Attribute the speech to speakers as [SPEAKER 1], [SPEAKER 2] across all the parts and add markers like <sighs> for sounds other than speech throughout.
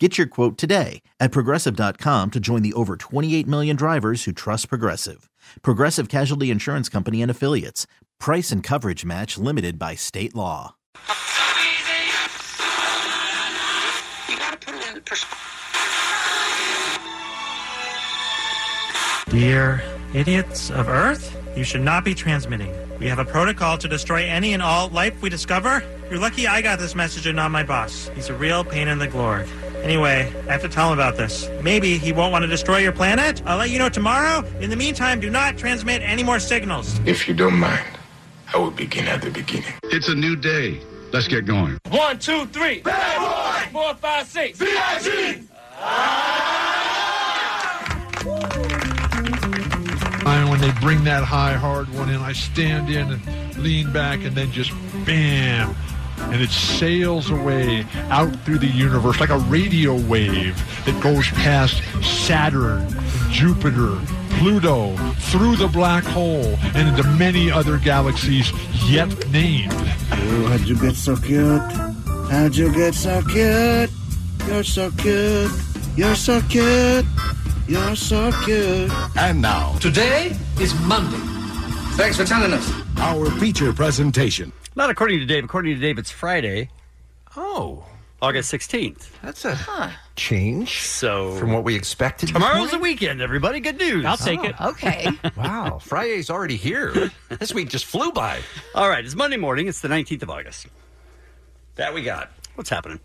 [SPEAKER 1] Get your quote today at progressive.com to join the over 28 million drivers who trust Progressive. Progressive Casualty Insurance Company and Affiliates. Price and coverage match limited by state law.
[SPEAKER 2] You gotta put it into perspective.
[SPEAKER 3] Dear idiots of Earth, you should not be transmitting. We have a protocol to destroy any and all life we discover. You're lucky I got this message and not my boss. He's a real pain in the glory. Anyway, I have to tell him about this. Maybe he won't want to destroy your planet. I'll let you know tomorrow. In the meantime, do not transmit any more signals.
[SPEAKER 4] If you don't mind, I will begin at the beginning.
[SPEAKER 5] It's a new day. Let's get going.
[SPEAKER 6] One, two, three. Bad boy. Four, five, six. VIG.
[SPEAKER 7] And when they bring that high, hard one in, I stand in and lean back, and then just bam. And it sails away out through the universe like a radio wave that goes past Saturn, Jupiter, Pluto, through the black hole, and into many other galaxies yet named.
[SPEAKER 8] Oh, how'd you get so cute? How'd you get so cute? You're so cute. You're so cute. You're so cute.
[SPEAKER 9] And now,
[SPEAKER 10] Today is Monday.
[SPEAKER 9] thanks for telling us. Our feature presentation.
[SPEAKER 10] Not according to Dave. According to Dave, it's Friday. Oh. August 16th. That's a change. So
[SPEAKER 11] from what we expected.
[SPEAKER 10] tomorrow's the weekend, everybody. Good news.
[SPEAKER 11] I'll take it.
[SPEAKER 12] Oh, Okay.
[SPEAKER 11] <laughs> wow, Friday's already here. this week just flew by.
[SPEAKER 10] All right, it's Monday morning. It's the 19th of August. That we got. What's happening?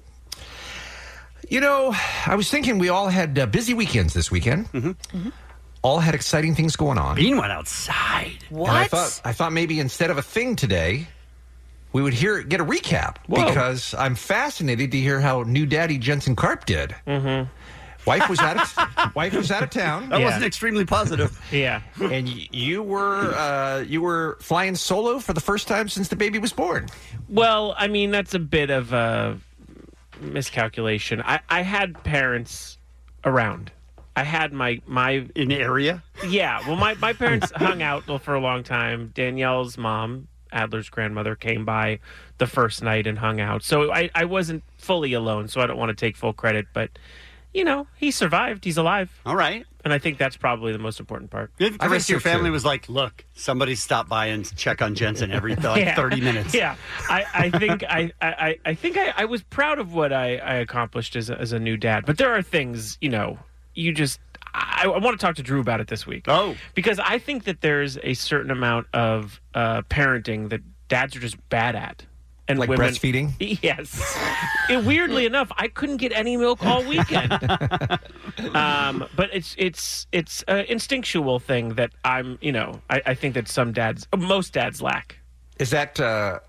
[SPEAKER 11] You know, I was thinking we all had uh, busy weekends this weekend. All had exciting things going
[SPEAKER 10] Mm-hmm.
[SPEAKER 11] on.
[SPEAKER 10] Bean went outside.
[SPEAKER 11] And I thought I thought maybe instead of a thing today, we would hear get a recap
[SPEAKER 10] Whoa.
[SPEAKER 11] because I'm fascinated to hear how new daddy Jensen Karp did. Mm-hmm. Wife was out
[SPEAKER 10] <laughs>
[SPEAKER 11] of wife was out of town.
[SPEAKER 10] That wasn't extremely positive.
[SPEAKER 11] yeah. And y- you were uh, you were flying solo for the first time since the baby was born.
[SPEAKER 13] Well, I mean, that's a bit of a miscalculation. I, I had parents around. I had my my
[SPEAKER 10] in area.
[SPEAKER 13] Yeah. Well, my my parents hung out <laughs> for a long time. Danielle's mom, Adler's grandmother, came by the first night and hung out. So I I wasn't fully alone. So I don't want to take full credit, but you know, he survived. He's alive.
[SPEAKER 10] All right.
[SPEAKER 13] And I think that's probably the most important part.
[SPEAKER 10] If the rest of your family was like, look, somebody stop by and check on Jensen
[SPEAKER 13] <laughs>
[SPEAKER 12] <laughs>
[SPEAKER 10] every like
[SPEAKER 13] Yeah.
[SPEAKER 10] 30 minutes.
[SPEAKER 13] Yeah, I, I think I, I- I, I think I, I was proud of what I, I accomplished as a, as a new dad. But there are things, you know, you just I, I want to talk to Drew about it this week.
[SPEAKER 10] Oh,
[SPEAKER 13] because I think that there's a certain amount of uh, parenting that dads are just bad at. And
[SPEAKER 11] Like
[SPEAKER 13] women, <laughs>
[SPEAKER 11] breastfeeding?
[SPEAKER 13] Yes. It- weirdly enough, I couldn't get any milk
[SPEAKER 10] <laughs>
[SPEAKER 13] all weekend. um, but it's it's it's an instinctual thing that I'm, you know, I, I think that some dads, most dads lack.
[SPEAKER 11] Is that uh,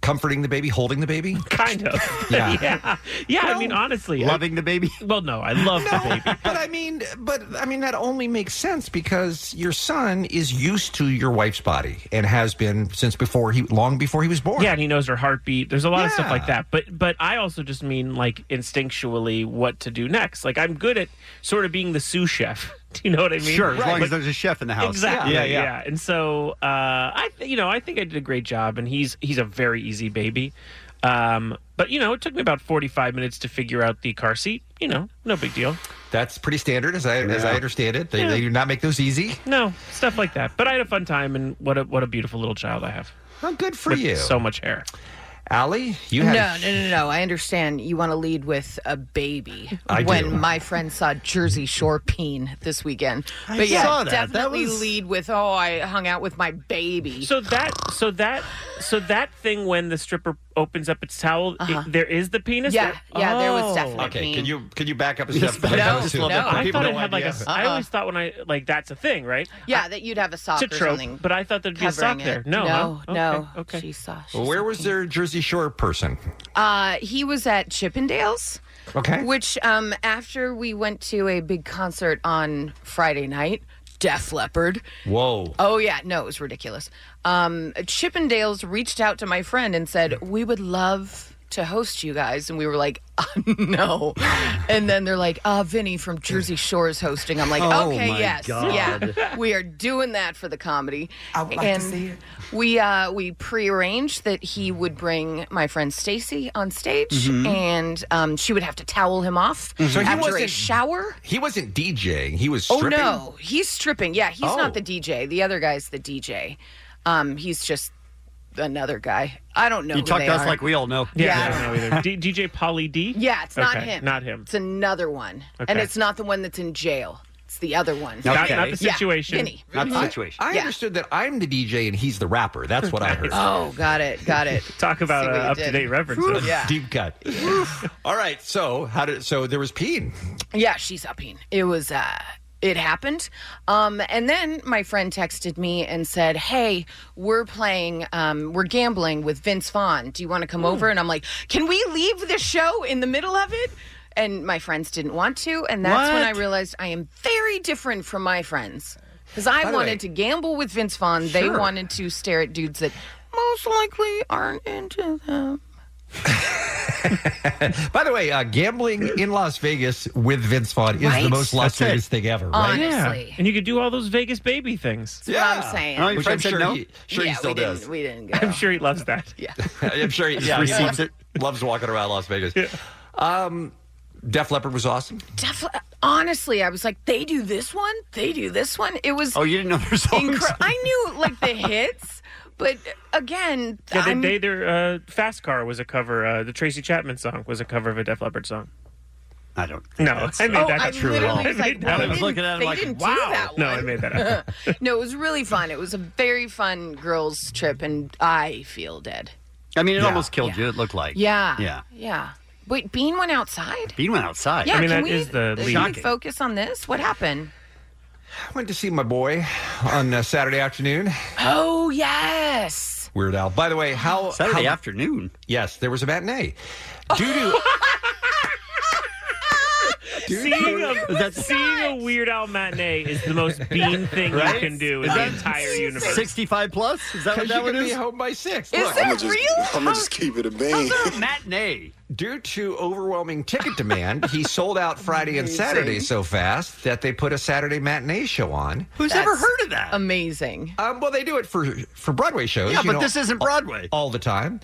[SPEAKER 11] comforting the baby, holding the baby?
[SPEAKER 13] <laughs> Kind of.
[SPEAKER 11] Yeah.
[SPEAKER 13] <laughs> yeah. Yeah, I mean, honestly.
[SPEAKER 10] Loving the baby?
[SPEAKER 13] <laughs> Well, no, I love the <laughs> baby.
[SPEAKER 11] but I mean, but I mean that only makes sense because your son is used to your wife's body and has been since before he, long before he was born.
[SPEAKER 13] Yeah, and he knows her heartbeat. There's a lot of stuff
[SPEAKER 11] Yeah.
[SPEAKER 13] like that. But but I also just mean like instinctually what to do next. Like I'm good at sort of being the sous chef. <laughs> Do you know what I mean?
[SPEAKER 10] Sure, as long
[SPEAKER 13] But-
[SPEAKER 10] as there's a chef in the house.
[SPEAKER 13] Exactly.
[SPEAKER 10] Yeah,
[SPEAKER 13] Yeah,
[SPEAKER 10] yeah.
[SPEAKER 13] And so uh, I, th- you know, I think I did a great job, and he's he's a very easy baby. Um, but you know, it took me about 45 minutes to figure out the car seat. You know, no big deal.
[SPEAKER 11] that's pretty standard as I as I
[SPEAKER 13] Yeah.
[SPEAKER 11] understand it. They,
[SPEAKER 13] Yeah.
[SPEAKER 11] they do not make those easy.
[SPEAKER 13] No stuff like that. But I had a fun time, and what a what a beautiful little child I have.
[SPEAKER 11] Well, good for
[SPEAKER 13] With
[SPEAKER 11] you,
[SPEAKER 13] So much hair.
[SPEAKER 11] Allie. You
[SPEAKER 12] no,
[SPEAKER 11] had
[SPEAKER 12] no, no, no. I understand you want to lead with a baby.
[SPEAKER 11] I
[SPEAKER 12] when
[SPEAKER 11] do.
[SPEAKER 12] my friend saw Jersey Shore peen this weekend,
[SPEAKER 10] I
[SPEAKER 12] but yeah,
[SPEAKER 10] saw that. That
[SPEAKER 12] definitely
[SPEAKER 10] was-
[SPEAKER 12] lead with oh, I hung out with my baby.
[SPEAKER 13] So that so that so that thing when the stripper opens up its towel, it- there is the penis.
[SPEAKER 12] Uh-huh. yeah,
[SPEAKER 13] there?
[SPEAKER 12] yeah, there
[SPEAKER 13] Oh.
[SPEAKER 12] was definitely
[SPEAKER 11] Okay,
[SPEAKER 12] peen.
[SPEAKER 11] can you can you back up a step?
[SPEAKER 10] Yes, back
[SPEAKER 12] up a step. No, no.
[SPEAKER 13] I
[SPEAKER 10] People
[SPEAKER 13] thought it
[SPEAKER 10] no
[SPEAKER 13] had like a.
[SPEAKER 10] idea.
[SPEAKER 13] I
[SPEAKER 12] Uh-uh.
[SPEAKER 13] always thought when I like that's a thing, right?
[SPEAKER 12] Yeah, that you'd have a sock
[SPEAKER 13] It's a
[SPEAKER 12] or
[SPEAKER 13] trope,
[SPEAKER 12] something.
[SPEAKER 13] but I thought there'd be a sock
[SPEAKER 12] covering
[SPEAKER 13] there.
[SPEAKER 12] it.
[SPEAKER 13] No,
[SPEAKER 12] no,
[SPEAKER 13] huh?
[SPEAKER 12] no.
[SPEAKER 13] Okay, okay.
[SPEAKER 12] She saw. She
[SPEAKER 11] Well,
[SPEAKER 12] saw
[SPEAKER 11] where was
[SPEAKER 12] peen.
[SPEAKER 11] their Jersey Shore person?
[SPEAKER 12] Uh, he was at Chippendales.
[SPEAKER 11] Okay.
[SPEAKER 12] Which, um, after we went to a big concert on Friday night, Def Leppard.
[SPEAKER 11] Whoa.
[SPEAKER 12] Oh yeah, no, it was ridiculous. um, Chippendales reached out to my friend and said, We would love to host you guys. And we were like, <laughs> uh, No. And then they're like, uh, Vinny from Jersey Shore is hosting. I'm like,
[SPEAKER 14] Oh,
[SPEAKER 12] Okay,
[SPEAKER 14] my
[SPEAKER 12] yes.
[SPEAKER 14] God.
[SPEAKER 12] Yeah. We are doing that for the comedy.
[SPEAKER 14] I would like to
[SPEAKER 12] and
[SPEAKER 14] see it.
[SPEAKER 12] We, uh, we pre arranged that he would bring my friend Stacy on stage
[SPEAKER 11] Mhm.
[SPEAKER 12] and um, she would have to towel him off
[SPEAKER 11] Mhm. So he
[SPEAKER 12] after a
[SPEAKER 11] wasn't-
[SPEAKER 12] shower.
[SPEAKER 11] He wasn't DJing. He was
[SPEAKER 12] Oh
[SPEAKER 11] stripping.
[SPEAKER 12] no, he's stripping. Yeah, he's
[SPEAKER 11] Oh.
[SPEAKER 12] not the DJ. The other guy's the DJ. Um, he's just another guy. I don't know.
[SPEAKER 10] You
[SPEAKER 12] who
[SPEAKER 10] talk
[SPEAKER 12] they
[SPEAKER 10] to us
[SPEAKER 12] are.
[SPEAKER 10] like we all know.
[SPEAKER 12] Yeah, Yeah. I don't
[SPEAKER 13] know either. D- DJ Polly D.
[SPEAKER 12] <laughs> Yeah, it's not
[SPEAKER 13] Okay,
[SPEAKER 12] him.
[SPEAKER 13] Not him.
[SPEAKER 12] It's another one, and
[SPEAKER 13] Okay.
[SPEAKER 12] it's not the one that's in jail. It's the other one.
[SPEAKER 13] Not- not the
[SPEAKER 12] Yeah,
[SPEAKER 13] situation.
[SPEAKER 12] Vinny.
[SPEAKER 13] Not the
[SPEAKER 11] I-
[SPEAKER 13] situation.
[SPEAKER 11] I,
[SPEAKER 12] Yeah.
[SPEAKER 11] understood that I'm the DJ and he's the rapper. That's
[SPEAKER 12] <laughs>
[SPEAKER 11] what I heard.
[SPEAKER 12] Oh, got it, got it.
[SPEAKER 13] <laughs> Talk about
[SPEAKER 12] See what
[SPEAKER 13] uh,
[SPEAKER 12] you
[SPEAKER 13] up to
[SPEAKER 12] did.
[SPEAKER 13] date reference.
[SPEAKER 12] Whew. Yeah.
[SPEAKER 11] Deep cut. All right. So how did? So there was peeing.
[SPEAKER 12] Yeah, she's upping. It was uh it happened. Um and then my friend texted me and said, Hey, we're playing um we're gambling with Vince Vaughn. Do you want to come over? And I'm like, Can we leave the show in the middle of it? And my friends didn't want to, and that's when
[SPEAKER 14] What?
[SPEAKER 12] I realized I am very different from my friends. Because
[SPEAKER 14] By
[SPEAKER 12] I
[SPEAKER 14] the
[SPEAKER 12] wanted
[SPEAKER 14] way-
[SPEAKER 12] to gamble with Vince Vaughn. They
[SPEAKER 14] Sure.
[SPEAKER 12] wanted to stare at dudes that most likely aren't into them.
[SPEAKER 11] By the way, uh, gambling in Las Vegas with Vince Vaughn is the
[SPEAKER 13] Right?
[SPEAKER 11] most Las
[SPEAKER 13] That's it.
[SPEAKER 11] Vegas thing ever, right?
[SPEAKER 13] Yeah. And you could do all those Vegas baby things.
[SPEAKER 12] That's what I'm Yeah. saying. Oh, your
[SPEAKER 11] Which
[SPEAKER 12] friend
[SPEAKER 11] I'm
[SPEAKER 12] said
[SPEAKER 11] sure,
[SPEAKER 12] no?
[SPEAKER 11] he, sure
[SPEAKER 12] Yeah,
[SPEAKER 11] he still
[SPEAKER 12] we didn't-
[SPEAKER 11] does.
[SPEAKER 12] we didn't
[SPEAKER 13] I'm sure he loves
[SPEAKER 12] <laughs>
[SPEAKER 13] that.
[SPEAKER 11] I'm sure he
[SPEAKER 13] Just
[SPEAKER 11] yeah, he
[SPEAKER 13] receives
[SPEAKER 11] loves,
[SPEAKER 13] it.
[SPEAKER 11] loves walking around Las Vegas. Um, Def Leppard was awesome.
[SPEAKER 12] Definitely, honestly, I was like, they do this one, they do this one. It was.
[SPEAKER 11] Oh, you didn't know their songs?
[SPEAKER 12] incre- I knew like
[SPEAKER 10] <laughs>
[SPEAKER 12] the hits, but again,
[SPEAKER 13] Yeah, they,
[SPEAKER 12] I'm-
[SPEAKER 13] they their uh, Fast Car was a cover. Uh, the Tracy Chapman song was a cover of a Def Leppard song.
[SPEAKER 10] I don't.
[SPEAKER 13] No, I made
[SPEAKER 12] oh,
[SPEAKER 13] that
[SPEAKER 12] I
[SPEAKER 13] up.
[SPEAKER 12] literally Was like, well,
[SPEAKER 13] I
[SPEAKER 12] they
[SPEAKER 13] was
[SPEAKER 12] didn't-
[SPEAKER 13] looking at it
[SPEAKER 12] they
[SPEAKER 13] like,
[SPEAKER 12] didn't
[SPEAKER 13] wow.
[SPEAKER 12] do that one.
[SPEAKER 13] No, I made that up.
[SPEAKER 12] <laughs> no, it was really fun. It was a very fun girls' trip, and I feel dead.
[SPEAKER 10] I mean, it
[SPEAKER 12] Yeah.
[SPEAKER 10] almost killed you. It looked like.
[SPEAKER 12] Yeah.
[SPEAKER 10] Yeah.
[SPEAKER 12] Yeah. Wait, Bean went outside.
[SPEAKER 10] Bean went outside.
[SPEAKER 12] Yeah, can
[SPEAKER 10] that
[SPEAKER 12] we,
[SPEAKER 10] is
[SPEAKER 12] can we focus on this? What happened?
[SPEAKER 11] I went to see my boy on uh, Saturday afternoon.
[SPEAKER 12] Oh yes.
[SPEAKER 11] Weird Al. By the way, how
[SPEAKER 10] Saturday
[SPEAKER 11] how-
[SPEAKER 10] afternoon?
[SPEAKER 11] Yes, there was a matinee. <laughs> Due to
[SPEAKER 13] Seeing a, seeing a Weird Al matinee is the most bean thing you
[SPEAKER 10] Right?
[SPEAKER 13] can do in
[SPEAKER 10] Is
[SPEAKER 13] the
[SPEAKER 10] that
[SPEAKER 13] entire universe.
[SPEAKER 10] 65 plus? Is that what
[SPEAKER 11] 'Cause
[SPEAKER 10] that
[SPEAKER 11] you
[SPEAKER 10] one
[SPEAKER 11] can be
[SPEAKER 10] is?
[SPEAKER 11] home by six.
[SPEAKER 10] Is
[SPEAKER 11] Look,
[SPEAKER 10] that
[SPEAKER 11] I'ma just-
[SPEAKER 10] real?
[SPEAKER 11] I'ma just keep it a bean.
[SPEAKER 10] How's that matinee?
[SPEAKER 11] Due to overwhelming ticket demand, he sold out Friday and
[SPEAKER 12] Amazing.
[SPEAKER 11] Saturday so fast that they put a Saturday matinee show on.
[SPEAKER 10] Who's ever heard of that?
[SPEAKER 12] Amazing.
[SPEAKER 11] Um, well, they do it for for Broadway shows.
[SPEAKER 10] Yeah,
[SPEAKER 11] you
[SPEAKER 10] but
[SPEAKER 11] know,
[SPEAKER 10] this isn't
[SPEAKER 11] all-
[SPEAKER 10] Broadway.
[SPEAKER 11] all, the time.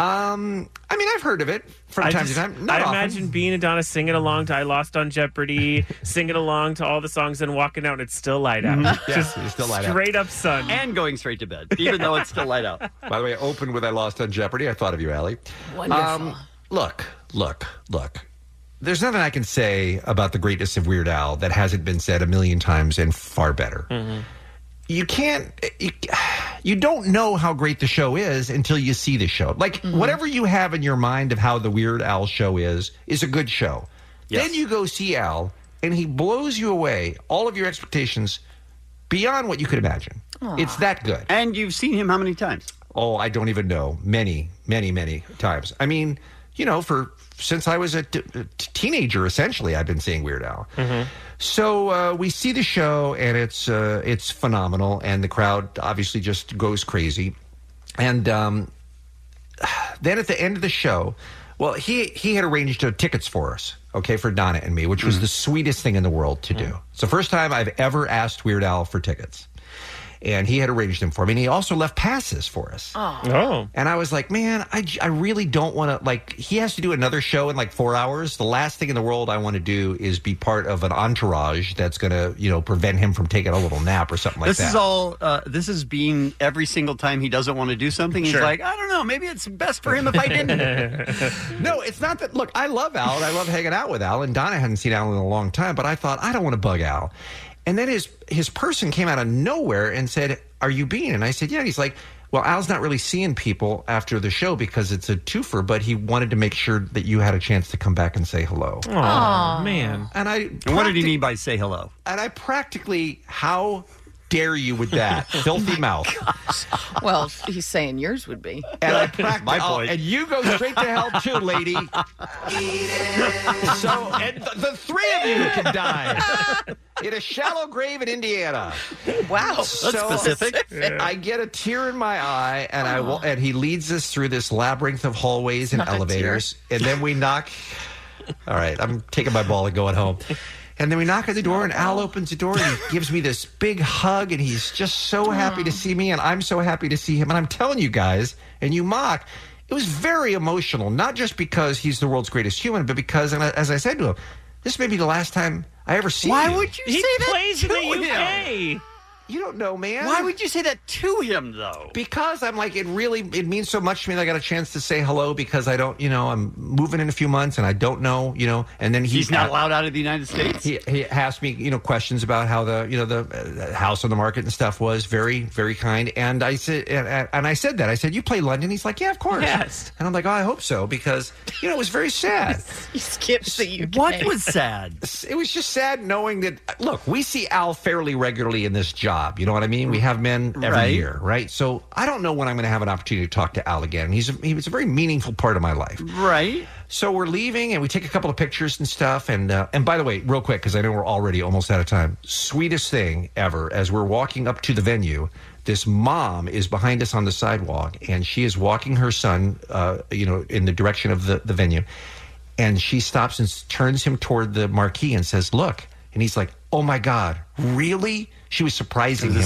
[SPEAKER 11] Um, I mean, I've heard of it from
[SPEAKER 13] I
[SPEAKER 11] time
[SPEAKER 13] just-
[SPEAKER 11] to time. Not
[SPEAKER 13] I
[SPEAKER 11] often.
[SPEAKER 13] imagine Bean and Donna singing along to "I Lost on Jeopardy," singing along to all the songs, and walking out, and it's still light out.
[SPEAKER 10] Mhm. Yeah,
[SPEAKER 13] Just
[SPEAKER 11] it's still light out.
[SPEAKER 13] straight up sun,
[SPEAKER 10] and going straight to bed, even though it's still
[SPEAKER 13] <laughs>
[SPEAKER 10] light out.
[SPEAKER 11] By the way, I opened with I Lost on Jeopardy. I thought of you, Allie.
[SPEAKER 12] Wonderful.
[SPEAKER 11] Um,
[SPEAKER 10] Um,
[SPEAKER 11] look, look, look. There's nothing I can say about the greatness of Weird Al that hasn't been said a million times and far better. Mm-hmm. You can't. You, you don't know how great the show is until you see the show. Like
[SPEAKER 10] Mm-hmm.
[SPEAKER 11] whatever you have in your mind of how the Weird Al show is is a good show. Then you go see Al, and he blows you away. All of your expectations beyond what you could imagine.
[SPEAKER 10] Aw.
[SPEAKER 11] It's that good.
[SPEAKER 10] And you've seen him how many times?
[SPEAKER 11] Oh, I don't even know. Many, many, many times. I mean, you know, for since I was a t- t- teenager, essentially, I've been seeing Weird Al.
[SPEAKER 13] Mm-hmm.
[SPEAKER 11] So uh, we see the show, and it's uh, it's phenomenal, and the crowd obviously just goes crazy. And um, then at the end of the show, well, he he had arranged uh, tickets for us, okay, for Donna and me, which was the sweetest thing in the world to do. It's the first time I've ever asked Weird Al for tickets, and he had arranged them for me, and he also left passes for us.
[SPEAKER 12] Oh.
[SPEAKER 11] And I was like, man, I, j- I really don't want to. Like, he has to do another show in like four hours. The last thing in the world I want to do is be part of an entourage that's going to, you know, prevent him from taking a little nap or something like
[SPEAKER 10] this
[SPEAKER 11] that.
[SPEAKER 10] is all. Uh, this is Bean. Every single time he doesn't want to do something, he's
[SPEAKER 11] Sure.
[SPEAKER 10] like, I don't know. Maybe it's best for him if I
[SPEAKER 11] <laughs>
[SPEAKER 10] didn't.
[SPEAKER 11] no, it's not that. Look, I love Al. and I love hanging out with Al. And Donna hadn't seen Al in a long time, but I thought I don't want to bug Al. And then his his person came out of nowhere and said, "Are you Bean?" And I said, "Yeah." He's like, "Well, Al's not really seeing people after the show because it's a twofer, but he wanted to make sure that you had a chance to come back and say hello."
[SPEAKER 13] Aw, man.
[SPEAKER 11] And I.
[SPEAKER 10] And what did he mean by say hello?
[SPEAKER 11] And I practically how dare you with that filthy mouth?
[SPEAKER 12] Well, he's saying yours would be.
[SPEAKER 10] <laughs>
[SPEAKER 11] And I practice, and you go straight to hell
[SPEAKER 15] <laughs>
[SPEAKER 11] too,
[SPEAKER 14] <laughs>
[SPEAKER 11] lady. so, and th- the three of you can die in a shallow grave in Indiana.
[SPEAKER 12] Wow,
[SPEAKER 14] That's specific. Yeah.
[SPEAKER 11] I get a tear in my eye, and I will, and he leads us through this labyrinth of hallways and
[SPEAKER 14] Not a tear.
[SPEAKER 11] elevators, and then we knock. All right, I'm taking my ball and going home. And then we knock at the door, and Al opens the door, and he gives me this big hug, and he's just so happy
[SPEAKER 14] Hmm.
[SPEAKER 11] to see me, and I'm so happy to see him. And I'm telling you guys, and you mock, it was very emotional, not just because he's the world's greatest human, but because, and as I said to him, this may be the last time I ever see
[SPEAKER 14] Why
[SPEAKER 11] you.
[SPEAKER 14] would you He say that plays in to the him?
[SPEAKER 11] You don't know, man.
[SPEAKER 14] Why would you say that to him, though?
[SPEAKER 11] Because I'm like, it really it means so much to me. That I got a chance to say hello because I don't, you know, I'm moving in a few months and I don't know, you know. And then he,
[SPEAKER 14] He's not allowed out of the United States.
[SPEAKER 11] He, he asked me, you know, questions about how the, you know, the uh, house on the market and stuff was very, very kind. And I said, and, and I said that I said, you play London? He's like, yeah, of course.
[SPEAKER 14] Yes.
[SPEAKER 11] And I'm like, oh, I hope so because you know it was very
[SPEAKER 14] <laughs>
[SPEAKER 11] sad.
[SPEAKER 12] He skips the UK.
[SPEAKER 11] What was sad? It was just sad knowing that. Look, we see Al fairly regularly in this job. You know what I mean? We have men every
[SPEAKER 14] Right.
[SPEAKER 11] year, right? So I don't know when I'm going to have an opportunity to talk to Al again. He's a, he was a very meaningful part of my life.
[SPEAKER 14] Right.
[SPEAKER 11] So we're leaving, and we take a couple of pictures and stuff. And uh, and by the way, real quick, because I know we're already almost out of time. Sweetest thing ever. As we're walking up to the venue, this mom is behind us on the sidewalk, and she is walking her son, uh, you know, in the direction of the, the venue. And she stops and s- turns him toward the marquee and says, "Look." And he's like, "Oh my God, really?" She was surprising him.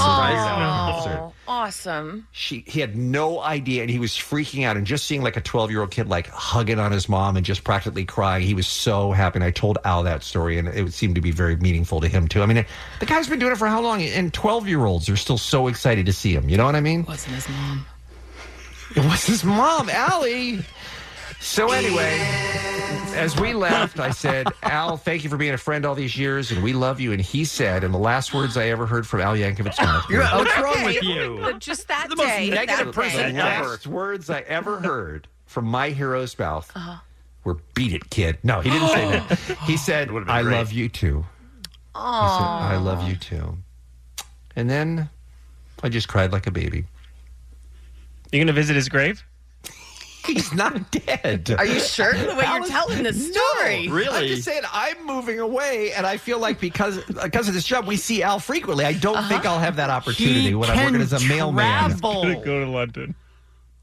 [SPEAKER 12] Oh, awesome.
[SPEAKER 11] She he had no idea and he was freaking out and just seeing like a 12 year old kid like hugging on his mom and just practically crying. He was so happy. And I told Al that story and it seemed to be very meaningful to him too. I mean, the guy's been doing it for how long? And 12 year olds are still so excited to see him. You know what I mean?
[SPEAKER 12] Wasn't his mom.
[SPEAKER 11] It was his mom, Allie. So anyway, as we left, I said, Al, thank you for being a friend all these years and we love you. And he said, and the last words I ever heard from Al Yankovic's mouth were,
[SPEAKER 14] What's wrong with you?
[SPEAKER 12] But just that
[SPEAKER 14] The most
[SPEAKER 12] day.
[SPEAKER 14] negative
[SPEAKER 12] that
[SPEAKER 14] person
[SPEAKER 12] day.
[SPEAKER 11] The last words I ever heard from my hero's mouth
[SPEAKER 12] Uh-huh. Oh.
[SPEAKER 11] were "Beat it, kid." No, he didn't say that. He said, "I
[SPEAKER 14] great.
[SPEAKER 11] love you too." He said, "I
[SPEAKER 12] Aw.
[SPEAKER 11] love you too." And then I just cried like a baby.
[SPEAKER 13] You gonna visit his grave?
[SPEAKER 11] He's not dead.
[SPEAKER 12] <laughs> Are you sure? The way you're
[SPEAKER 11] Alice-
[SPEAKER 12] telling this story.
[SPEAKER 11] No, I'm just saying I'm moving away, and I feel like because because of this job, we see Al frequently. I don't think
[SPEAKER 12] Uh-huh.
[SPEAKER 11] I'll have that opportunity
[SPEAKER 14] He
[SPEAKER 11] when I'm working
[SPEAKER 14] can
[SPEAKER 11] as a mailman.
[SPEAKER 14] travel. He's gonna
[SPEAKER 11] go to London.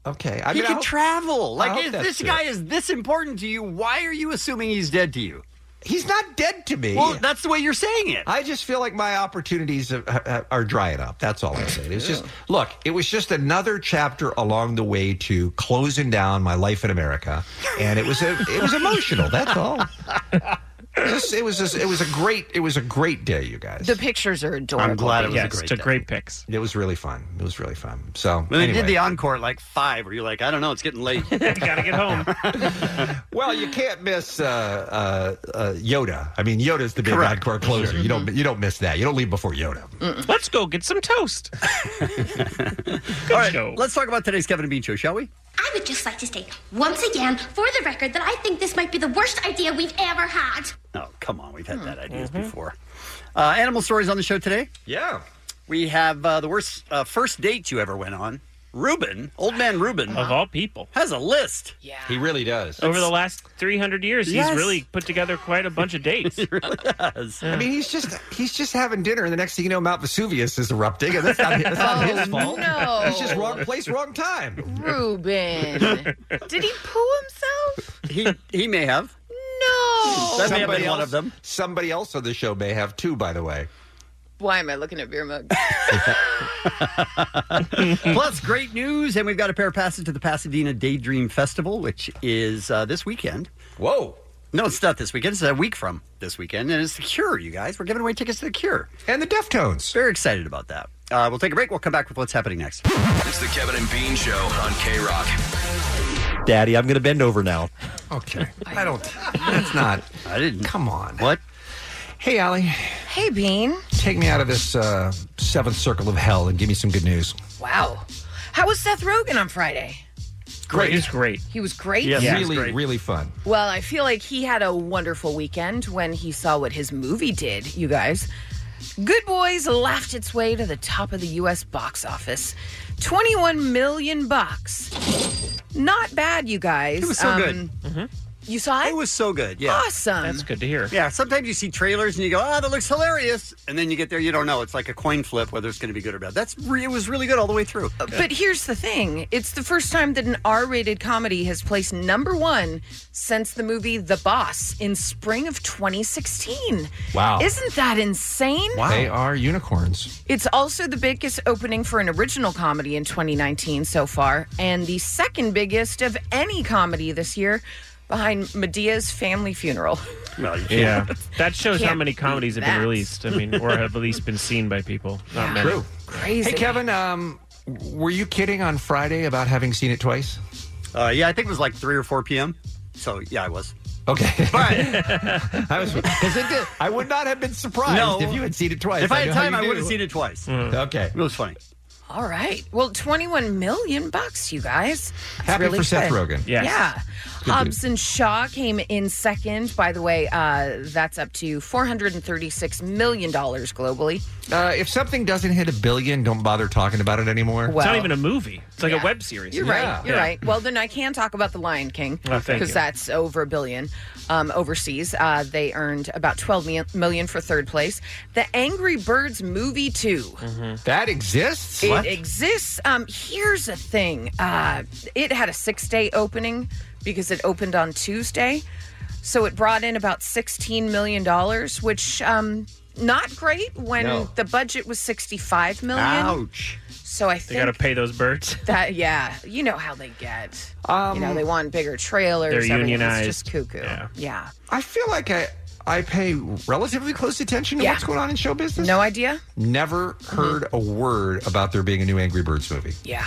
[SPEAKER 11] Okay, I
[SPEAKER 14] he
[SPEAKER 11] mean, I
[SPEAKER 14] can
[SPEAKER 11] hope-
[SPEAKER 14] travel.
[SPEAKER 11] I hope
[SPEAKER 14] Like, if
[SPEAKER 11] that's
[SPEAKER 14] this
[SPEAKER 11] true.
[SPEAKER 14] guy is this important to you, why are you assuming he's dead to you?
[SPEAKER 11] He's not dead to me.
[SPEAKER 14] Well, that's the way you're saying it.
[SPEAKER 11] I just feel like my opportunities are- are, are drying up. That's all I'm saying. It was just look. It was just another chapter along the way to closing down my life in America, and it was a, it was emotional. That's all. It was it was, just- it was a great it was a great day, you guys.
[SPEAKER 12] The pictures are adorable.
[SPEAKER 11] Yes, to great picks. It was really fun. It was really fun. So
[SPEAKER 14] When they
[SPEAKER 11] anyway.
[SPEAKER 14] did the encore at like five, where you're like, I don't know, it's getting late.
[SPEAKER 13] Gotta get home.
[SPEAKER 11] Well, you can't miss uh, uh, uh, Yoda. I mean, Yoda's the big
[SPEAKER 14] Correct. Mm-hmm.
[SPEAKER 11] hardcore closer. You don't you don't miss that. You don't leave before Yoda.
[SPEAKER 13] Let's go get some
[SPEAKER 14] <laughs>
[SPEAKER 13] toast.
[SPEAKER 14] All right, let's talk about today's Kevin and Bean show, shall we?
[SPEAKER 16] I would just like to state once again, for the record, that I think this might be the worst idea we've ever had.
[SPEAKER 14] Oh, come on. We've had
[SPEAKER 13] Hmm.
[SPEAKER 14] that ideas
[SPEAKER 13] Mm-hmm.
[SPEAKER 14] before. Uh, animal stories on the show today.
[SPEAKER 11] Yeah.
[SPEAKER 14] We have uh, the worst uh, first date you ever went on. Ruben, old man Ruben. Of
[SPEAKER 13] all people.
[SPEAKER 14] Has a list.
[SPEAKER 12] Yeah.
[SPEAKER 11] He really does.
[SPEAKER 13] Over the last 300 years,
[SPEAKER 11] Yes.
[SPEAKER 13] he's really put together quite a bunch of dates. he
[SPEAKER 14] really does.
[SPEAKER 11] I mean, he's just he's just having dinner, and the next thing you know, Mount Vesuvius is erupting, and that's not, that's
[SPEAKER 12] <laughs>
[SPEAKER 11] not his fault.
[SPEAKER 12] Oh, no.
[SPEAKER 11] He's just wrong place, wrong time. <laughs>
[SPEAKER 12] Ruben. Did he poo himself?
[SPEAKER 14] <laughs> He he may have.
[SPEAKER 12] No.
[SPEAKER 14] That may have been one of
[SPEAKER 11] them. Somebody else on the show may have too, by the way.
[SPEAKER 12] Why am I looking at beer mug?
[SPEAKER 14] <laughs> Plus, great news, and we've got a pair of passes to the Pasadena Daydream Festival, which is uh, this weekend.
[SPEAKER 11] Whoa.
[SPEAKER 14] No, it's not this weekend. It's a week from this weekend, and it's The Cure, you guys. We're giving away tickets to The Cure.
[SPEAKER 11] And the Deftones.
[SPEAKER 14] Very excited about that. Uh, we'll take a break. We'll come back with what's happening next.
[SPEAKER 17] It's the Kevin and Bean Show on K Rock.
[SPEAKER 10] Daddy, I'm going to bend over now.
[SPEAKER 11] Okay. I <laughs> don't. That's not.
[SPEAKER 14] I didn't.
[SPEAKER 11] Come on.
[SPEAKER 14] What?
[SPEAKER 11] Hey, Allie,
[SPEAKER 12] hey, Bean.
[SPEAKER 11] take me out of this uh, seventh circle of hell and give me some good news.
[SPEAKER 12] Wow. How was Seth Rogen on Friday?
[SPEAKER 11] Great. He's great.
[SPEAKER 12] He was great.
[SPEAKER 11] really, really fun.
[SPEAKER 12] Well, I feel like he had a wonderful weekend when he saw what his movie did, you guys. Good Boys laughed its way to the top of the US box office. 21 million bucks. Not bad, you guys.
[SPEAKER 14] It was so good.
[SPEAKER 12] Um, mm-hmm. You saw it?
[SPEAKER 14] It was so good. Yeah.
[SPEAKER 12] Awesome. That's
[SPEAKER 13] good to hear.
[SPEAKER 14] Yeah. Sometimes you see trailers and you go, "Ah, that looks hilarious," and then you get there, you don't know. It's like a coin flip whether it's going to be good or bad. That's re- it was really good all the way through.
[SPEAKER 12] Uh, But here's the thing it's the first time that an R rated comedy has placed number one since the movie The Boss in spring of 2016.
[SPEAKER 11] Wow.
[SPEAKER 12] Isn't that insane?
[SPEAKER 11] They are unicorns.
[SPEAKER 12] It's also the biggest opening for an original comedy in 2019 so far, and the second biggest of any comedy this year behind Medea's Family Funeral. <laughs>
[SPEAKER 13] Well, you
[SPEAKER 12] Yeah.
[SPEAKER 13] yeah. That shows how
[SPEAKER 12] Can't
[SPEAKER 13] many comedies
[SPEAKER 12] beat
[SPEAKER 13] have been
[SPEAKER 12] that.
[SPEAKER 13] released. I mean, or have at least been seen by people. Not many.
[SPEAKER 11] True.
[SPEAKER 12] Crazy.
[SPEAKER 11] Hey, Kevin, um, were you kidding on Friday about having seen it twice?
[SPEAKER 14] Uh, yeah, I think it was like three or four p.m. So yeah, I was.
[SPEAKER 11] Okay.
[SPEAKER 14] But
[SPEAKER 11] <laughs> I was because it did. I would not have been surprised
[SPEAKER 14] No.
[SPEAKER 11] if you had seen it twice.
[SPEAKER 14] If I had
[SPEAKER 11] know how
[SPEAKER 14] time,
[SPEAKER 11] you
[SPEAKER 14] I
[SPEAKER 11] do.
[SPEAKER 14] would have seen it twice.
[SPEAKER 11] Okay.
[SPEAKER 14] It was funny.
[SPEAKER 12] All right. Well, 21 million bucks, you guys. That's
[SPEAKER 11] Happy
[SPEAKER 12] really
[SPEAKER 11] for Seth
[SPEAKER 12] good.
[SPEAKER 11] Rogen. Yes.
[SPEAKER 12] Yeah.
[SPEAKER 11] Good
[SPEAKER 12] Hobson Shaw came in second. By the way, uh, that's up to $436 million globally.
[SPEAKER 11] Uh, if something doesn't hit a billion, don't bother talking about it anymore.
[SPEAKER 12] Well- not even
[SPEAKER 13] a movie. It's like a web series.
[SPEAKER 12] You're right. You're right. Well, then I can talk about The Lion King
[SPEAKER 11] Oh, thank you.
[SPEAKER 12] that's over a billion um, overseas. Uh, they earned about 12 mi- million for third place. The Angry Birds movie 2.
[SPEAKER 11] Mm-hmm. That exists.
[SPEAKER 12] It exists. Um, here's a thing. Uh, it had a six day opening because it opened on Tuesday, so it brought in about sixteen million dollars, which um, not great when
[SPEAKER 13] No.
[SPEAKER 12] the budget was sixty five million.
[SPEAKER 13] Ouch.
[SPEAKER 12] So I
[SPEAKER 13] They got to
[SPEAKER 12] think
[SPEAKER 13] pay those birds.
[SPEAKER 12] that yeah, you know how they get.
[SPEAKER 11] Um,
[SPEAKER 12] you know they want bigger trailers.
[SPEAKER 11] they're
[SPEAKER 12] everything.
[SPEAKER 11] unionized.
[SPEAKER 12] It's just cuckoo. Yeah.
[SPEAKER 11] I feel like I I pay relatively close attention to
[SPEAKER 12] Yeah.
[SPEAKER 11] what's going on in show business.
[SPEAKER 12] No idea.
[SPEAKER 11] Never
[SPEAKER 12] Mm-hmm.
[SPEAKER 11] heard a word about there being a new Angry Birds movie.
[SPEAKER 12] Yeah.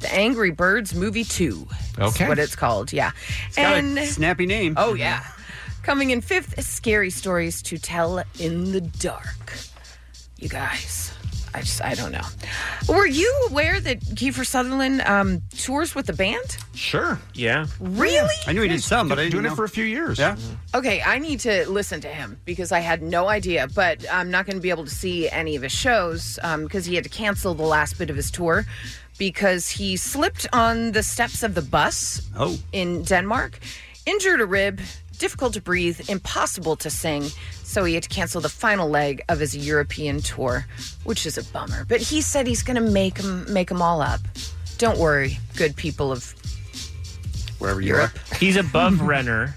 [SPEAKER 12] The Angry Birds movie two. That's
[SPEAKER 11] Okay.
[SPEAKER 12] what it's called. Yeah.
[SPEAKER 14] snappy name.
[SPEAKER 12] Oh yeah. Coming in fifth, scary stories to tell in the dark. You guys, I just I don't know. Were you aware that Kiefer Sutherland um, tours with the band?
[SPEAKER 11] Sure.
[SPEAKER 13] Yeah.
[SPEAKER 12] Really?
[SPEAKER 14] I knew he did some, but I didn't
[SPEAKER 11] doing
[SPEAKER 14] know.
[SPEAKER 11] it for a few years.
[SPEAKER 14] Yeah.
[SPEAKER 12] Okay, I need to listen to him because I had no idea, but I'm not going to be able to see any of his shows because he had to cancel the last bit of his tour because he slipped on the steps of the bus
[SPEAKER 14] Oh.
[SPEAKER 12] in Denmark, injured a rib, difficult to breathe, impossible to sing. So he had to cancel the final leg of his European tour, which is a bummer. But he said he's going to make them make 'em all up. Don't worry, good people of
[SPEAKER 14] Wherever you
[SPEAKER 13] He's
[SPEAKER 12] <laughs>
[SPEAKER 13] above Renner,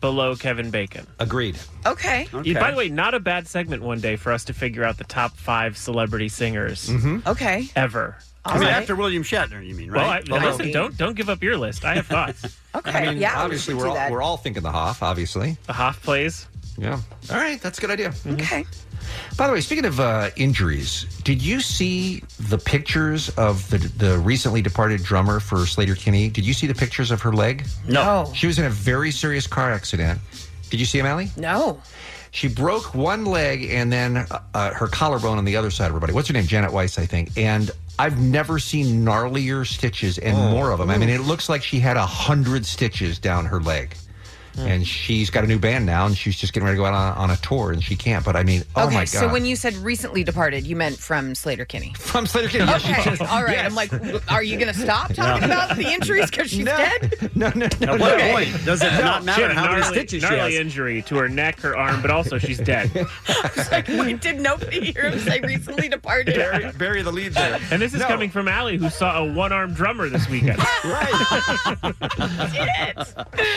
[SPEAKER 13] below Kevin Bacon.
[SPEAKER 11] Agreed.
[SPEAKER 12] okay.
[SPEAKER 13] By the way, not a bad segment one day for us to figure out the top five celebrity singers
[SPEAKER 12] Mm-hmm. Okay.
[SPEAKER 13] ever.
[SPEAKER 14] I mean, after William Shatner, you mean,
[SPEAKER 13] Well, I,
[SPEAKER 14] right?
[SPEAKER 13] listen, don't don't give up your list. I have thoughts.
[SPEAKER 12] Okay.
[SPEAKER 11] I mean,
[SPEAKER 12] yeah.
[SPEAKER 11] obviously
[SPEAKER 12] we
[SPEAKER 11] we're
[SPEAKER 12] should do
[SPEAKER 11] all,
[SPEAKER 12] that.
[SPEAKER 11] we're all thinking the Hoff, obviously.
[SPEAKER 13] The Hoff plays.
[SPEAKER 11] Yeah. All right, that's a good idea. Mm-hmm.
[SPEAKER 12] Okay.
[SPEAKER 11] By the way, speaking of uh, injuries, did you see the pictures of the the recently departed drummer for Slater Kinney? Did you see the pictures of her leg?
[SPEAKER 12] No.
[SPEAKER 11] She was in a very serious car accident. Did you see him, Allie?
[SPEAKER 12] No.
[SPEAKER 11] She broke one leg and then uh, uh, her collarbone on the other side of her body. What's her name? Janet Weiss, I think. And I've never seen gnarlier stitches and more of them. I mean, it looks like she had a hundred stitches down her leg.
[SPEAKER 12] Hmm.
[SPEAKER 11] And she's got a new band now, and she's just getting ready to go out on, on a tour, and she can't. But I mean, oh
[SPEAKER 12] okay,
[SPEAKER 11] my god!
[SPEAKER 12] so when you said recently departed, you meant from Slater Kinney.
[SPEAKER 11] <laughs> From Slater Kinney, yes, she
[SPEAKER 12] Okay,
[SPEAKER 11] did.
[SPEAKER 12] all right. I'm like, w- are you going to
[SPEAKER 11] <laughs>
[SPEAKER 12] stop talking about the injuries because she's dead?
[SPEAKER 11] No, no, no.
[SPEAKER 14] At what point does it
[SPEAKER 13] No,
[SPEAKER 14] not
[SPEAKER 13] she
[SPEAKER 14] matter
[SPEAKER 13] had a
[SPEAKER 14] how many
[SPEAKER 13] gnarly-
[SPEAKER 14] stitches she
[SPEAKER 13] gnarly
[SPEAKER 14] has?
[SPEAKER 13] injury to her neck, her arm, but also she's dead.
[SPEAKER 12] Wait, did nobody hear him say recently departed?
[SPEAKER 11] bury the lead there.
[SPEAKER 13] And this is
[SPEAKER 12] No.
[SPEAKER 13] coming from Allie, who saw a one-armed drummer this weekend.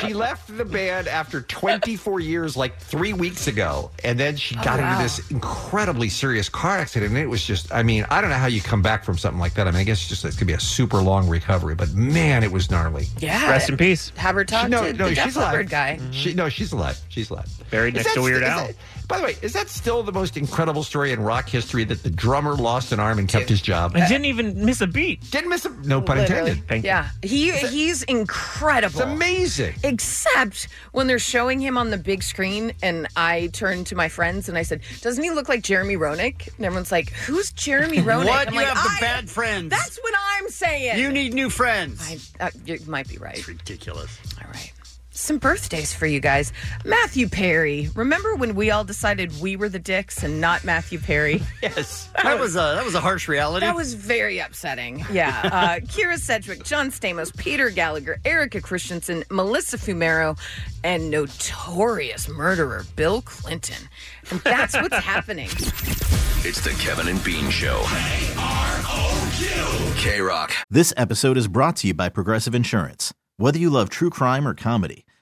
[SPEAKER 11] she left the band after 24 years, like three weeks ago, and then she got
[SPEAKER 12] Oh, wow.
[SPEAKER 11] into this incredibly serious car accident. And it was just—I mean, I don't know how you come back from something like that. I mean, I guess it's just it's gonna be a super long recovery, but man, it was gnarly.
[SPEAKER 12] Yeah.
[SPEAKER 11] Rest in
[SPEAKER 13] peace.
[SPEAKER 12] Have her talk
[SPEAKER 11] She- no,
[SPEAKER 12] to
[SPEAKER 11] no,
[SPEAKER 12] the Def
[SPEAKER 11] she's
[SPEAKER 12] Leppard
[SPEAKER 11] alive.
[SPEAKER 12] guy.
[SPEAKER 11] She, no, she's alive. She's alive.
[SPEAKER 13] Buried
[SPEAKER 11] Is
[SPEAKER 13] next to
[SPEAKER 11] that-
[SPEAKER 13] Weird
[SPEAKER 11] is
[SPEAKER 13] Al.
[SPEAKER 11] that- by the way, is that still the most incredible story in rock history that the drummer lost an arm and kept his job?
[SPEAKER 13] I didn't even miss a beat.
[SPEAKER 11] Didn't miss a no pun
[SPEAKER 12] Literally.
[SPEAKER 11] intended.
[SPEAKER 12] yeah, he he's incredible.
[SPEAKER 11] It's amazing.
[SPEAKER 12] Except when they're showing him on the big screen, and I turned to my friends and I said, "Doesn't he look like Jeremy Roenick?" And everyone's like, "Who's
[SPEAKER 11] <laughs>
[SPEAKER 12] Jeremy Roenick?"
[SPEAKER 14] What?
[SPEAKER 12] I'm
[SPEAKER 14] You
[SPEAKER 12] like,
[SPEAKER 14] have the
[SPEAKER 12] "I-
[SPEAKER 14] bad friends.
[SPEAKER 12] That's what I'm saying.
[SPEAKER 14] You need new friends.
[SPEAKER 12] I, uh, you might be right.
[SPEAKER 14] Ridiculous.
[SPEAKER 12] All right. some birthdays for you guys. Matthew Perry. Remember when we all decided we were the dicks and not
[SPEAKER 14] <laughs>
[SPEAKER 12] Matthew Perry?
[SPEAKER 14] Yes, that was a that was a harsh reality.
[SPEAKER 12] That was very upsetting. Yeah.
[SPEAKER 14] <laughs>
[SPEAKER 12] Uh, Kira Sedgwick, John Stamos, Peter Gallagher, Erica Christensen, Melissa Fumero, and notorious murderer Bill Clinton. And
[SPEAKER 14] <laughs>
[SPEAKER 12] that's what's happening.
[SPEAKER 17] It's the Kevin and Bean Show. K Rock.
[SPEAKER 1] This episode is brought to you by Progressive Insurance. Whether you love true crime or comedy,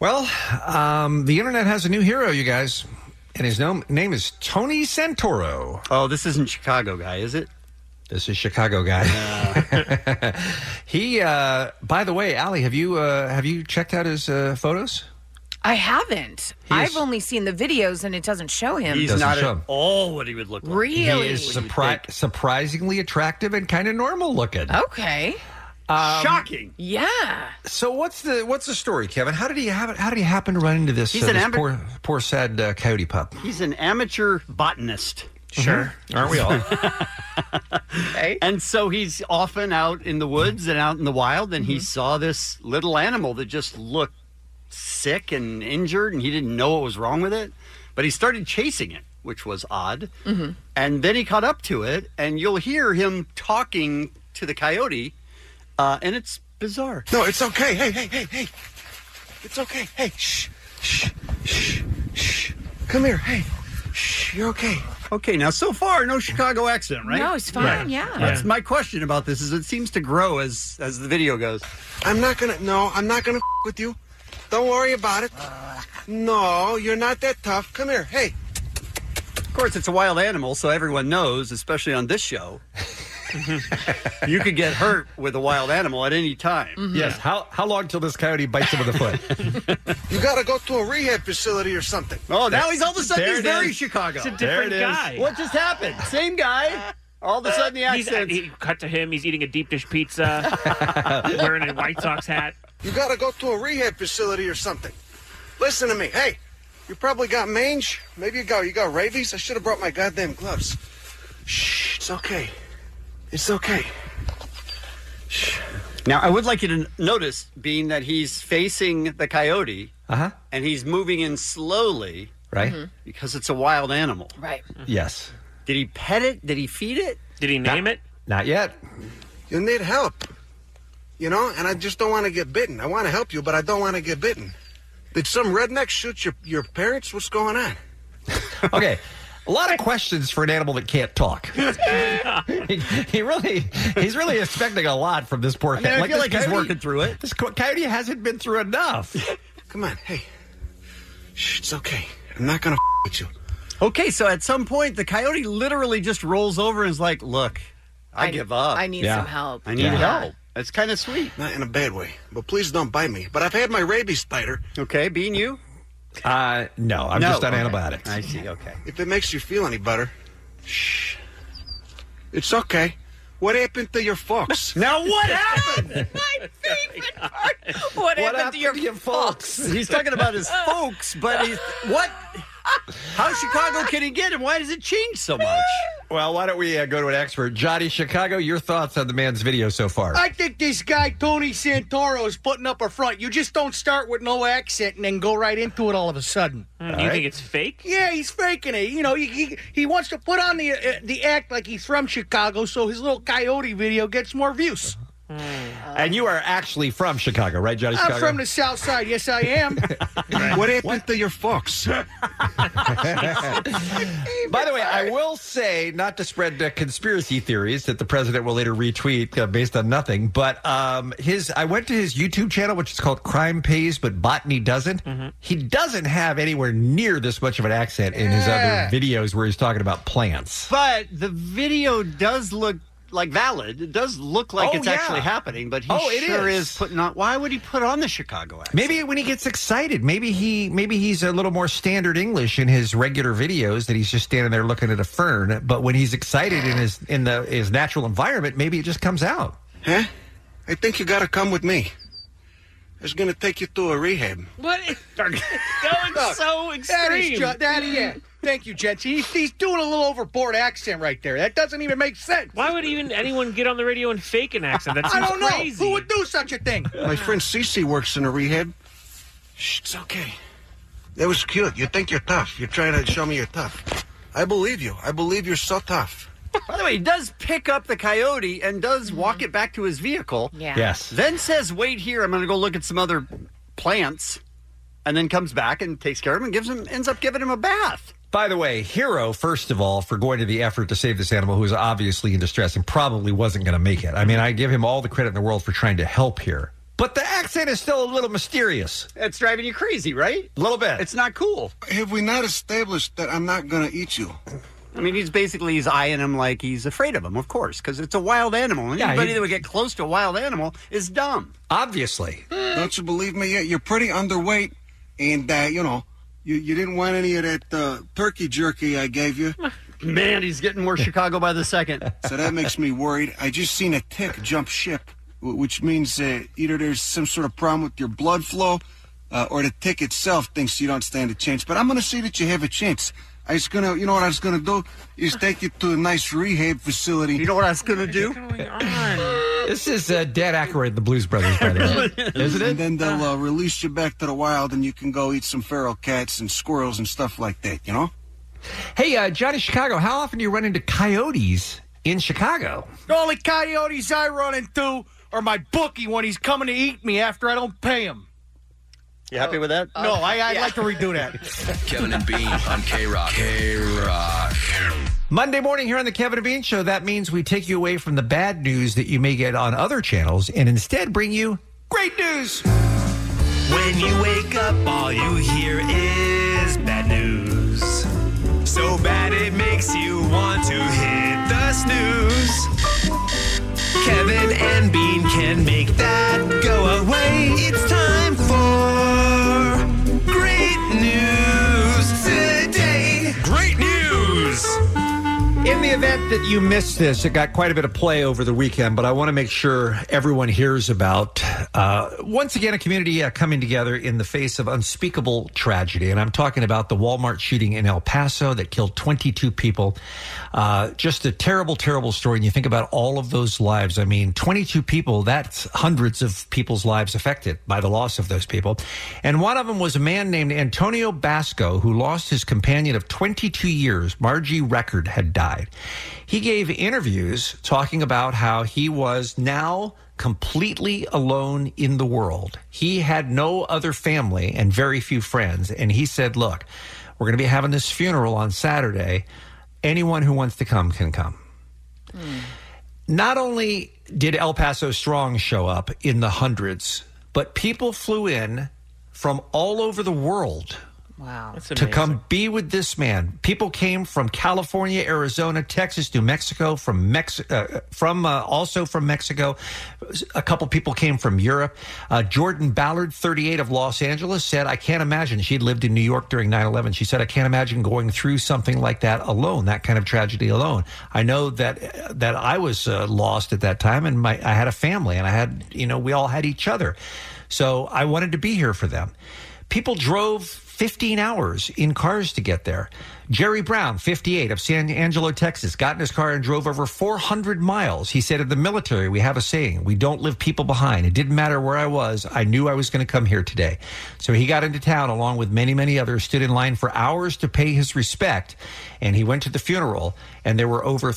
[SPEAKER 11] Well, um, the internet has a new hero, you guys, and his nom- name is Tony Santoro.
[SPEAKER 14] Oh, this isn't Chicago guy, is it?
[SPEAKER 11] This is Chicago guy.
[SPEAKER 14] Ah.
[SPEAKER 11] <laughs> he, uh, by the way, Ali, have you uh, have you checked out his uh, photos?
[SPEAKER 12] I haven't.
[SPEAKER 11] He is-
[SPEAKER 12] I've only seen the videos and it doesn't show him.
[SPEAKER 11] He's Doesn't not show.
[SPEAKER 14] At all what he would look like.
[SPEAKER 12] Really?
[SPEAKER 11] He is surpri- surprisingly attractive and kind of normal looking.
[SPEAKER 12] Oh, Okay.
[SPEAKER 11] Um,
[SPEAKER 14] Shocking.
[SPEAKER 12] Yeah.
[SPEAKER 11] So what's the what's the story, Kevin? How did he have, how did he happen to run into this,
[SPEAKER 14] He's
[SPEAKER 11] uh,
[SPEAKER 14] an
[SPEAKER 11] this
[SPEAKER 14] ambi-
[SPEAKER 11] poor poor sad uh, coyote pup?
[SPEAKER 14] He's an amateur botanist.
[SPEAKER 11] Sure. Mhm. Aren't we all?
[SPEAKER 14] And so he's often out in the woods and out in the wild, and he saw this little animal that just looked sick and injured, and he didn't know what was wrong with it. But he started chasing it, which was odd.
[SPEAKER 12] Mhm.
[SPEAKER 14] Mm-hmm. And then he caught up to it, and you'll hear him talking to the coyote, uh, and it's bizarre.
[SPEAKER 9] No, it's okay. Hey, hey, hey, hey. It's okay. Hey, shh, shh, shh, shh. Come here. Hey, shh. You're okay.
[SPEAKER 14] Okay, now so far no Chicago accent, right?
[SPEAKER 9] No, it's fine, Right. yeah.
[SPEAKER 14] That's
[SPEAKER 9] Yeah.
[SPEAKER 14] my question about this. Is it seems to grow as as the video goes.
[SPEAKER 9] I'm not gonna. No, I'm not gonna f- with you. Don't worry about it. No, you're not that tough. Come here. Hey.
[SPEAKER 14] Of course, it's a wild animal, so everyone knows, especially on this show. you could get hurt with a wild animal at any time.
[SPEAKER 11] Mhm. Yes, How how long till this coyote bites him in the foot?
[SPEAKER 9] You gotta go to a rehab facility or something.
[SPEAKER 14] <laughs> Oh, now he's all of a sudden
[SPEAKER 9] There
[SPEAKER 14] he's
[SPEAKER 9] it
[SPEAKER 14] very
[SPEAKER 9] is.
[SPEAKER 14] Chicago.
[SPEAKER 9] It's a different There it is. guy.
[SPEAKER 14] What just happened? Same guy. All of a sudden the
[SPEAKER 13] He's-
[SPEAKER 14] accent.
[SPEAKER 13] he- cut to him. He's eating a deep dish pizza, wearing a White Sox hat.
[SPEAKER 9] You gotta go to a rehab facility or something. Listen to me. Hey, you probably got mange. Maybe you got you got rabies. I should have brought my goddamn gloves. Shh, it's okay. It's okay.
[SPEAKER 14] Now I would like you to notice, being that he's facing the coyote
[SPEAKER 11] Uh huh.
[SPEAKER 14] and he's moving in slowly,
[SPEAKER 11] Right.
[SPEAKER 14] Mm-hmm.
[SPEAKER 11] Mhm.
[SPEAKER 14] Because it's a wild animal,
[SPEAKER 12] right?
[SPEAKER 11] Yes.
[SPEAKER 14] Did he pet it? Did he feed it?
[SPEAKER 13] Did he
[SPEAKER 11] name
[SPEAKER 13] it?
[SPEAKER 11] Not yet.
[SPEAKER 9] You need help. You know, and I just don't want to get bitten. I want to help you, but I don't want to get bitten. Did some redneck shoot your your parents? What's going on?
[SPEAKER 11] <laughs> Okay. A lot of questions for an animal that can't talk. <laughs> he, he really, he's really expecting a lot from this poor.
[SPEAKER 9] I mean, I feel like
[SPEAKER 11] this
[SPEAKER 9] he's working
[SPEAKER 11] through it. This co- coyote hasn't been through enough.
[SPEAKER 9] Come on, hey. Shh, it's okay. I'm not gonna with you.
[SPEAKER 14] Okay, so at some point the coyote literally just rolls over and is like, "Look, I,
[SPEAKER 9] I-
[SPEAKER 14] give up.
[SPEAKER 9] I need Yeah. some help."
[SPEAKER 14] I need
[SPEAKER 9] Yeah.
[SPEAKER 14] help." That's kind of sweet.
[SPEAKER 9] Not in a bad way, but please don't bite me. But I've had my rabies biter.
[SPEAKER 14] Okay, being you.
[SPEAKER 11] Uh, no, I'm
[SPEAKER 9] No,
[SPEAKER 11] just on
[SPEAKER 9] okay.
[SPEAKER 11] antibiotics.
[SPEAKER 14] I see. Okay.
[SPEAKER 9] If it makes you feel any better. Shh. It's okay. What happened to your fox?
[SPEAKER 14] now what
[SPEAKER 9] happened?
[SPEAKER 12] What,
[SPEAKER 9] happened
[SPEAKER 12] to your,
[SPEAKER 14] folks? He's talking about <laughs> his folks, but he's what? How Chicago can he get him? Why does it change so much?
[SPEAKER 11] Well, why don't we uh, go to an expert, Johnny Chicago? Your thoughts on the man's video so far?
[SPEAKER 18] I think this guy Tony Santoro is putting up a front. You just don't start with no accent and then go right into it all of a sudden.
[SPEAKER 13] Hmm, Do you think it's fake?
[SPEAKER 18] Yeah, he's faking it. You know, he he, he wants to put on the uh, the act like he's from Chicago, so his little coyote video gets more views.
[SPEAKER 11] and you are actually from Chicago, right, Johnny
[SPEAKER 18] I'm
[SPEAKER 11] Chicago?
[SPEAKER 18] from the South Side. Yes, I am.
[SPEAKER 9] What happened to your fox?
[SPEAKER 11] By the way, I will say, not to spread uh, conspiracy theories that the president will later retweet uh, based on nothing, but um, his I went to his YouTube channel, which is called Crime Pays, but Botany doesn't. He doesn't have anywhere near this much of an accent in his
[SPEAKER 14] Yeah.
[SPEAKER 11] other videos where he's talking about plants.
[SPEAKER 14] But the video does look like valid. It does look like
[SPEAKER 11] Oh,
[SPEAKER 14] it's
[SPEAKER 11] yeah.
[SPEAKER 14] actually happening, but he
[SPEAKER 11] Oh, it
[SPEAKER 14] sure
[SPEAKER 11] is.
[SPEAKER 14] is. putting on. Why would he put on the Chicago accent?
[SPEAKER 11] Maybe when he gets excited, maybe he maybe he's a little more standard English in his regular videos that he's just standing there looking at a fern. But when he's excited in his in the his natural environment, maybe it just comes out.
[SPEAKER 9] Huh? I think you gotta come with me. It's gonna take you to a rehab.
[SPEAKER 13] What?
[SPEAKER 18] <laughs> Look,
[SPEAKER 13] so
[SPEAKER 18] That
[SPEAKER 13] extreme. Hmm.
[SPEAKER 18] is ju- that, yeah. Thank you, Jensen. He's, he's doing a little overboard accent right there. That doesn't even make sense.
[SPEAKER 13] Why would even anyone get on the radio and fake an accent? That
[SPEAKER 18] I
[SPEAKER 13] seems
[SPEAKER 18] don't know.
[SPEAKER 13] crazy.
[SPEAKER 18] Who would do such a thing?
[SPEAKER 9] My friend Cece works in a rehab. Shh, it's okay. That was cute. You think you're tough. You're trying to show me you're tough. I believe you. I believe you're so tough.
[SPEAKER 14] By the way, he does pick up the coyote and does walk it back to his vehicle.
[SPEAKER 12] Yeah.
[SPEAKER 11] Yes.
[SPEAKER 14] Then says, "Wait here. I'm going to go look at some other plants," and then comes back and takes care of him and gives him ends up giving him a bath.
[SPEAKER 11] By the way, hero first of all for going to the effort to save this animal who is obviously in distress and probably wasn't going to make it. I mean, I give him all the credit in the world for trying to help here. But the accent is still a little mysterious.
[SPEAKER 14] It's driving you crazy, right?
[SPEAKER 11] A little bit.
[SPEAKER 14] It's not cool.
[SPEAKER 9] Have we not established that I'm not going to eat you?
[SPEAKER 14] I mean, he's basically he's eyeing him like he's afraid of him, of course, because it's a wild animal. And
[SPEAKER 9] Yeah,
[SPEAKER 14] anybody
[SPEAKER 9] he-
[SPEAKER 14] that would get close to a wild animal is dumb.
[SPEAKER 11] Obviously.
[SPEAKER 9] Don't you believe me yet? You're pretty underweight, and uh, you know, you, you didn't want any of that uh, turkey jerky I gave you.
[SPEAKER 14] <laughs> Man, he's getting more Chicago by the second.
[SPEAKER 9] So that makes me worried. I just seen a tick jump ship, wh- which means uh, either there's some sort of problem with your blood flow, uh, or the tick itself thinks you don't stand a chance. But I'm gonna see that you have a chance. I was gonna, you know what I was gonna do is take you to a nice rehab facility. You
[SPEAKER 14] know what I was gonna do? <laughs>
[SPEAKER 11] This is uh, Dan Aykroyd, the Blues Brothers, by the way, isn't it? Ah.
[SPEAKER 9] And then they'll uh, release you back to the wild, and you can go eat some feral cats and squirrels and stuff like that. You know.
[SPEAKER 11] Hey, uh, Johnny Chicago, how often do you run into coyotes in Chicago?
[SPEAKER 18] The only coyotes I run into are my bookie when he's coming to eat me after I don't pay him.
[SPEAKER 14] You happy with
[SPEAKER 11] Oh,
[SPEAKER 14] that?
[SPEAKER 18] no, I, I'd like to redo that.
[SPEAKER 11] <laughs>
[SPEAKER 17] Kevin and Bean on K Rock. K Rock.
[SPEAKER 11] Monday morning here on the Kevin and Bean Show, that means we take you away from the bad news that you may get on other channels and instead bring you great news.
[SPEAKER 15] When you wake up, all you hear is bad news. So bad it makes you want to hit the snooze. Kevin and Bean can make that go away. It's time for great news today. Great news!
[SPEAKER 11] In the event that you missed this, it got quite a bit of play over the weekend, but I want to make sure everyone hears about uh, once again a community uh, coming together in the face of unspeakable tragedy. And I'm talking about the Walmart shooting in El Paso that killed 22 people. Uh, just a terrible, terrible story. And you think about all of those lives. I mean, 22 people, that's hundreds of people's lives affected by the loss of those people. And one of them was a man named Antonio Basco, who lost his companion of 22 years. Margie Record had died. He gave interviews talking about how he was now completely alone in the world. He had no other family and very few friends. And he said, Look, we're going to be having this funeral on Saturday. Anyone who wants to come can come
[SPEAKER 15] Hmm.
[SPEAKER 11] not only did El Paso Strong show up in the hundreds, but people flew in from all over the world
[SPEAKER 12] Wow.
[SPEAKER 11] to come be with this man. People came from California, Arizona, Texas, New Mexico, from Mex- uh, from uh, also from Mexico. A couple people came from Europe. Uh, Jordan Ballard, 38 of Los Angeles, said, "I can't imagine." She'd lived in New York during 9/11. She said, "I can't imagine going through something like that alone, that kind of tragedy alone." I know that that I was uh, lost at that time, and my I had a family, and I had you know we all had each other, so I wanted to be here for them. People drove 15 hours in cars to get there. Jerry Brown, 58, of San Angelo, Texas, got in his car and drove over 400 miles. He said, In the military, we have a saying, we don't leave people behind. It didn't matter where I was, I knew I was going to come here today. So he got into town along with many, many others, stood in line for hours to pay his respect, and he went to the funeral, and there were over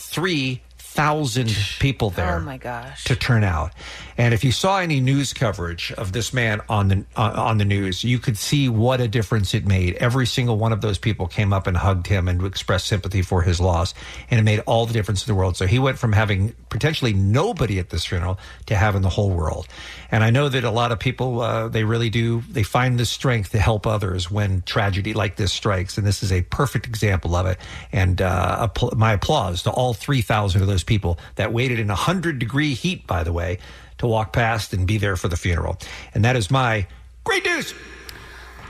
[SPEAKER 11] 3,000 people there
[SPEAKER 12] Oh my gosh.
[SPEAKER 11] to turn out. And if you saw any news coverage of this man on the uh, on the news, you could see what a difference it made. Every single one of those people came up and hugged him and expressed sympathy for his loss, and it made all the difference in the world. So he went from having potentially nobody at this funeral to having the whole world. And I know that a lot of people uh, they really do they find the strength to help others when tragedy like this strikes, and this is a perfect example of it. And uh, appl- my applause to all three thousand of those people that waited in 100 degree heat, by the way, to walk past and be there for the funeral. And that is my Great news.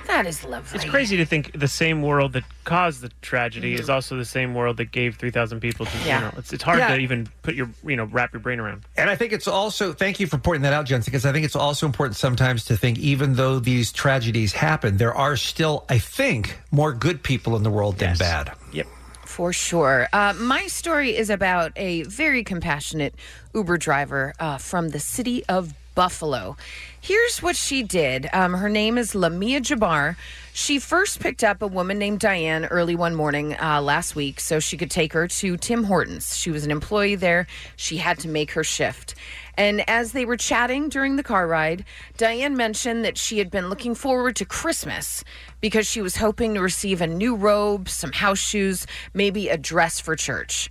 [SPEAKER 12] That is lovely.
[SPEAKER 13] It's crazy to think the same world that caused the tragedy is also the same world that gave 3,000 people to the
[SPEAKER 11] Mm-hmm. Yeah.
[SPEAKER 13] funeral. It's, it's hard
[SPEAKER 11] Yeah.
[SPEAKER 13] to even put your, you know, wrap your brain around.
[SPEAKER 11] And I think it's also, thank you for pointing that out, Jensen, because I think it's also important sometimes to think, even though these tragedies happen, there are still, I think, more good people in the world than bad.
[SPEAKER 13] Yep.
[SPEAKER 12] For sure. Uh, my story is about a very compassionate Uber driver uh, from the city of Buffalo. Here's what she did. Um, her name is Lamia Jabbar. She first picked up a woman named Diane early one morning uh, last week so she could take her to Tim Hortons. She was an employee there. She had to make her shift. And as they were chatting during the car ride, Diane mentioned that she had been looking forward to Christmas because she was hoping to receive a new robe, some house shoes, maybe a dress for church.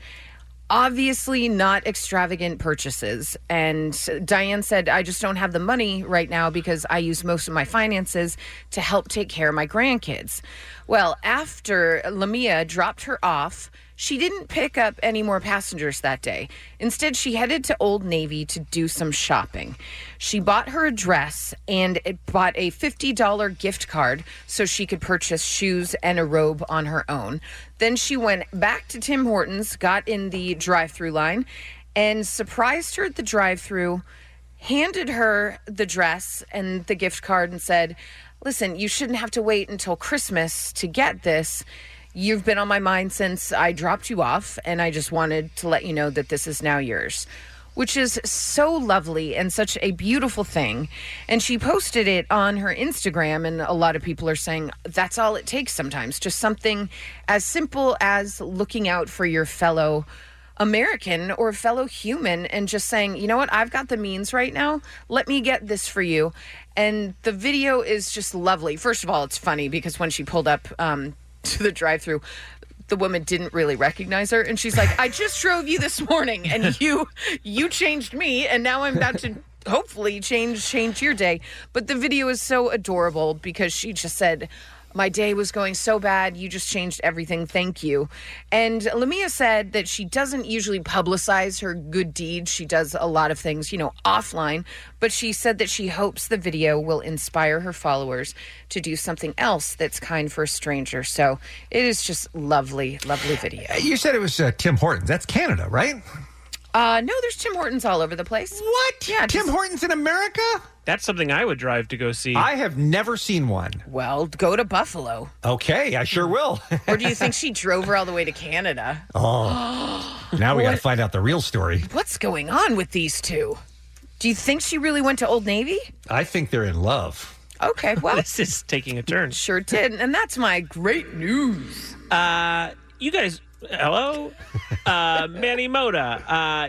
[SPEAKER 12] Obviously, not extravagant purchases. And Diane said, I just don't have the money right now because I use most of my finances to help take care of my grandkids. Well, after Lamia dropped her off, she didn't pick up any more passengers that day. Instead, she headed to Old Navy to do some shopping. She bought her a dress and it bought a $50 gift card so she could purchase shoes and a robe on her own. Then she went back to Tim Hortons, got in the drive through line, and surprised her at the drive through, handed her the dress and the gift card, and said, Listen, you shouldn't have to wait until Christmas to get this. You've been on my mind since I dropped you off, and I just wanted to let you know that this is now yours, which is so lovely and such a beautiful thing. And she posted it on her Instagram, and a lot of people are saying that's all it takes sometimes just something as simple as looking out for your fellow. American or fellow human and just saying, you know what, I've got the means right now. Let me get this for you. And the video is just lovely. First of all, it's funny because when she pulled up um, <laughs> to the drive through, the woman didn't really recognize her and she's like i just drove you this morning and you you changed me and now i'm about to hopefully change change your day but the video is so adorable because she just said my day was going so bad you just changed everything thank you and lamia said that she doesn't usually publicize her good deeds she does a lot of things you know offline but she said that she hopes the video will inspire her followers to do something else that's kind for a stranger so it is just lovely lovely video
[SPEAKER 11] You said it was uh, Tim Hortons. That's Canada, right?
[SPEAKER 12] uh no there's tim hortons all over the place
[SPEAKER 11] what
[SPEAKER 12] yeah
[SPEAKER 11] tim hortons in america
[SPEAKER 13] That's something I would drive to go see.
[SPEAKER 11] I have never seen one.
[SPEAKER 12] well go to buffalo
[SPEAKER 11] Okay, I sure will.
[SPEAKER 12] or do you think she drove her all the way to canada
[SPEAKER 11] <laughs> <gasps>
[SPEAKER 12] <gasps>
[SPEAKER 11] Oh. now we got to find out the real story.
[SPEAKER 12] What's going on with these two? Do you think she really went to Old Navy?
[SPEAKER 11] I think they're in love. <laughs>
[SPEAKER 12] Okay, well,
[SPEAKER 13] this is taking a turn.
[SPEAKER 12] Sure did. And that's my great news.
[SPEAKER 13] Uh, you guys, hello, uh, Manny Moda.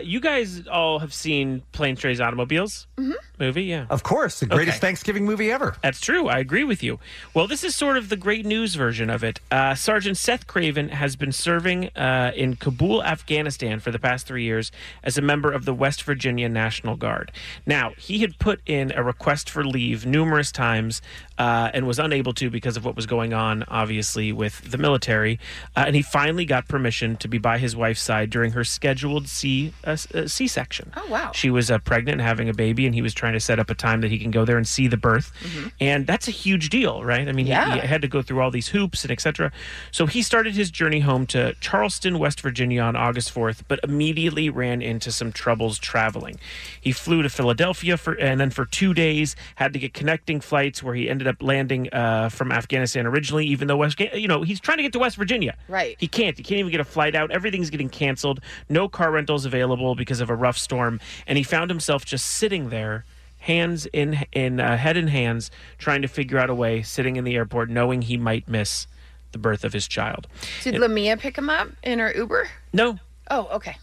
[SPEAKER 13] Uh, you guys all have seen Planes, Trains, Automobiles
[SPEAKER 12] Mm-hmm.
[SPEAKER 13] movie, yeah.
[SPEAKER 11] Of course, the greatest Thanksgiving movie ever.
[SPEAKER 13] That's true. I agree with you. Well, this is sort of the great news version of it. Uh, Sergeant Seth Craven has been serving uh, in Kabul, Afghanistan for the past three years as a member of the West Virginia National Guard. Now, he had put in a request for leave numerous times uh, and was unable to because of what was going on, obviously, with the military. Uh, and he finally got permission to be by his wife's side during her scheduled C uh, C section.
[SPEAKER 12] Oh, wow.
[SPEAKER 13] She was uh, pregnant and having a baby, and he was trying to set up a time that he can go there and see the birth. And that's a huge deal, right? I mean, he-
[SPEAKER 12] Mm-hmm. Yeah.
[SPEAKER 13] he, had to go through all these hoops and etc. So he started his journey home to Charleston, West Virginia on August 4th, but immediately ran into some troubles traveling. He flew to Philadelphia for and then for two days had to get connecting flights where he ended up landing uh, from Afghanistan originally, even though West, you know, he's trying to get to West Virginia.
[SPEAKER 12] Right.
[SPEAKER 13] He can't. He can't even get a flight out. Everything's getting canceled. No car rentals available because of a rough storm. And he found himself just sitting there, hands in in uh, head in hands, trying to figure out a way. Sitting in the airport, knowing he might miss the birth of his child.
[SPEAKER 12] Did
[SPEAKER 13] It-
[SPEAKER 12] Lamia pick him up in her Uber?
[SPEAKER 13] No.
[SPEAKER 12] Oh, okay.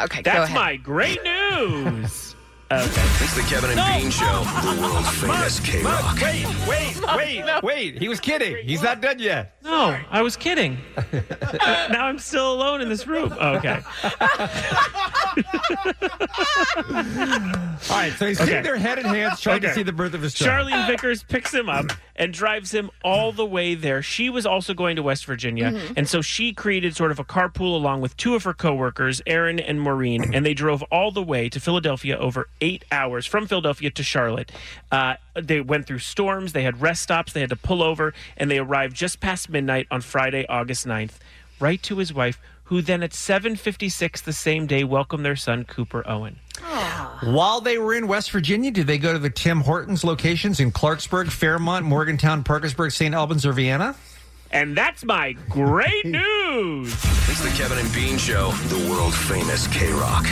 [SPEAKER 12] Okay, go
[SPEAKER 13] That's
[SPEAKER 12] ahead.
[SPEAKER 13] my great
[SPEAKER 17] <laughs>
[SPEAKER 13] news.
[SPEAKER 17] It's the Kevin and Bean Show, the world famous K Rock.
[SPEAKER 11] Wait, wait,
[SPEAKER 12] <laughs>
[SPEAKER 11] wait, wait. He was kidding. He's not done yet.
[SPEAKER 13] No, I was kidding. now I'm still alone in this room. Oh, Okay.
[SPEAKER 11] All right, so he's sitting there head in hands trying to see the birth of his child.
[SPEAKER 13] Charlene Vickers picks him up and drives him all the way there. She was also going to West Virginia,
[SPEAKER 15] Mhm.
[SPEAKER 13] and so she created sort of a carpool along with two of her coworkers, Aaron and Maureen, and they drove all the way to Philadelphia over eight hours from Philadelphia to Charlotte. Uh, they went through storms, they had rest stops, they had to pull over, and they arrived just past midnight on Friday, August 9th, right to his wife, who then at 7:56 the same day welcomed their son Cooper Owen.
[SPEAKER 11] While they were in West Virginia, did they go to the Tim Hortons locations in Clarksburg, Fairmont, Morgantown, Parkersburg, St. Albans, or Vienna?
[SPEAKER 13] And that's my
[SPEAKER 11] <laughs>
[SPEAKER 13] great news.
[SPEAKER 17] It's the Kevin and Bean Show, the world famous K Rock.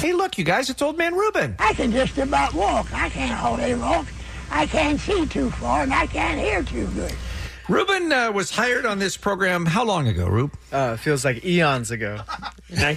[SPEAKER 11] Hey, look, you guys, it's Old Man Ruben.
[SPEAKER 19] I can just about walk. I can't hardly walk. I can't see too far, and I can't hear too good.
[SPEAKER 11] Ruben uh, was hired on this program how long ago, Rube?
[SPEAKER 20] Uh, feels like eons
[SPEAKER 13] <laughs>
[SPEAKER 20] ago.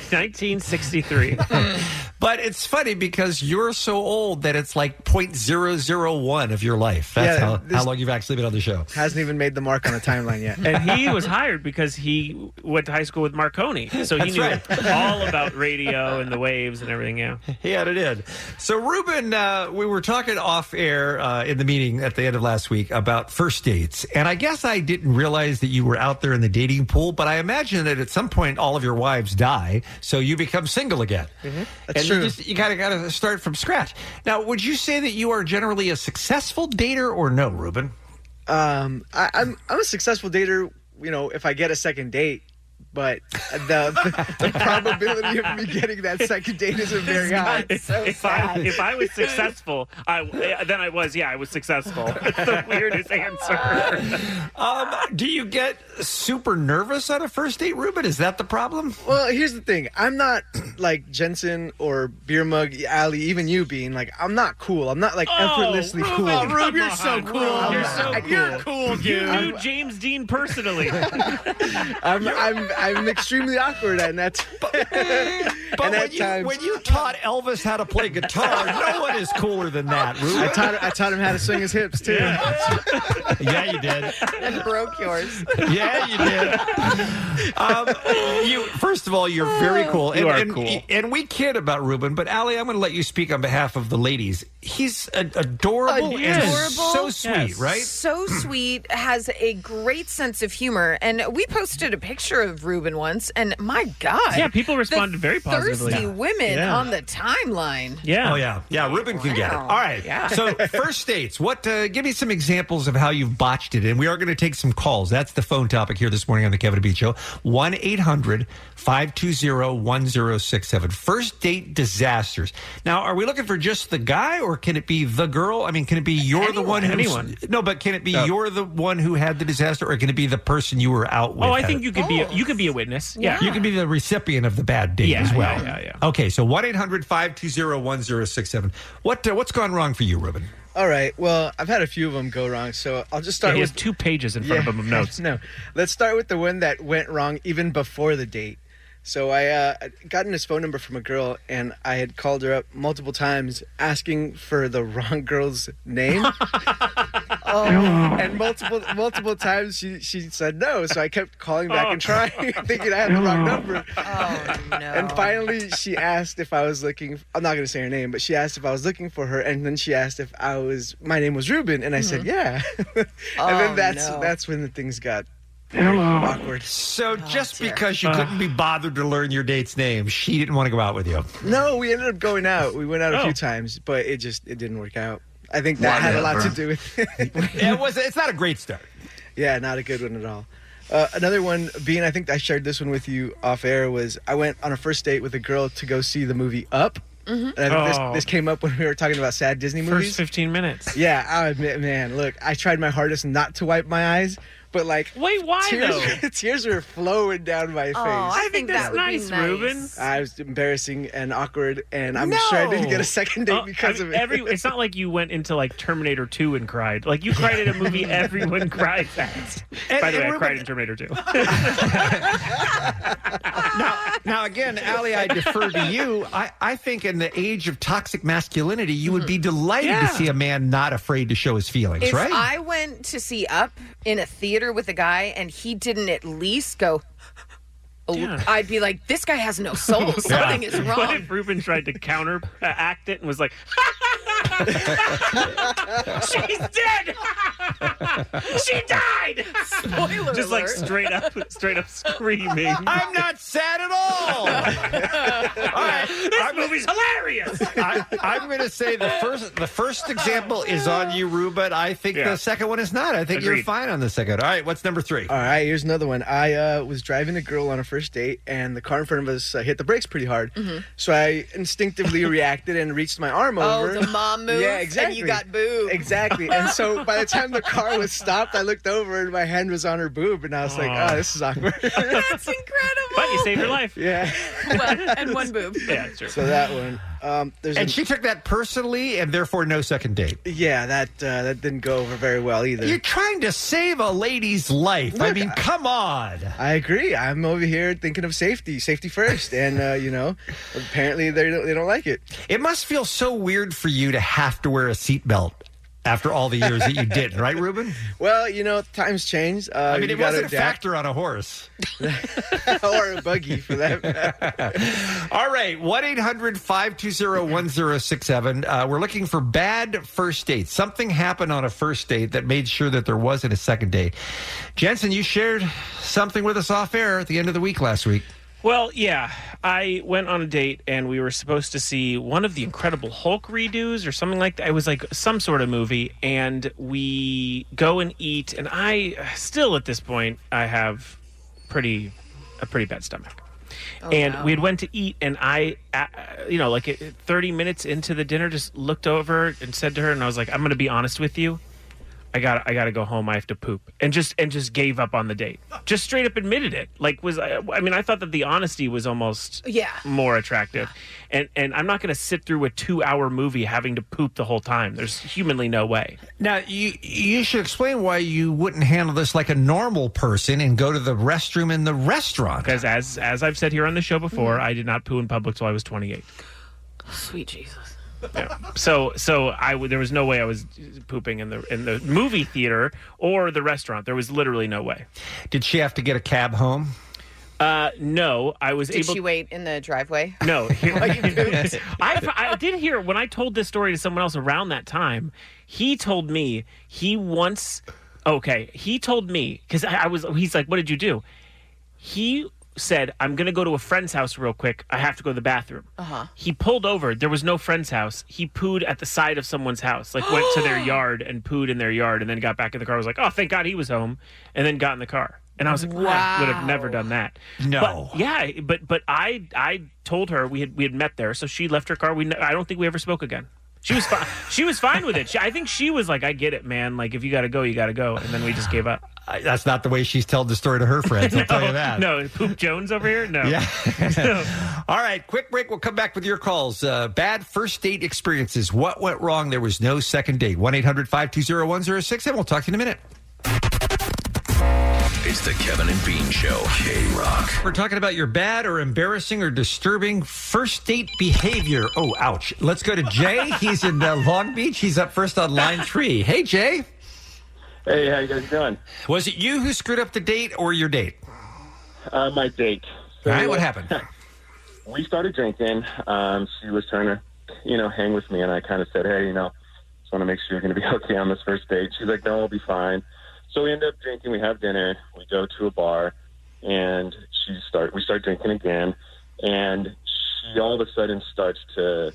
[SPEAKER 13] 1963.
[SPEAKER 11] <laughs> but it's funny because you're so old that it's like 0.001 of your life. That's
[SPEAKER 20] Yeah,
[SPEAKER 11] how,
[SPEAKER 20] this-
[SPEAKER 11] how long you've actually been on the show.
[SPEAKER 20] Hasn't even made the mark on the timeline yet.
[SPEAKER 13] and he was hired because he went to high school with Marconi, so he
[SPEAKER 11] That's
[SPEAKER 13] knew
[SPEAKER 11] right.
[SPEAKER 13] all about radio and the waves and everything. Yeah.
[SPEAKER 11] <laughs> He had it in. So, Ruben, uh, we were talking off air uh, in the meeting at the end of last week about first dates. And I guess I didn't realize that you were out there in the dating pool, but I imagine that at some point all of your wives die. So you become single again.
[SPEAKER 20] That's
[SPEAKER 11] Mm-hmm. and
[SPEAKER 20] true.
[SPEAKER 11] You, just, you kind of got to start from scratch. Now, would you say that you are generally a successful dater or no, Ruben?
[SPEAKER 20] <laughs> Um, I, I'm I'm a successful dater. You know, if I get a second date, but the
[SPEAKER 18] <laughs>
[SPEAKER 20] the, the probability of me getting that second date isn't very high.
[SPEAKER 13] if I if I was successful, I then I was yeah I was successful. <laughs> It's the weirdest answer.
[SPEAKER 11] Um, do you get super nervous on a first date, Ruben? Is that the problem?
[SPEAKER 20] Well, here's the thing. I'm not <clears throat> like Jensen or Beer Mug Alley, even you being like, I'm not cool. I'm not like effortlessly cool.
[SPEAKER 18] Oh, Ruben, Rube, you're so cool.
[SPEAKER 20] I'm
[SPEAKER 18] You're
[SPEAKER 20] not-
[SPEAKER 18] so
[SPEAKER 20] I-
[SPEAKER 18] You're cool,
[SPEAKER 13] You
[SPEAKER 18] dude.
[SPEAKER 13] knew James Dean
[SPEAKER 20] <laughs>
[SPEAKER 13] personally.
[SPEAKER 20] I'm, I'm, I'm extremely awkward, and that's. <laughs>
[SPEAKER 11] But when you, when you taught Elvis how to play guitar, no one is cooler than that, Ruben.
[SPEAKER 20] I taught, I taught him how to swing his hips too.
[SPEAKER 11] yeah, you did.
[SPEAKER 12] and broke yours.
[SPEAKER 11] <laughs> Yeah, you
[SPEAKER 12] <laughs>
[SPEAKER 11] did. Um, you first of all, you're very cool.
[SPEAKER 13] You
[SPEAKER 11] and,
[SPEAKER 13] are
[SPEAKER 11] and-
[SPEAKER 13] cool.
[SPEAKER 11] and we kid about Ruben, but Allie, I'm going to let you speak on behalf of the ladies. He's a- adorable, and so sweet, right?
[SPEAKER 12] So sweet, has a great sense of humor. And we posted a picture of Ruben once, and my God.
[SPEAKER 13] Yeah, people
[SPEAKER 12] the
[SPEAKER 13] responded very positively.
[SPEAKER 12] Thirsty
[SPEAKER 13] Yeah.
[SPEAKER 12] women
[SPEAKER 11] Yeah.
[SPEAKER 12] on the timeline.
[SPEAKER 13] Yeah.
[SPEAKER 11] Oh yeah. Yeah. Ruben can get it.
[SPEAKER 12] Wow.
[SPEAKER 11] All right.
[SPEAKER 12] Yeah.
[SPEAKER 11] So first dates. What? Uh, give me some examples of how you've botched it, and we are going to take some calls. That's the phone topic here this morning on the Kevin and Bean Show. One 1067 First date disasters. Now, are we looking for just the guy, or can it be the girl? I mean, can it be you're the one? Who's,
[SPEAKER 13] Anyone.
[SPEAKER 11] No, but can it be <laughs> you're the one who had the disaster, or can it be the person you were out with?
[SPEAKER 13] Oh, I
[SPEAKER 11] had
[SPEAKER 13] think
[SPEAKER 11] it?
[SPEAKER 13] you could be a, you could be a witness. Yeah.
[SPEAKER 11] You can be the recipient of the bad date
[SPEAKER 13] Yeah,
[SPEAKER 11] as well.
[SPEAKER 13] yeah, yeah,
[SPEAKER 11] Okay, so 1 800 520 1067. What, uh, what's gone wrong for you, Ruben?
[SPEAKER 20] All right. Well, I've had a few of them go wrong, so I'll just start
[SPEAKER 13] Yeah, he
[SPEAKER 20] with
[SPEAKER 13] has two pages in front of him of notes.
[SPEAKER 20] <laughs> No, let's start with the one that went wrong even before the date. So I uh, gotten his phone number from a girl, and I had called her up multiple times asking for the <laughs> wrong girl's
[SPEAKER 11] <laughs>
[SPEAKER 20] name. oh. And multiple multiple times she she said no, so I kept calling back
[SPEAKER 11] Oh.
[SPEAKER 20] and trying, <laughs> thinking I had the wrong number.
[SPEAKER 11] <laughs>
[SPEAKER 20] And finally, she asked if I was looking. I'm not going to say her name, but she asked if I was looking for her, and then she asked if I was. My name was Ruben, and I said yeah. <laughs> and
[SPEAKER 11] Mm-hmm. Oh,
[SPEAKER 20] then that's
[SPEAKER 11] no.
[SPEAKER 20] that's when the things got
[SPEAKER 12] Oh.
[SPEAKER 11] Hello.
[SPEAKER 20] awkward.
[SPEAKER 11] So just because you
[SPEAKER 20] Uh.
[SPEAKER 11] couldn't be bothered to learn your date's name, she didn't want to go out
[SPEAKER 12] <laughs>
[SPEAKER 11] with you.
[SPEAKER 20] No, we ended up going out. We went out a
[SPEAKER 11] Oh.
[SPEAKER 20] few times, but it just it didn't work out. I think that had a lot to
[SPEAKER 11] Whatever.
[SPEAKER 20] do with <laughs>
[SPEAKER 11] it. Was, it's not a great start.
[SPEAKER 20] Yeah, not a good one at all. Uh, another one, Bean, I think I shared this one with you off air, was I went on a first date with a girl to go see the movie Up. And I think
[SPEAKER 13] Oh.
[SPEAKER 20] this, this came up when we were talking about sad Disney
[SPEAKER 13] First
[SPEAKER 20] movies.
[SPEAKER 13] 15 minutes.
[SPEAKER 20] <laughs> Yeah, I admit, man, look, I tried my hardest not to wipe my eyes, but like.
[SPEAKER 13] Wait, why
[SPEAKER 20] tears, <laughs> tears were flowing down my face.
[SPEAKER 12] Oh, I think I think that's that would be nice, nice. Reuben.
[SPEAKER 20] I was embarrassing and awkward, and I'm sure I didn't get a second date
[SPEAKER 13] Uh, I
[SPEAKER 20] because
[SPEAKER 13] mean,
[SPEAKER 20] of it.
[SPEAKER 13] Every, it's not like you went into like Terminator 2 and cried. Like you cried at a
[SPEAKER 20] <laughs>
[SPEAKER 13] movie everyone cried at.
[SPEAKER 11] And-
[SPEAKER 13] By the way,
[SPEAKER 11] and
[SPEAKER 13] I
[SPEAKER 11] Ruben-
[SPEAKER 13] cried in Terminator 2.
[SPEAKER 11] Now, again, Allie, I defer to you. I, I think in the age of toxic masculinity, you would be delighted
[SPEAKER 12] Mm-hmm. Yeah.
[SPEAKER 11] to see a man not afraid to show his feelings,
[SPEAKER 12] If
[SPEAKER 11] right?
[SPEAKER 12] I went to see Up in a theater with a guy and he didn't at least go, "Oh,"
[SPEAKER 13] Yeah.
[SPEAKER 12] I'd be like, this
[SPEAKER 13] <laughs>
[SPEAKER 12] guy has no soul. Something is
[SPEAKER 13] What
[SPEAKER 12] wrong.
[SPEAKER 13] uh, <laughs> if Ruben tried to counteract it and was like,
[SPEAKER 6] She's
[SPEAKER 11] <laughs>
[SPEAKER 6] dead. she died.
[SPEAKER 12] Spoiler
[SPEAKER 13] Just like straight up, straight
[SPEAKER 11] <laughs>
[SPEAKER 13] up screaming.
[SPEAKER 11] I'm not sad at all.
[SPEAKER 6] this movie's hilarious.
[SPEAKER 11] <laughs> I, I'm going to say the first the first example is on you, Rue, but I think
[SPEAKER 20] Yeah.
[SPEAKER 11] the second one is not. I think you're
[SPEAKER 20] Agreed.
[SPEAKER 11] fine on the second. All right, what's number three?
[SPEAKER 20] All right, here's another one. I uh, was driving a girl on a first date, and the car in front of us uh, hit the brakes pretty hard.
[SPEAKER 21] Mm-hmm.
[SPEAKER 20] So I
[SPEAKER 21] <laughs>
[SPEAKER 20] instinctively reacted and reached my arm
[SPEAKER 21] Oh,
[SPEAKER 20] over.
[SPEAKER 21] the mom move,
[SPEAKER 20] <laughs> Yeah,
[SPEAKER 21] and you
[SPEAKER 20] exactly.
[SPEAKER 21] got
[SPEAKER 20] boob. Exactly.
[SPEAKER 21] <laughs>
[SPEAKER 20] And so by the time the car was stopped, I looked over and my hand was on her boob, and I was like,
[SPEAKER 13] Aw.
[SPEAKER 20] "Oh, this is awkward." That's
[SPEAKER 12] incredible.
[SPEAKER 13] But you saved her life.
[SPEAKER 20] <laughs> Yeah.
[SPEAKER 12] Well,
[SPEAKER 20] <laughs>
[SPEAKER 12] and one boob.
[SPEAKER 13] Yeah, sure.
[SPEAKER 20] So that one. Um, there's
[SPEAKER 11] And
[SPEAKER 20] an-
[SPEAKER 11] she took that personally, and therefore no second date.
[SPEAKER 20] Yeah, that uh, that didn't go over very well e- either.
[SPEAKER 11] You're trying to save a lady's life. I mean, come on.
[SPEAKER 20] I agree. I'm over here thinking of safety, safety first, and uh, you know, apparently they don't, they don't like it.
[SPEAKER 11] It must feel so weird for you to have to wear a seatbelt after all the years that you did, right, Ruben?
[SPEAKER 20] Well, you know, times change. Uh,
[SPEAKER 11] I mean,
[SPEAKER 20] you
[SPEAKER 11] it
[SPEAKER 20] gotta
[SPEAKER 11] wasn't a
[SPEAKER 20] adapt.
[SPEAKER 11] factor on a horse.
[SPEAKER 20] <laughs> or a buggy for that.
[SPEAKER 11] <laughs> All right, 1 800 520 1067. Uh, We're looking for bad first dates. Something happened on a first date that made sure that there wasn't a second date. Jensen, you shared something with us off air at the end of the week last week.
[SPEAKER 13] Well, yeah. I went on a date and we were supposed to see one of the Incredible Hulk redos or something like that. It was like some sort of movie. And we go and eat. And I still, at this point, I have pretty a pretty bad stomach.
[SPEAKER 15] Oh,
[SPEAKER 13] and
[SPEAKER 15] no.
[SPEAKER 13] we had went to eat and I, uh, you know, like uh, 30 minutes into the dinner, just looked over and said to her, and I was like, I'm going to be honest with you. I got I got to go home. I have to poop, and just and just gave up on the date. Just straight up admitted it. Like was I, I mean I thought that the honesty was almost
[SPEAKER 12] Yeah.
[SPEAKER 13] more attractive, and and I'm not going to sit through a two hour movie having to poop the whole time. There's humanly no way.
[SPEAKER 11] Now, you you should explain why you wouldn't handle this like a normal person and go to the restroom in the restaurant.
[SPEAKER 13] Because as as I've said here on the show before,
[SPEAKER 15] Mm-hmm.
[SPEAKER 13] I did not poo in public till I was 28.
[SPEAKER 12] Sweet Jesus.
[SPEAKER 13] So so I w- there was no way I was pooping in the in the movie theater or the restaurant. There was literally no way.
[SPEAKER 11] Did she have to get a cab home?
[SPEAKER 13] Uh, no, I was
[SPEAKER 12] Did
[SPEAKER 13] able.
[SPEAKER 12] she wait in the driveway? <laughs>
[SPEAKER 13] No, <laughs> I, I did hear when I told this story to someone else around that time. He told me he once. Okay, he told me because I, I was. He's like, "What did you do?" He said, "I'm going to go to a friend's house real quick. I have to go to the bathroom."
[SPEAKER 12] Uh huh.
[SPEAKER 13] He pulled over. There was no friend's house. He pooed at the side of someone's house. Like went to their yard and pooed in their yard, and then got back in the car. I was like, "Oh, thank God he was home," and then got in the car. And I was like, "I would have never done that."
[SPEAKER 11] No.
[SPEAKER 13] But, yeah, but but I I told her we had we had met there, so she left her car. We ne- I don't think we ever spoke again. She was fine. <laughs> she was fine with it. She, I think she was like, "I get it, man. Like if you got to go, you got to go." And then we just gave up.
[SPEAKER 11] I- That's not the way she's told the story to her friends. I'll tell you
[SPEAKER 13] <laughs>
[SPEAKER 11] that.
[SPEAKER 13] No, Poop Jones over here. No.
[SPEAKER 11] Yeah. <laughs> All right, quick break. We'll come back with your calls. Uh, bad first date experiences. What went wrong? There was no second date. 1 800 520 1067. We'll talk to you in a minute.
[SPEAKER 17] It's the Kevin and Bean Show. K Rock.
[SPEAKER 11] We're talking about your bad or embarrassing or disturbing first date behavior. Oh, ouch. Let's go to Jay. He's in uh, Long Beach. He's up first on line three. Hey, Jay.
[SPEAKER 22] Hey, how you guys doing?
[SPEAKER 11] Was it you who screwed up the date or your date?
[SPEAKER 22] Uh, my date.
[SPEAKER 11] All right, what happened?
[SPEAKER 22] <laughs> we started drinking. Um, she was trying to, you know, hang with me, and I kind of said, "Hey, you know, just want to make sure you're going to be <laughs> okay on this first date." She's like, "No, I'll be fine." So we end up drinking. We have dinner. We go to a bar, and she start. We start drinking again, and she all of a sudden starts to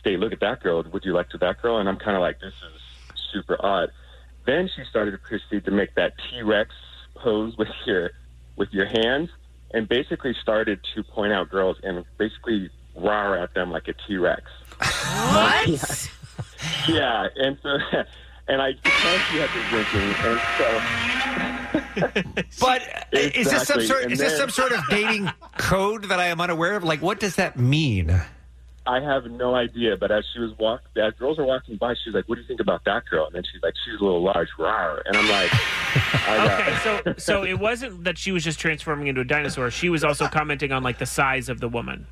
[SPEAKER 22] state, "Look at that girl. Would you like to that girl?" And I'm kind of like, "This is super odd." Then she started to proceed to make that T Rex pose with your with your hands and basically started to point out girls and basically roar at them like a T Rex.
[SPEAKER 12] What?
[SPEAKER 22] yeah, and so <laughs> and I because she had been drinking, and so
[SPEAKER 11] But uh, Is this some
[SPEAKER 22] Exactly,
[SPEAKER 11] sort?
[SPEAKER 22] and
[SPEAKER 11] Is this
[SPEAKER 22] then-
[SPEAKER 11] some sort of dating code that I am unaware of? Like, what does that mean?
[SPEAKER 22] I have no idea. But as she was walk, as girls are walking by, she's like, "What do you think about that girl?" And then she's like, "She's a little large, rawr." And I'm like, I got,
[SPEAKER 13] Okay, so so it wasn't that she was just transforming into a dinosaur. She was also commenting on like the size of the woman.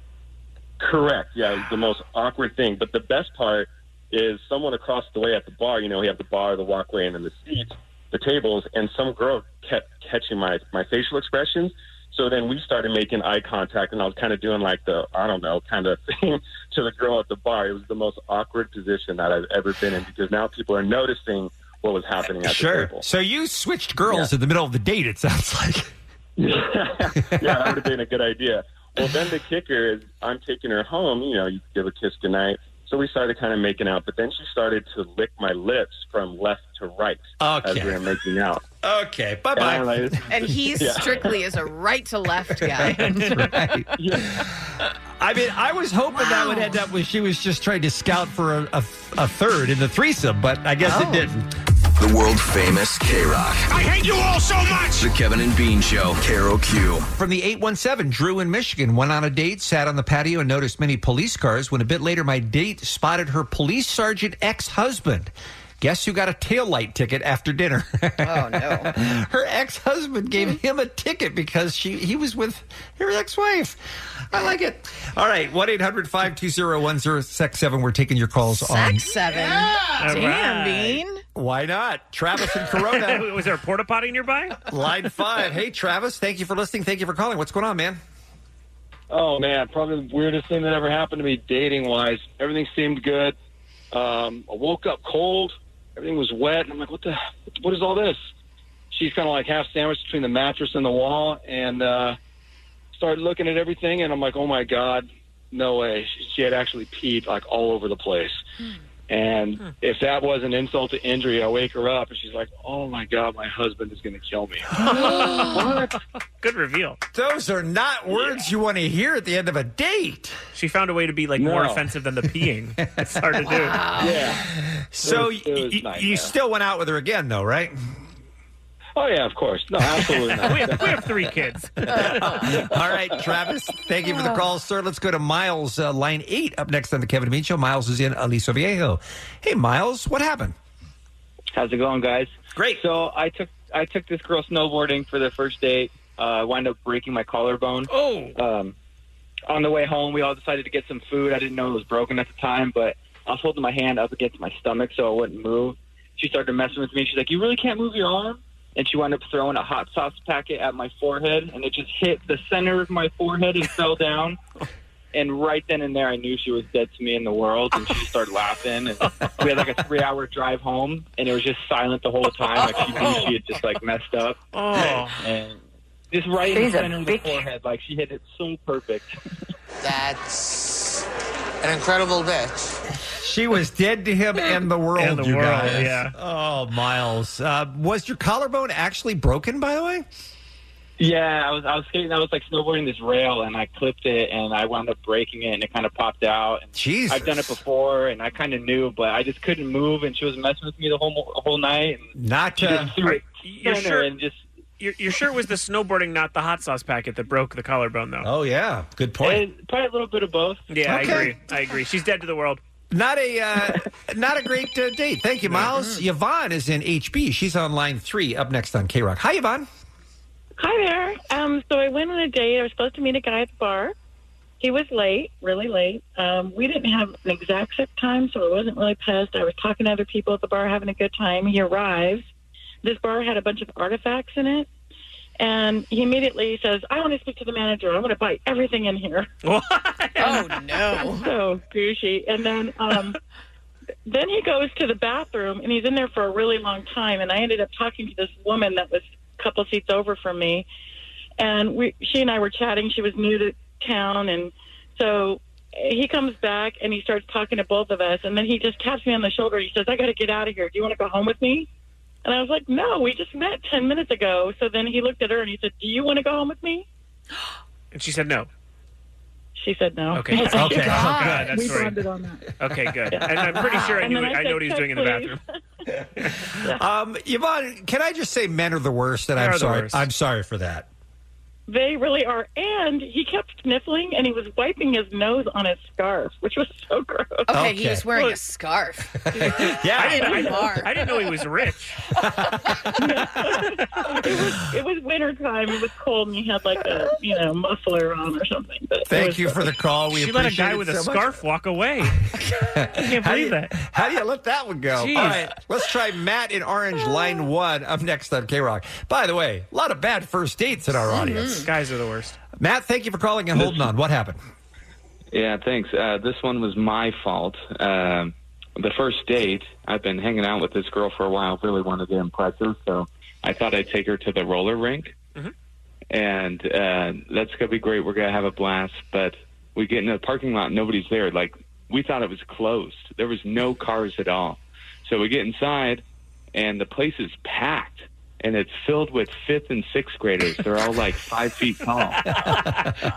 [SPEAKER 22] Correct. Yeah, it was the most awkward thing. But the best part is someone across the way at the bar. You know, we have the bar, the walkway, and then the seats, the tables. And some girl kept catching my my facial expressions, So then we started making eye contact, and I was kind of doing like the I don't know kind of <laughs> thing to the girl at the bar. It was the most awkward position that I've ever been in because now people are noticing what was happening at the
[SPEAKER 11] Sure.
[SPEAKER 22] table.
[SPEAKER 11] So you switched girls in the middle of the date. It sounds like.
[SPEAKER 22] yeah, that would have been a good idea. Well, then the kicker is I'm taking her home. You know, you give a kiss goodnight. So we started kind of making out, but then she started to lick my lips from left to right as we were making out.
[SPEAKER 11] Okay,
[SPEAKER 22] bye bye.
[SPEAKER 12] And
[SPEAKER 13] <laughs>
[SPEAKER 12] he
[SPEAKER 22] <laughs>
[SPEAKER 12] strictly is a right to left guy.
[SPEAKER 11] I mean, I was hoping that would end up with she was just trying to scout for a, a, a third in the threesome, but I guess it didn't.
[SPEAKER 17] The world famous K Rock.
[SPEAKER 18] I hate you all so much.
[SPEAKER 17] The Kevin and Bean Show. Carol Q.
[SPEAKER 11] From the 817, Drew in Michigan went on a date, sat on the patio, and noticed many police cars. When a bit later, my date spotted her police sergeant ex husband. Guess who got a taillight ticket after dinner? <laughs> Oh, no. Hmm. her ex husband gave him a ticket because she he was with her ex wife. I like it. All right, 1 800 520 1067. We're taking your calls on.
[SPEAKER 12] Sex seven.
[SPEAKER 11] All
[SPEAKER 12] Damn,
[SPEAKER 11] right.
[SPEAKER 12] Bean.
[SPEAKER 11] Why not? Travis and Corona.
[SPEAKER 13] <laughs> was there a porta potty nearby?
[SPEAKER 11] Line five. Hey, Travis, thank you for listening. Thank you for calling. What's going on, man?
[SPEAKER 2] Oh man, probably the weirdest thing that ever happened to me dating wise. Everything seemed good. Um, I woke up cold. Everything was wet, and I'm like, "What the? What is all this?" She's kind of like half sandwiched between the mattress and the wall, and uh, started looking at everything, and I'm like, "Oh my god, no way!" She- She had actually peed like all over the place.
[SPEAKER 11] <gasps>
[SPEAKER 2] And if that was an insult to injury, I wake her up and she's like, "Oh my god, my husband is going to kill me."
[SPEAKER 13] Good reveal.
[SPEAKER 11] Those are not words you want to hear at the end of a date.
[SPEAKER 13] She found a way to be like more
[SPEAKER 11] No.
[SPEAKER 13] offensive than the peeing. It's hard to do.
[SPEAKER 11] Yeah. So
[SPEAKER 2] It was- it was
[SPEAKER 11] y- y-
[SPEAKER 2] nice,
[SPEAKER 11] you
[SPEAKER 2] yeah.
[SPEAKER 11] still went out with her again, though, right?
[SPEAKER 2] Oh yeah, of course. No, absolutely not.
[SPEAKER 13] we, have, we have three kids.
[SPEAKER 11] <laughs> All right, Travis. Thank you for the call, sir. Let's go to Miles, uh, line eight, up next on the Kevin and Bean Show. Miles is in Aliso Viejo. Hey, Miles, what happened?
[SPEAKER 8] How's it going, guys?
[SPEAKER 11] Great.
[SPEAKER 8] So I took I took this girl snowboarding for the first date. Uh, I wound up breaking my collarbone.
[SPEAKER 13] Oh.
[SPEAKER 8] Um, on the way home, we all decided to get some food. I didn't know it was broken at the time, but I was holding my hand up against my stomach so it wouldn't move. She started messing with me. She's like, "You really can't move your arm." And she wound up throwing a hot sauce packet at my forehead, and it just hit the center of my forehead and fell down. And right then and there, I knew she was dead to me in the world. And she started laughing. And we had like a three-hour drive home, and it was just silent the whole time. Like she knew she had just like messed up.
[SPEAKER 13] Oh.
[SPEAKER 8] And just right in
[SPEAKER 2] She's
[SPEAKER 8] the
[SPEAKER 2] a
[SPEAKER 8] center of the
[SPEAKER 2] bitch.
[SPEAKER 8] forehead, like she hit it so perfect.
[SPEAKER 2] That's an incredible bitch.
[SPEAKER 11] She was dead to him and the world.
[SPEAKER 2] And the
[SPEAKER 11] you
[SPEAKER 2] world,
[SPEAKER 11] guys.
[SPEAKER 2] yeah.
[SPEAKER 11] Oh, Miles, uh, was your collarbone actually broken? By the way.
[SPEAKER 8] Yeah, I was I was skating. I was like snowboarding this rail, and I clipped it, and I wound up breaking it, and it kind of popped out. And
[SPEAKER 11] Jesus.
[SPEAKER 8] I've done it before, and I kind of knew, but I just couldn't move, and she was messing with me the whole whole night. And
[SPEAKER 11] Not uh,
[SPEAKER 8] she just threw it
[SPEAKER 13] You're
[SPEAKER 8] center
[SPEAKER 13] sure,
[SPEAKER 8] and just
[SPEAKER 13] you're, you're sure it was the snowboarding, not the hot sauce packet that broke the collarbone, though?
[SPEAKER 11] Oh yeah, good
[SPEAKER 8] and probably a little bit of both.
[SPEAKER 13] Yeah,
[SPEAKER 11] Okay.
[SPEAKER 13] I agree. I agree. She's dead to the world.
[SPEAKER 11] Not a uh, <laughs> not a great uh, date. Thank you, Miles. Yvonne is in HB. She's on line three. Up next on K Rock. Hi, Yvonne.
[SPEAKER 23] Hi there. Um, so I went on a date. I was supposed to meet a guy at the bar. He was late, really late. Um, we didn't have an exact set time, so I wasn't really pissed. I was talking to other people at the bar, having a good time. He arrives. This bar had a bunch of artifacts in it, and he immediately says, "I want to speak to the manager. I want to buy everything
[SPEAKER 14] <laughs>
[SPEAKER 23] in here."
[SPEAKER 12] oh no!
[SPEAKER 23] <laughs> so douchey. And then, um, then he goes to the bathroom, and he's in there for a really long time. And I ended up talking to this woman that was a couple seats over from me, and we, she and I were chatting. She was new to town, and so he comes back and he starts talking to both of us. And then he just taps me on the shoulder. He says, "I got to get out of here. Do you want to go home with me?" And I was like, "No, we just met ten minutes ago." So then he looked at her and he said, "Do you want to go home with me?"
[SPEAKER 13] And she said no.
[SPEAKER 23] She said no.
[SPEAKER 13] Okay.
[SPEAKER 23] <laughs> Oh,
[SPEAKER 13] Okay. Oh,
[SPEAKER 23] thank
[SPEAKER 13] God.
[SPEAKER 23] God.
[SPEAKER 13] That's
[SPEAKER 23] we
[SPEAKER 13] right.
[SPEAKER 23] bonded on that.
[SPEAKER 13] Okay, good. And I'm pretty sure I
[SPEAKER 23] And
[SPEAKER 13] knew.
[SPEAKER 23] then I
[SPEAKER 13] I, know
[SPEAKER 23] said,
[SPEAKER 13] what he was
[SPEAKER 23] "Yes,
[SPEAKER 13] doing in the
[SPEAKER 23] please."
[SPEAKER 13] bathroom.
[SPEAKER 11] Um, Yvonne, can I just say men are the worst? And
[SPEAKER 23] They
[SPEAKER 11] I'm
[SPEAKER 23] are the
[SPEAKER 11] sorry.
[SPEAKER 23] worst.
[SPEAKER 11] I'm sorry for that.
[SPEAKER 23] They really are. And he kept sniffling and he was wiping his nose on his scarf, which was so gross.
[SPEAKER 12] Okay, he was wearing
[SPEAKER 23] <laughs>
[SPEAKER 12] a scarf.
[SPEAKER 13] Yeah, I
[SPEAKER 12] didn't- I- Bar.
[SPEAKER 13] I didn't know he was
[SPEAKER 15] <laughs>
[SPEAKER 13] rich.
[SPEAKER 23] it was winter time. It was cold, and he had like a you know muffler on or something. But it was-
[SPEAKER 15] <laughs>
[SPEAKER 13] she let a guy with a scarf walk away. can't
[SPEAKER 11] <laughs> how do
[SPEAKER 13] believe
[SPEAKER 11] you,
[SPEAKER 13] that.
[SPEAKER 11] How do you let that one go?
[SPEAKER 13] Jeez. Ah.
[SPEAKER 11] All right, let's try Matt in Orange, line one, up next on K Rock. By the way, a lot of bad first dates in our audience.
[SPEAKER 13] Mm-hmm. Guys are the worst.
[SPEAKER 11] Matt, thank you for calling and holding on. What happened?
[SPEAKER 3] Yeah, thanks. Uh, this one was my fault. Um the first date, I've been hanging out with this girl for a while, really wanted to impress her, so I thought I'd take her to the roller rink.
[SPEAKER 13] Mhm.
[SPEAKER 3] And uh, that's going to be great. We're going to have a blast. But we get into the parking lot, nobody's there. Like, we thought it was closed, there was no cars at all. So we get inside, and the place is packed. And it's filled with fifth and sixth graders. They're all like five feet tall.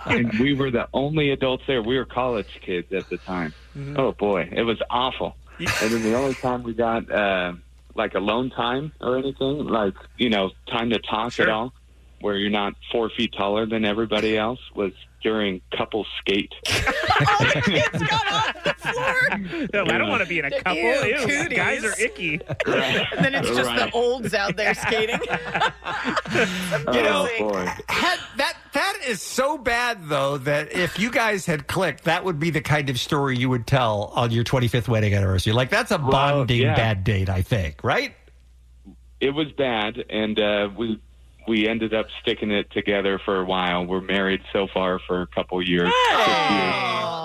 [SPEAKER 3] and we were the only adults there. We were college kids at the time.
[SPEAKER 11] Mm-hmm.
[SPEAKER 4] Mhm.
[SPEAKER 3] Oh boy, it was awful. and then the only time we got uh, like alone time or anything, like you know, time to talk at all, where you're not four feet taller than everybody else, was during couple skate.
[SPEAKER 13] No, I don't want to be in a
[SPEAKER 12] Ew,
[SPEAKER 13] couple. Ew,
[SPEAKER 12] cooties.
[SPEAKER 13] guys are icky.
[SPEAKER 12] and then it's just the
[SPEAKER 3] Right.
[SPEAKER 12] olds out
[SPEAKER 13] <laughs>
[SPEAKER 12] there skating.
[SPEAKER 11] You
[SPEAKER 3] Oh,
[SPEAKER 11] know, had- that that is so bad though that if you guys had clicked, that would be the kind of story you would tell on your 25th wedding anniversary. Like that's a bonding
[SPEAKER 3] yeah.
[SPEAKER 11] bad date, I think, right?
[SPEAKER 3] It was bad, and uh, we we ended up sticking it together for a while. We're married so far for a couple years.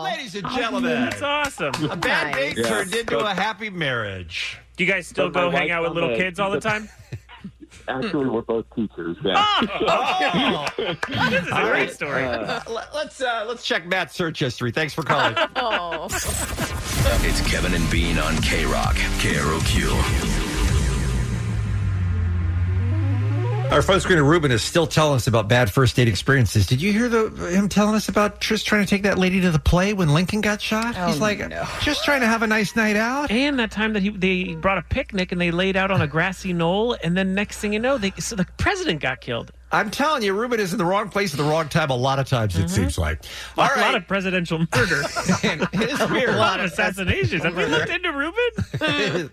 [SPEAKER 11] Ladies and gentlemen,
[SPEAKER 13] that's awesome.
[SPEAKER 11] A bad date
[SPEAKER 3] Yeah.
[SPEAKER 11] turned into a happy marriage.
[SPEAKER 13] Do you guys
[SPEAKER 11] <laughs>
[SPEAKER 13] still
[SPEAKER 3] But my
[SPEAKER 13] go hang
[SPEAKER 3] wife
[SPEAKER 13] out with
[SPEAKER 3] found
[SPEAKER 13] little
[SPEAKER 3] a-
[SPEAKER 13] kids all the time? Oh!
[SPEAKER 3] Actually, we're both teachers. <laughs> Yeah. <laughs> Oh,
[SPEAKER 13] this is a
[SPEAKER 11] All
[SPEAKER 13] great
[SPEAKER 11] right, <laughs>
[SPEAKER 13] story.
[SPEAKER 11] uh, let-
[SPEAKER 13] <laughs>
[SPEAKER 11] let's uh, let's check Matt's search history. Thanks for calling.
[SPEAKER 17] <laughs>
[SPEAKER 12] oh.
[SPEAKER 17] It's Kevin and Bean on K Rock, KROQ.
[SPEAKER 11] Our phone screener Ruben is still telling us about bad first date experiences. Did you hear the, him telling us about just trying to take that lady to the play when Lincoln got shot? He's like, just trying to have a nice night out.
[SPEAKER 13] And that time that he they brought a picnic and they laid out on a grassy knoll, and then next thing you know, they so the president got killed.
[SPEAKER 11] I'm telling you, Ruben is in the wrong place at the wrong time. A lot of times, it seems like. All
[SPEAKER 13] Mm-hmm. a lot of presidential
[SPEAKER 11] <laughs>
[SPEAKER 13] murder.
[SPEAKER 11] it is
[SPEAKER 13] <laughs>
[SPEAKER 11] weird.
[SPEAKER 13] A lot of assassinations. Have we looked into Ruben?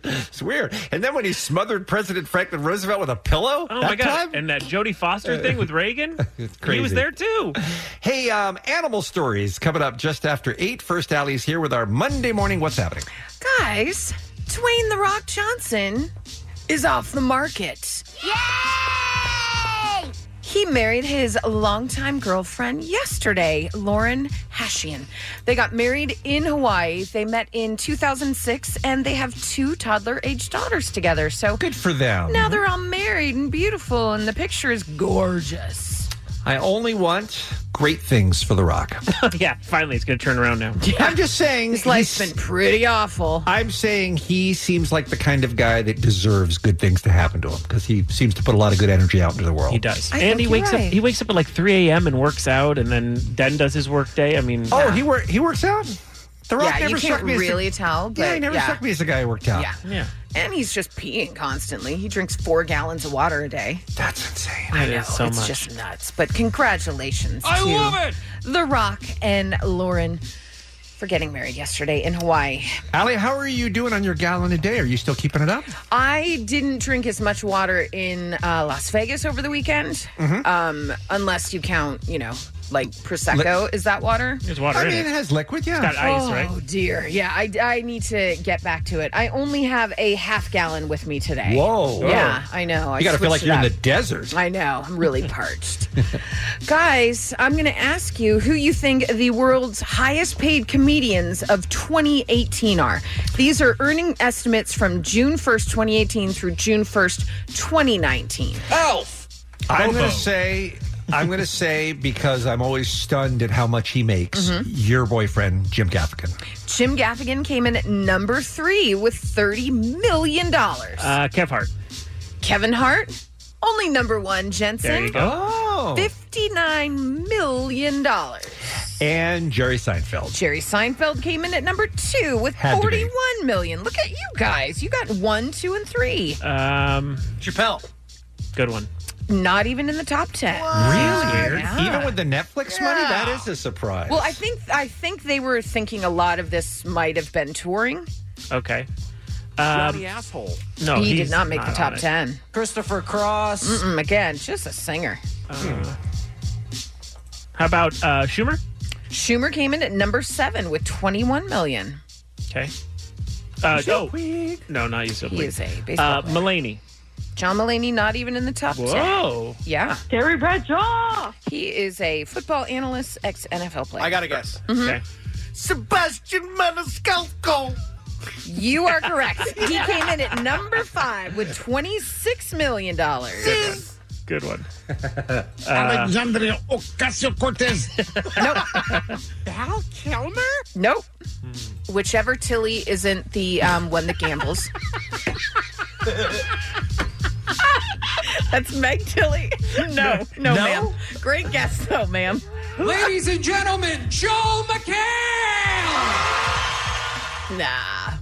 [SPEAKER 11] it's weird. And then when he smothered President Franklin Roosevelt with a pillow,
[SPEAKER 13] Oh
[SPEAKER 11] that
[SPEAKER 13] my god!
[SPEAKER 11] time,
[SPEAKER 13] And that Jodie Foster
[SPEAKER 11] <laughs>
[SPEAKER 13] thing with Reagan. He was
[SPEAKER 11] crazy.
[SPEAKER 13] there too.
[SPEAKER 11] Hey, um, animal stories coming up just after eight. First Alley's here with our Monday morning. What's happening?
[SPEAKER 12] Guys, Dwayne The Rock Johnson is off the market. Yay! He married his longtime girlfriend yesterday, Lauren Hashian. They got married in Hawaii. They met in 2006 and they have two toddler aged daughters together. So
[SPEAKER 11] good for them.
[SPEAKER 12] Now they're all married and beautiful, and the picture
[SPEAKER 11] <laughs>
[SPEAKER 12] is gorgeous.
[SPEAKER 11] I only want great things for The Rock.
[SPEAKER 13] yeah, <laughs> finally, it's going to turn around now.
[SPEAKER 11] I'm just saying. His
[SPEAKER 12] life's been pretty awful.
[SPEAKER 11] I'm saying he seems like the kind of guy that deserves good things to happen to him because he seems to put a lot of good energy out into the world.
[SPEAKER 13] He does,
[SPEAKER 11] I
[SPEAKER 13] and
[SPEAKER 11] think
[SPEAKER 13] he
[SPEAKER 11] you're
[SPEAKER 13] wakes up.
[SPEAKER 11] right.
[SPEAKER 13] He wakes up at like 3 a.m. and works out, and then then does his work day. I mean,
[SPEAKER 11] Oh, he work he works out. The Rock
[SPEAKER 12] yeah,
[SPEAKER 11] never
[SPEAKER 12] you
[SPEAKER 11] struck
[SPEAKER 12] can't
[SPEAKER 11] me as the-
[SPEAKER 12] really tell. But
[SPEAKER 11] yeah, he never struck me as a <laughs> guy who worked out.
[SPEAKER 12] Yeah. And he's just peeing constantly. He drinks four gallons of water a day.
[SPEAKER 11] That's insane.
[SPEAKER 12] I
[SPEAKER 13] That
[SPEAKER 12] know.
[SPEAKER 13] is so
[SPEAKER 12] it's
[SPEAKER 13] much.
[SPEAKER 12] just nuts. But congratulations.
[SPEAKER 13] I
[SPEAKER 12] to
[SPEAKER 13] love it!
[SPEAKER 12] The Rock and Lauren for getting married yesterday in Hawaii.
[SPEAKER 11] Allie, how are you doing on your gallon a day? Are you still keeping it up?
[SPEAKER 12] I didn't drink as much water in uh, Las Vegas over the weekend,
[SPEAKER 11] Mhm.
[SPEAKER 12] um, unless you count, you know, like Prosecco.
[SPEAKER 11] Li-
[SPEAKER 12] Is that water?
[SPEAKER 13] There's
[SPEAKER 11] water I in mean, it. it has liquid, yeah. It's got ice,
[SPEAKER 12] oh,
[SPEAKER 11] right?
[SPEAKER 12] dear. Yeah, I, I need to get back to it. I only have a half gallon with me today.
[SPEAKER 11] Whoa.
[SPEAKER 12] Yeah,
[SPEAKER 11] Whoa.
[SPEAKER 12] I know. Oh, I
[SPEAKER 11] you got to feel like
[SPEAKER 12] switched it
[SPEAKER 11] you're
[SPEAKER 12] up.
[SPEAKER 11] in the desert.
[SPEAKER 12] I know. I'm
[SPEAKER 11] <laughs>
[SPEAKER 12] really parched. Guys, I'm going to ask you who you think the world's highest paid comedians of 2018 are. These are earning estimates from June 1st, 2018 through June 1st, 2019.
[SPEAKER 11] Elf! I'm
[SPEAKER 12] Bobo.
[SPEAKER 11] going to say, I'm going to say because I'm always stunned at how much he makes.
[SPEAKER 12] Mhm.
[SPEAKER 11] Your boyfriend Jim Gaffigan.
[SPEAKER 12] Jim Gaffigan came in at number three with $30 million.
[SPEAKER 13] Uh, Kev Hart.
[SPEAKER 12] Kevin Hart, only number one, Jensen.
[SPEAKER 11] There you go. Oh.
[SPEAKER 12] $59 million.
[SPEAKER 11] and Jerry Seinfeld.
[SPEAKER 12] Jerry Seinfeld came in at number two with
[SPEAKER 11] Had to be.
[SPEAKER 12] 41 million. Look at you guys. You got one, two, and three.
[SPEAKER 13] Um,
[SPEAKER 14] Chappelle.
[SPEAKER 13] Good one.
[SPEAKER 12] not even in the top ten.
[SPEAKER 11] Really?
[SPEAKER 12] Oh, Yeah.
[SPEAKER 11] Even with the Netflix money,
[SPEAKER 12] Yeah.
[SPEAKER 11] that is a surprise.
[SPEAKER 12] Well, I think I think they were thinking a lot of this might have been touring.
[SPEAKER 13] Okay.
[SPEAKER 11] Um,
[SPEAKER 13] Um,
[SPEAKER 12] Johnny
[SPEAKER 13] asshole.
[SPEAKER 12] No, he did not make the top
[SPEAKER 13] ten.
[SPEAKER 12] ten. Christopher Cross, Mm-mm, again, just a singer.
[SPEAKER 13] Uh, How about uh, Schumer?
[SPEAKER 12] Schumer came in at number seven with 21 million.
[SPEAKER 13] Okay. Uh, no, no, not you. So
[SPEAKER 12] He is a baseball
[SPEAKER 13] uh,
[SPEAKER 12] player.
[SPEAKER 13] Mulaney.
[SPEAKER 12] John Mulaney not even in the top
[SPEAKER 13] Whoa.
[SPEAKER 12] 10. Yeah. Terry Bradshaw. He is a football analyst, ex NFL player.
[SPEAKER 15] I gotta guess.
[SPEAKER 18] Mm-hmm.
[SPEAKER 13] Okay.
[SPEAKER 12] Sebastian Maniscalco. You are correct. <laughs> He came in at number five with $26 million.
[SPEAKER 13] Good one. Uh,
[SPEAKER 15] Alexandria Ocasio Cortez.
[SPEAKER 12] Val Kilmer? Nope. Hmm. Whichever Tilly isn't the um, one that <laughs> gambles. That's Meg Tilly. No, no,
[SPEAKER 15] No?
[SPEAKER 12] ma'am. Great guess, though, ma'am. Ladies and gentlemen, Joel McHale. Nah,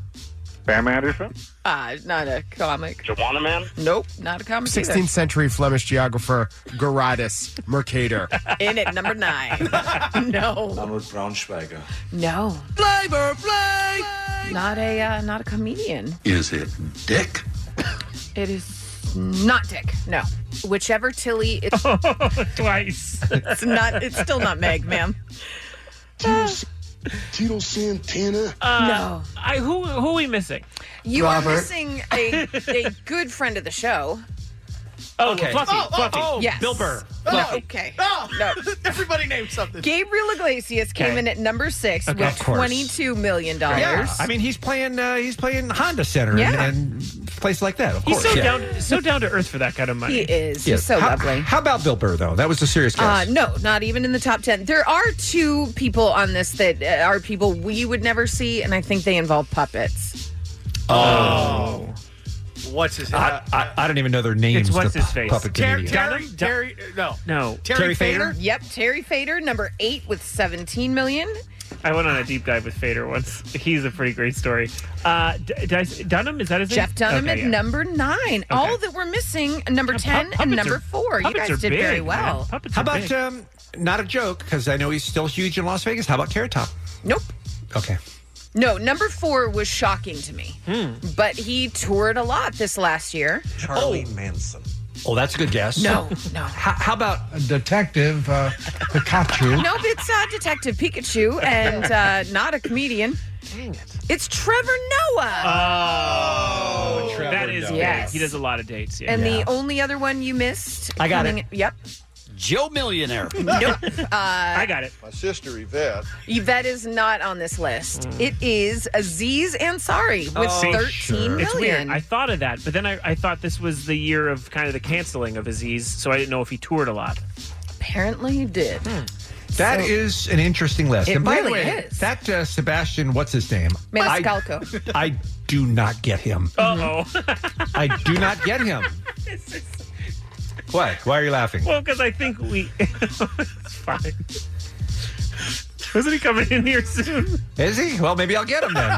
[SPEAKER 4] Bam Anderson?
[SPEAKER 12] uh, not a comic.
[SPEAKER 4] Joanna Man?
[SPEAKER 12] Nope, not a comic. either.
[SPEAKER 5] 16th century Flemish geographer Gerardus Mercator.
[SPEAKER 12] In at number nine. no.
[SPEAKER 5] Arnold Braunschweiger.
[SPEAKER 12] No. Flavor Flay. Not a uh, not a comedian.
[SPEAKER 17] Is it dick?
[SPEAKER 12] It is not Dick. No. Whichever Tilly is
[SPEAKER 13] twice.
[SPEAKER 12] It's not it's still not Meg, ma'am.
[SPEAKER 4] Tito Santana?
[SPEAKER 12] no.
[SPEAKER 13] Uh, I who who are we missing?
[SPEAKER 12] You are missing a, a good friend of the show.
[SPEAKER 13] Oh, okay. Oh, Fluffy. Fluffy.
[SPEAKER 11] oh.
[SPEAKER 12] Yes.
[SPEAKER 13] Bill Burr.
[SPEAKER 12] No, okay. No.
[SPEAKER 18] Everybody named something.
[SPEAKER 12] Gabriel Iglesias came
[SPEAKER 11] Okay.
[SPEAKER 12] in at number six
[SPEAKER 11] Okay.
[SPEAKER 12] with
[SPEAKER 11] Of course.
[SPEAKER 12] twenty-two million dollars.
[SPEAKER 11] Yeah, I mean he's playing uh, he's playing Honda Center
[SPEAKER 12] Yeah.
[SPEAKER 11] and, and place like that. Of
[SPEAKER 13] He's
[SPEAKER 11] course,
[SPEAKER 13] so down so down to earth for that kind of money.
[SPEAKER 12] He is.
[SPEAKER 11] Yeah.
[SPEAKER 12] He's so
[SPEAKER 11] how,
[SPEAKER 12] lovely.
[SPEAKER 11] How about Bill Burr though? That was a serious case.
[SPEAKER 12] Uh, no, not even in the top 10. There are two people on this that uh, are people we would never see, and I think they involve puppets. Uh,
[SPEAKER 11] oh,
[SPEAKER 18] What's his?
[SPEAKER 11] I, I, I don't even know their names.
[SPEAKER 13] It's what's
[SPEAKER 11] the
[SPEAKER 13] his
[SPEAKER 11] pu-
[SPEAKER 13] face?
[SPEAKER 11] Puppet
[SPEAKER 18] Terry,
[SPEAKER 11] comedian.
[SPEAKER 18] Terry, Terry, no.
[SPEAKER 13] No.
[SPEAKER 18] Terry Terry Fader?
[SPEAKER 12] Yep, Terry Fader, number eight with 17 million.
[SPEAKER 13] I went on a deep dive with Fader once. He's a pretty great story. Uh, D- did I s- Dunham is that his name?
[SPEAKER 12] Jeff Dunham
[SPEAKER 13] Okay,
[SPEAKER 12] at
[SPEAKER 13] yeah.
[SPEAKER 12] number nine. All that we're missing, number 10 and
[SPEAKER 11] puppets
[SPEAKER 12] number
[SPEAKER 11] are-
[SPEAKER 12] four. You
[SPEAKER 11] puppets
[SPEAKER 12] guys
[SPEAKER 11] are
[SPEAKER 12] did very
[SPEAKER 11] big,
[SPEAKER 12] well.
[SPEAKER 11] man. How about um, not a joke because I know he's still huge in Las Vegas. How about Carrot Top?
[SPEAKER 12] Nope.
[SPEAKER 11] Okay.
[SPEAKER 12] No, number four was shocking to me.
[SPEAKER 11] Hmm.
[SPEAKER 12] But he toured a lot this last year.
[SPEAKER 11] Charlie
[SPEAKER 5] Manson.
[SPEAKER 11] Oh, that's a good guess.
[SPEAKER 12] No, no.
[SPEAKER 11] How, how about
[SPEAKER 5] Detective uh,
[SPEAKER 12] <laughs>
[SPEAKER 5] Pikachu.
[SPEAKER 12] Nope, it's uh, Detective Pikachu and uh, not a comedian. Dang it. It's Trevor Noah.
[SPEAKER 13] Oh,
[SPEAKER 12] Trevor
[SPEAKER 13] that is
[SPEAKER 12] Noah.
[SPEAKER 13] big.
[SPEAKER 12] Yes.
[SPEAKER 13] He does a lot of dates. Yeah.
[SPEAKER 12] And the only other one you missed.
[SPEAKER 14] I got
[SPEAKER 12] coming-
[SPEAKER 14] it.
[SPEAKER 12] Yep.
[SPEAKER 14] Joe
[SPEAKER 13] <laughs>
[SPEAKER 14] Millionaire.
[SPEAKER 12] Nope. Uh,
[SPEAKER 13] I got it.
[SPEAKER 14] My sister Yvette.
[SPEAKER 12] Yvette is not on this list.
[SPEAKER 13] Mm.
[SPEAKER 12] It is Aziz Ansari
[SPEAKER 11] Oh,
[SPEAKER 12] with
[SPEAKER 13] Oh,
[SPEAKER 12] thirteen million.
[SPEAKER 13] It's weird. I thought of that, but then I, I thought this was the year of kind of the canceling of Aziz, so I didn't know if he toured a lot.
[SPEAKER 12] Apparently you did.
[SPEAKER 13] Hmm.
[SPEAKER 11] That
[SPEAKER 12] So-
[SPEAKER 11] is an interesting list.
[SPEAKER 12] It
[SPEAKER 11] and by
[SPEAKER 12] really
[SPEAKER 11] the way,
[SPEAKER 12] is.
[SPEAKER 11] that uh, Sebastian, what's his name?
[SPEAKER 12] Maniscalco.
[SPEAKER 11] I, I do not get him.
[SPEAKER 13] Uh
[SPEAKER 12] Mm-hmm.
[SPEAKER 13] oh.
[SPEAKER 11] I do <laughs> not
[SPEAKER 13] <laughs>
[SPEAKER 11] get him. What? Why are you laughing?
[SPEAKER 13] well, because I think we. <laughs> it's fine. <laughs> Isn't he coming in here soon?
[SPEAKER 11] Is he? Well, maybe I'll get him then.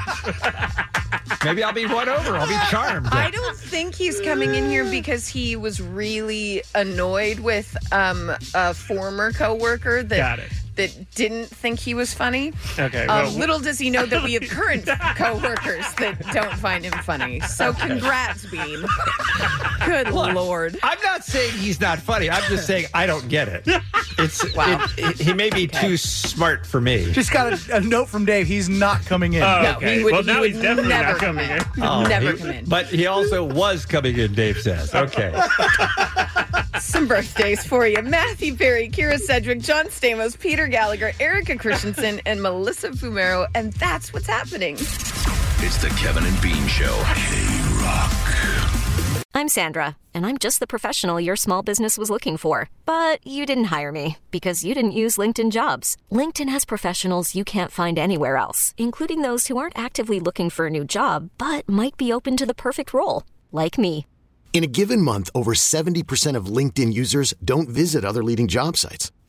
[SPEAKER 11] maybe I'll be won over.
[SPEAKER 12] <laughs>
[SPEAKER 11] I'll be charmed.
[SPEAKER 12] I don't think he's coming in here because he was really annoyed with um, a former coworker that
[SPEAKER 13] Got it.
[SPEAKER 12] that didn't think he was funny.
[SPEAKER 13] Okay.
[SPEAKER 12] Um,
[SPEAKER 13] well,
[SPEAKER 12] little does he know that we have current coworkers that don't find him funny. So
[SPEAKER 11] Okay.
[SPEAKER 12] congrats, Beam. Good lord.
[SPEAKER 11] I'm not saying he's not funny. I'm just saying I don't get it. It's it- he may be too smart for me.
[SPEAKER 7] Just got a, a note from Dave. He's not coming in.
[SPEAKER 11] Oh, No, okay. he would- Well, he now would he's definitely not never
[SPEAKER 7] coming in.
[SPEAKER 11] Oh, he- But he also was coming in, Dave says. Okay.
[SPEAKER 12] Some birthdays for you. Matthew Perry, Kira Cedric, John Stamos, Peter Gallagher, Erica Christensen, and Melissa Fumero. And that's what's happening.
[SPEAKER 17] It's the Kevin and Bean Show.
[SPEAKER 24] I'm Sandra, and I'm just the professional your small business was looking for. But you didn't hire me because you didn't use LinkedIn jobs. LinkedIn has professionals you can't find anywhere else, including those who aren't actively looking for a new job but might be open to the perfect role, like me.
[SPEAKER 25] In a given month, over 70% of LinkedIn users don't visit other leading job sites.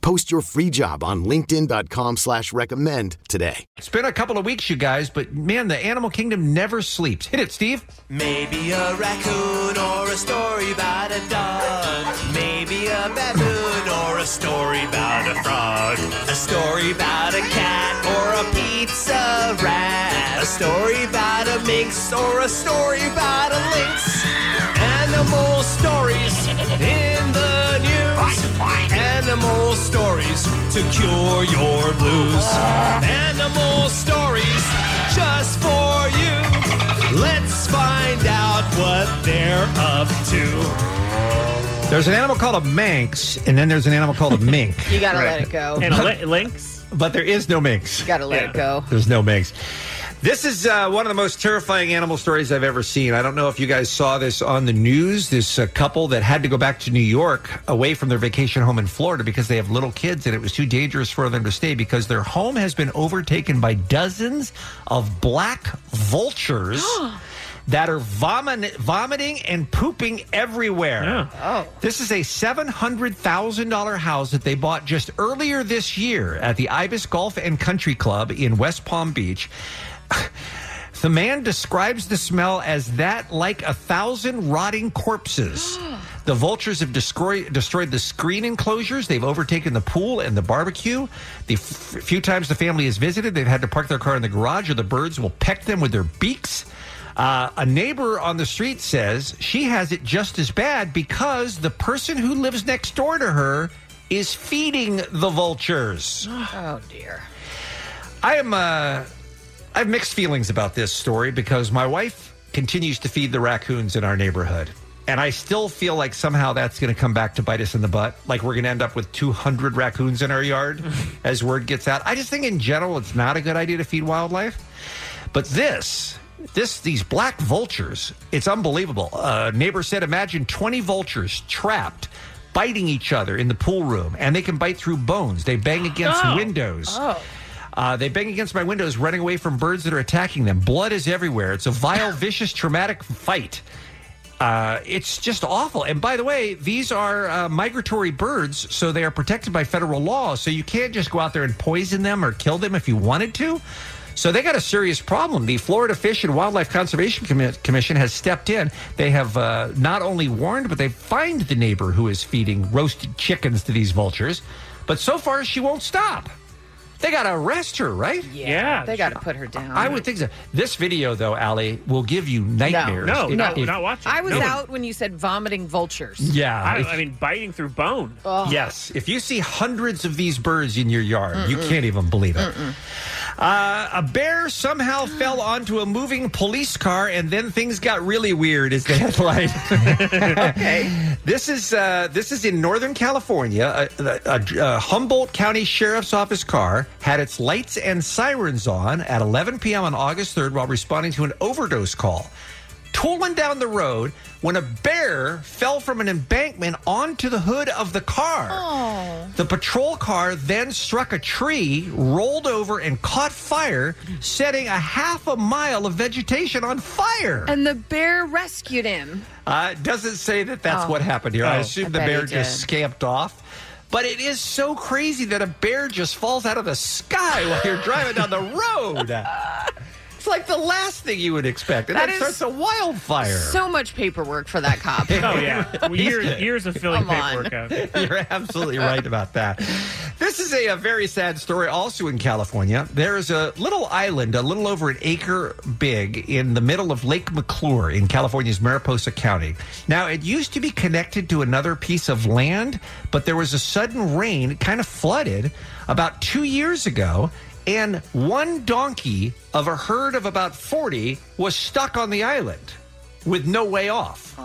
[SPEAKER 25] Post your free job on linkedin.com/recommend slash recommend today.
[SPEAKER 11] It's been a couple of weeks, you guys, but man, the animal kingdom never sleeps. Hit it, Steve.
[SPEAKER 15] Maybe a raccoon or a story about a dog. Maybe a baboon or a story about a frog. A story about a cat or a pizza rat. A story about a minx or a story about a lynx. Animal stories in the news. Animal stories to cure your blues. Animal stories just for you. Let's find out what they're up to.
[SPEAKER 11] There's an animal called a manx, and then there's an animal
[SPEAKER 12] <laughs>
[SPEAKER 11] called a mink.
[SPEAKER 12] You gotta let it go.
[SPEAKER 11] And a
[SPEAKER 13] lynx?
[SPEAKER 11] But there is no minx.
[SPEAKER 12] You gotta let it go.
[SPEAKER 11] There's no minx. This is uh, one of the most terrifying animal stories I've ever seen. I don't know if you guys saw this on the news. This uh, couple that had to go back to New York away from their vacation home in Florida because they have little kids and it was too dangerous for them to stay because their home has been overtaken by dozens of black
[SPEAKER 12] <gasps>
[SPEAKER 11] vultures. <gasps> That are vomit- vomiting and pooping everywhere. Oh. This is a $700,000 house that they bought just earlier this year at the Ibis Golf and Country Club in West Palm Beach. The man describes the smell as that like a thousand rotting corpses. the vultures have destroyed destroyed the screen enclosures. They've overtaken the pool and the barbecue. The f- few times the family has visited, they've had to park their car in the garage, or the birds will peck them with their beaks. Uh, a neighbor on the street says she has it just as bad because the person who lives next door to her is feeding the vultures.
[SPEAKER 12] Oh dear.
[SPEAKER 11] I am. Uh, I have mixed feelings about this story because my wife continues to feed the raccoons in our neighborhood, and I still feel like somehow that's going to come back to bite us in the butt. Like we're going to end up with 200 raccoons in our
[SPEAKER 15] <laughs>
[SPEAKER 11] yard as word gets out. I just think in general it's not a good idea to feed wildlife, but this. This these black vultures, it's unbelievable. A neighbor said, imagine 20 vultures trapped, biting each other in the pool room, and they can bite through bones. They bang against
[SPEAKER 15] Oh.
[SPEAKER 11] windows.
[SPEAKER 15] Oh.
[SPEAKER 11] Uh, they bang against my windows, running away from birds that are attacking them. Blood is everywhere. It's a vile, vicious, traumatic fight. Uh, it's just awful. And by the way, these are uh, migratory birds, so they are protected by federal law. So you can't just go out there and poison them or kill them if you wanted to. So they got a serious problem. The Florida Fish and Wildlife Conservation Commi- Commission has stepped in. They have uh, not only warned, but they fined the neighbor who is feeding roasted chickens to these vultures. But so far, she won't stop. They got to arrest her, right?
[SPEAKER 12] Yeah. They got to put her down.
[SPEAKER 11] I would think so. This video, though, Allie, will give you nightmares. If- if-
[SPEAKER 12] I was
[SPEAKER 11] No.
[SPEAKER 12] out when you said vomiting vultures.
[SPEAKER 11] Yeah. I- I
[SPEAKER 13] mean, biting through bone.
[SPEAKER 12] Oh.
[SPEAKER 11] Yes. If you see hundreds of these birds in your yard, you
[SPEAKER 12] Mm-mm.
[SPEAKER 11] can't even believe it. Uh, a bear
[SPEAKER 12] <gasps>
[SPEAKER 11] somehow fell onto a moving police car, and then things got really weird. Is the
[SPEAKER 12] <laughs>
[SPEAKER 11] headline? okay. This is uh, this is in Northern California. A, a, a Humboldt County Sheriff's Office car had its lights and sirens on at 11 p.m. on August 3rd while responding to an overdose call tooling down the road when a bear fell from an embankment onto the hood of the car. The patrol car then struck a tree, rolled over, and caught fire, setting a half a mile of vegetation on fire.
[SPEAKER 12] And the bear rescued him.
[SPEAKER 11] Uh, it doesn't say that that's
[SPEAKER 12] Oh.
[SPEAKER 11] what happened here. I
[SPEAKER 12] Oh.
[SPEAKER 11] assume
[SPEAKER 12] I
[SPEAKER 11] the
[SPEAKER 12] bet
[SPEAKER 11] bear
[SPEAKER 12] he
[SPEAKER 11] just
[SPEAKER 12] did.
[SPEAKER 11] scamped off. But it is so crazy that a bear just falls out of the sky while
[SPEAKER 12] <laughs>
[SPEAKER 11] you're driving down the road. It's like the last thing you would expect. And
[SPEAKER 12] That
[SPEAKER 11] that,
[SPEAKER 12] is
[SPEAKER 11] starts a wildfire.
[SPEAKER 12] So much paperwork for that
[SPEAKER 13] <laughs>
[SPEAKER 12] cop.
[SPEAKER 11] Oh, <laughs> yeah. Years- years
[SPEAKER 13] of
[SPEAKER 11] filling
[SPEAKER 12] Come on.
[SPEAKER 13] paperwork
[SPEAKER 11] <laughs> You're absolutely right about that. This is a, a very sad story also in California. There is a little island, a little over an acre big, in the middle of Lake McClure in California's Mariposa County. Now, it used to be connected to another piece of land, but there was a sudden rain, it kind of flooded about two years ago. And one donkey of a herd of about 40 was stuck on the island with no way off.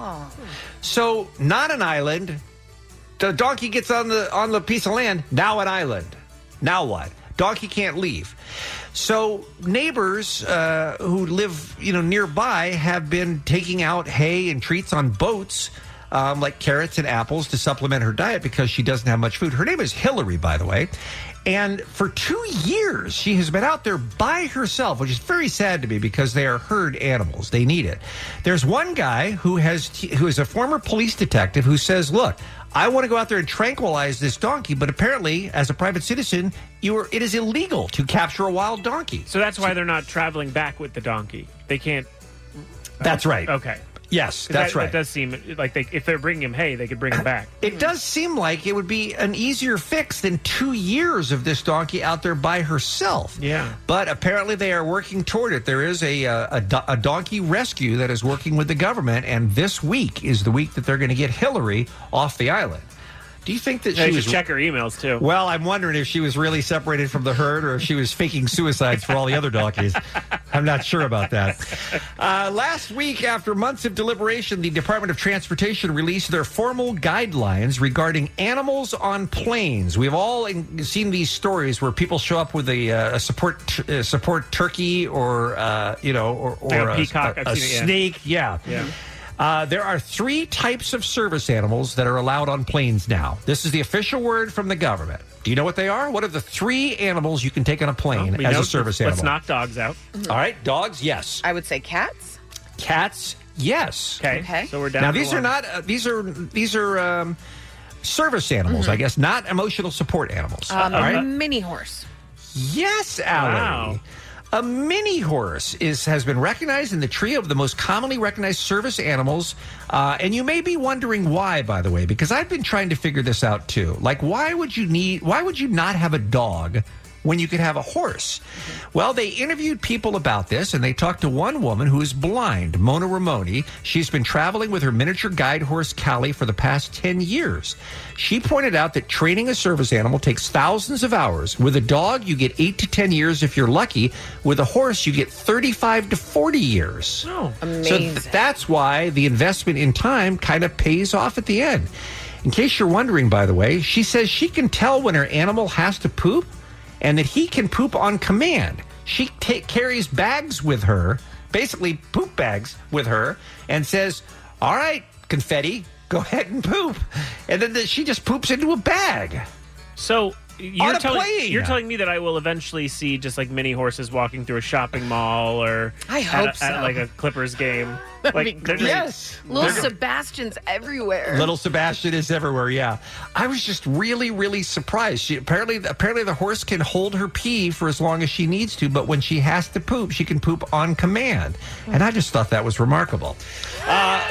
[SPEAKER 11] So, not an island, the donkey gets on the on the piece of land. Now an island. Now what? Donkey can't leave. So neighbors uh, who live you know nearby have been taking out hay and treats on boats. Um, like carrots and apples to supplement her diet because she doesn't have much food. Her name is Hillary, by the way. And for two years, she has been out there by herself, which is very sad to me because they are herd animals. They need it. There's one guy who has who is a former police detective who says, "Look, I want to go out there and tranquilize this donkey, but apparently, as a private citizen, you are, it is illegal to capture a wild donkey.
[SPEAKER 13] So that's why they're not traveling back with the donkey. They can't.
[SPEAKER 11] That's right.
[SPEAKER 13] Okay.
[SPEAKER 11] Yes,
[SPEAKER 13] 'Cause
[SPEAKER 11] that's
[SPEAKER 13] that,
[SPEAKER 11] right.
[SPEAKER 13] That does seem like they, if they're bringing him hay, they could bring him back.
[SPEAKER 11] It does seem like it would be an easier fix than two years of this donkey out there by herself.
[SPEAKER 13] Yeah.
[SPEAKER 11] But apparently, they are working toward it. There is a, uh, a, do- a donkey rescue that is working with the government, and this week is the week that they're going to get Hillary off the island. Do you think
[SPEAKER 13] They
[SPEAKER 11] that <laughs> she
[SPEAKER 13] should
[SPEAKER 11] was
[SPEAKER 13] check her emails too.
[SPEAKER 11] Well, I'm wondering if she was really separated from the herd or if she was faking suicides for all the other donkeys. I'm not sure about that. Uh, last week, after months of deliberation, the Department of Transportation released their formal guidelines regarding animals on planes. We've all in- seen these stories where people show up with a, uh, a support t- uh, support turkey or uh, you know or, or
[SPEAKER 13] Like a peacock. I've
[SPEAKER 11] a
[SPEAKER 13] seen it, yeah.
[SPEAKER 11] snake. Yeah.
[SPEAKER 13] Yeah.
[SPEAKER 11] Uh, there are three types of service animals that are allowed on planes now. This is the official word from the government. Do you know what they are? What are the three animals you can take on a plane
[SPEAKER 13] We
[SPEAKER 11] as
[SPEAKER 13] know-
[SPEAKER 11] a service
[SPEAKER 13] let's
[SPEAKER 11] animal?
[SPEAKER 13] knock dogs out.
[SPEAKER 11] All right, dogs, yes.
[SPEAKER 12] Mm-hmm. I would say cats.
[SPEAKER 11] Cats, yes.
[SPEAKER 13] Okay. So we're down.
[SPEAKER 11] now
[SPEAKER 13] to
[SPEAKER 11] these
[SPEAKER 13] one.
[SPEAKER 11] are not uh, these are these are um, service animals, I guess, not emotional support animals.
[SPEAKER 12] Um,
[SPEAKER 11] all right.
[SPEAKER 12] Mini horse.
[SPEAKER 11] Yes, Allie. A mini horse is has been recognized in the trio of the most commonly recognized service animals, uh, and you may be wondering why. By the way, because I've been trying to figure this out too. Like, why would you need? Why would you not have a dog when you could have a horse? Well, they interviewed people about this, and they talked to one woman who is blind, Mona Ramoni. She's been traveling with her miniature guide horse Callie for the past ten years. She pointed out that training a service animal takes thousands of hours. With a dog, you get eight to 10 years if you're lucky. With a horse, you get 35 to 40 years.
[SPEAKER 13] Oh,
[SPEAKER 11] So
[SPEAKER 13] amazing.
[SPEAKER 11] th- that's why the investment in time kind of pays off at the end. In case you're wondering, by the way, she says she can tell when her animal has to poop and that he can poop on command. She ta- carries bags with her, basically poop bags with her, and says, All right, confetti, go ahead and poop. And then the, she just poops into a bag.
[SPEAKER 13] So
[SPEAKER 11] On
[SPEAKER 13] You're
[SPEAKER 11] a
[SPEAKER 13] telling,
[SPEAKER 11] plane.
[SPEAKER 13] you're telling me that I will eventually see just like mini horses walking through a shopping mall or
[SPEAKER 12] I
[SPEAKER 13] at
[SPEAKER 12] hope
[SPEAKER 13] a- at,
[SPEAKER 12] so.
[SPEAKER 13] like a Clippers
[SPEAKER 12] <laughs>
[SPEAKER 13] game.
[SPEAKER 12] That'd
[SPEAKER 13] like
[SPEAKER 12] be
[SPEAKER 13] they're
[SPEAKER 12] great.
[SPEAKER 13] just-
[SPEAKER 12] Little
[SPEAKER 11] They're-
[SPEAKER 12] Sebastian's everywhere.
[SPEAKER 11] Little Sebastian is everywhere. Yeah, I was just really, really surprised. She apparently, apparently, the horse can hold her pee for as long as she needs to, but when she has to poop, she can poop on command. And I just thought that was remarkable. Uh,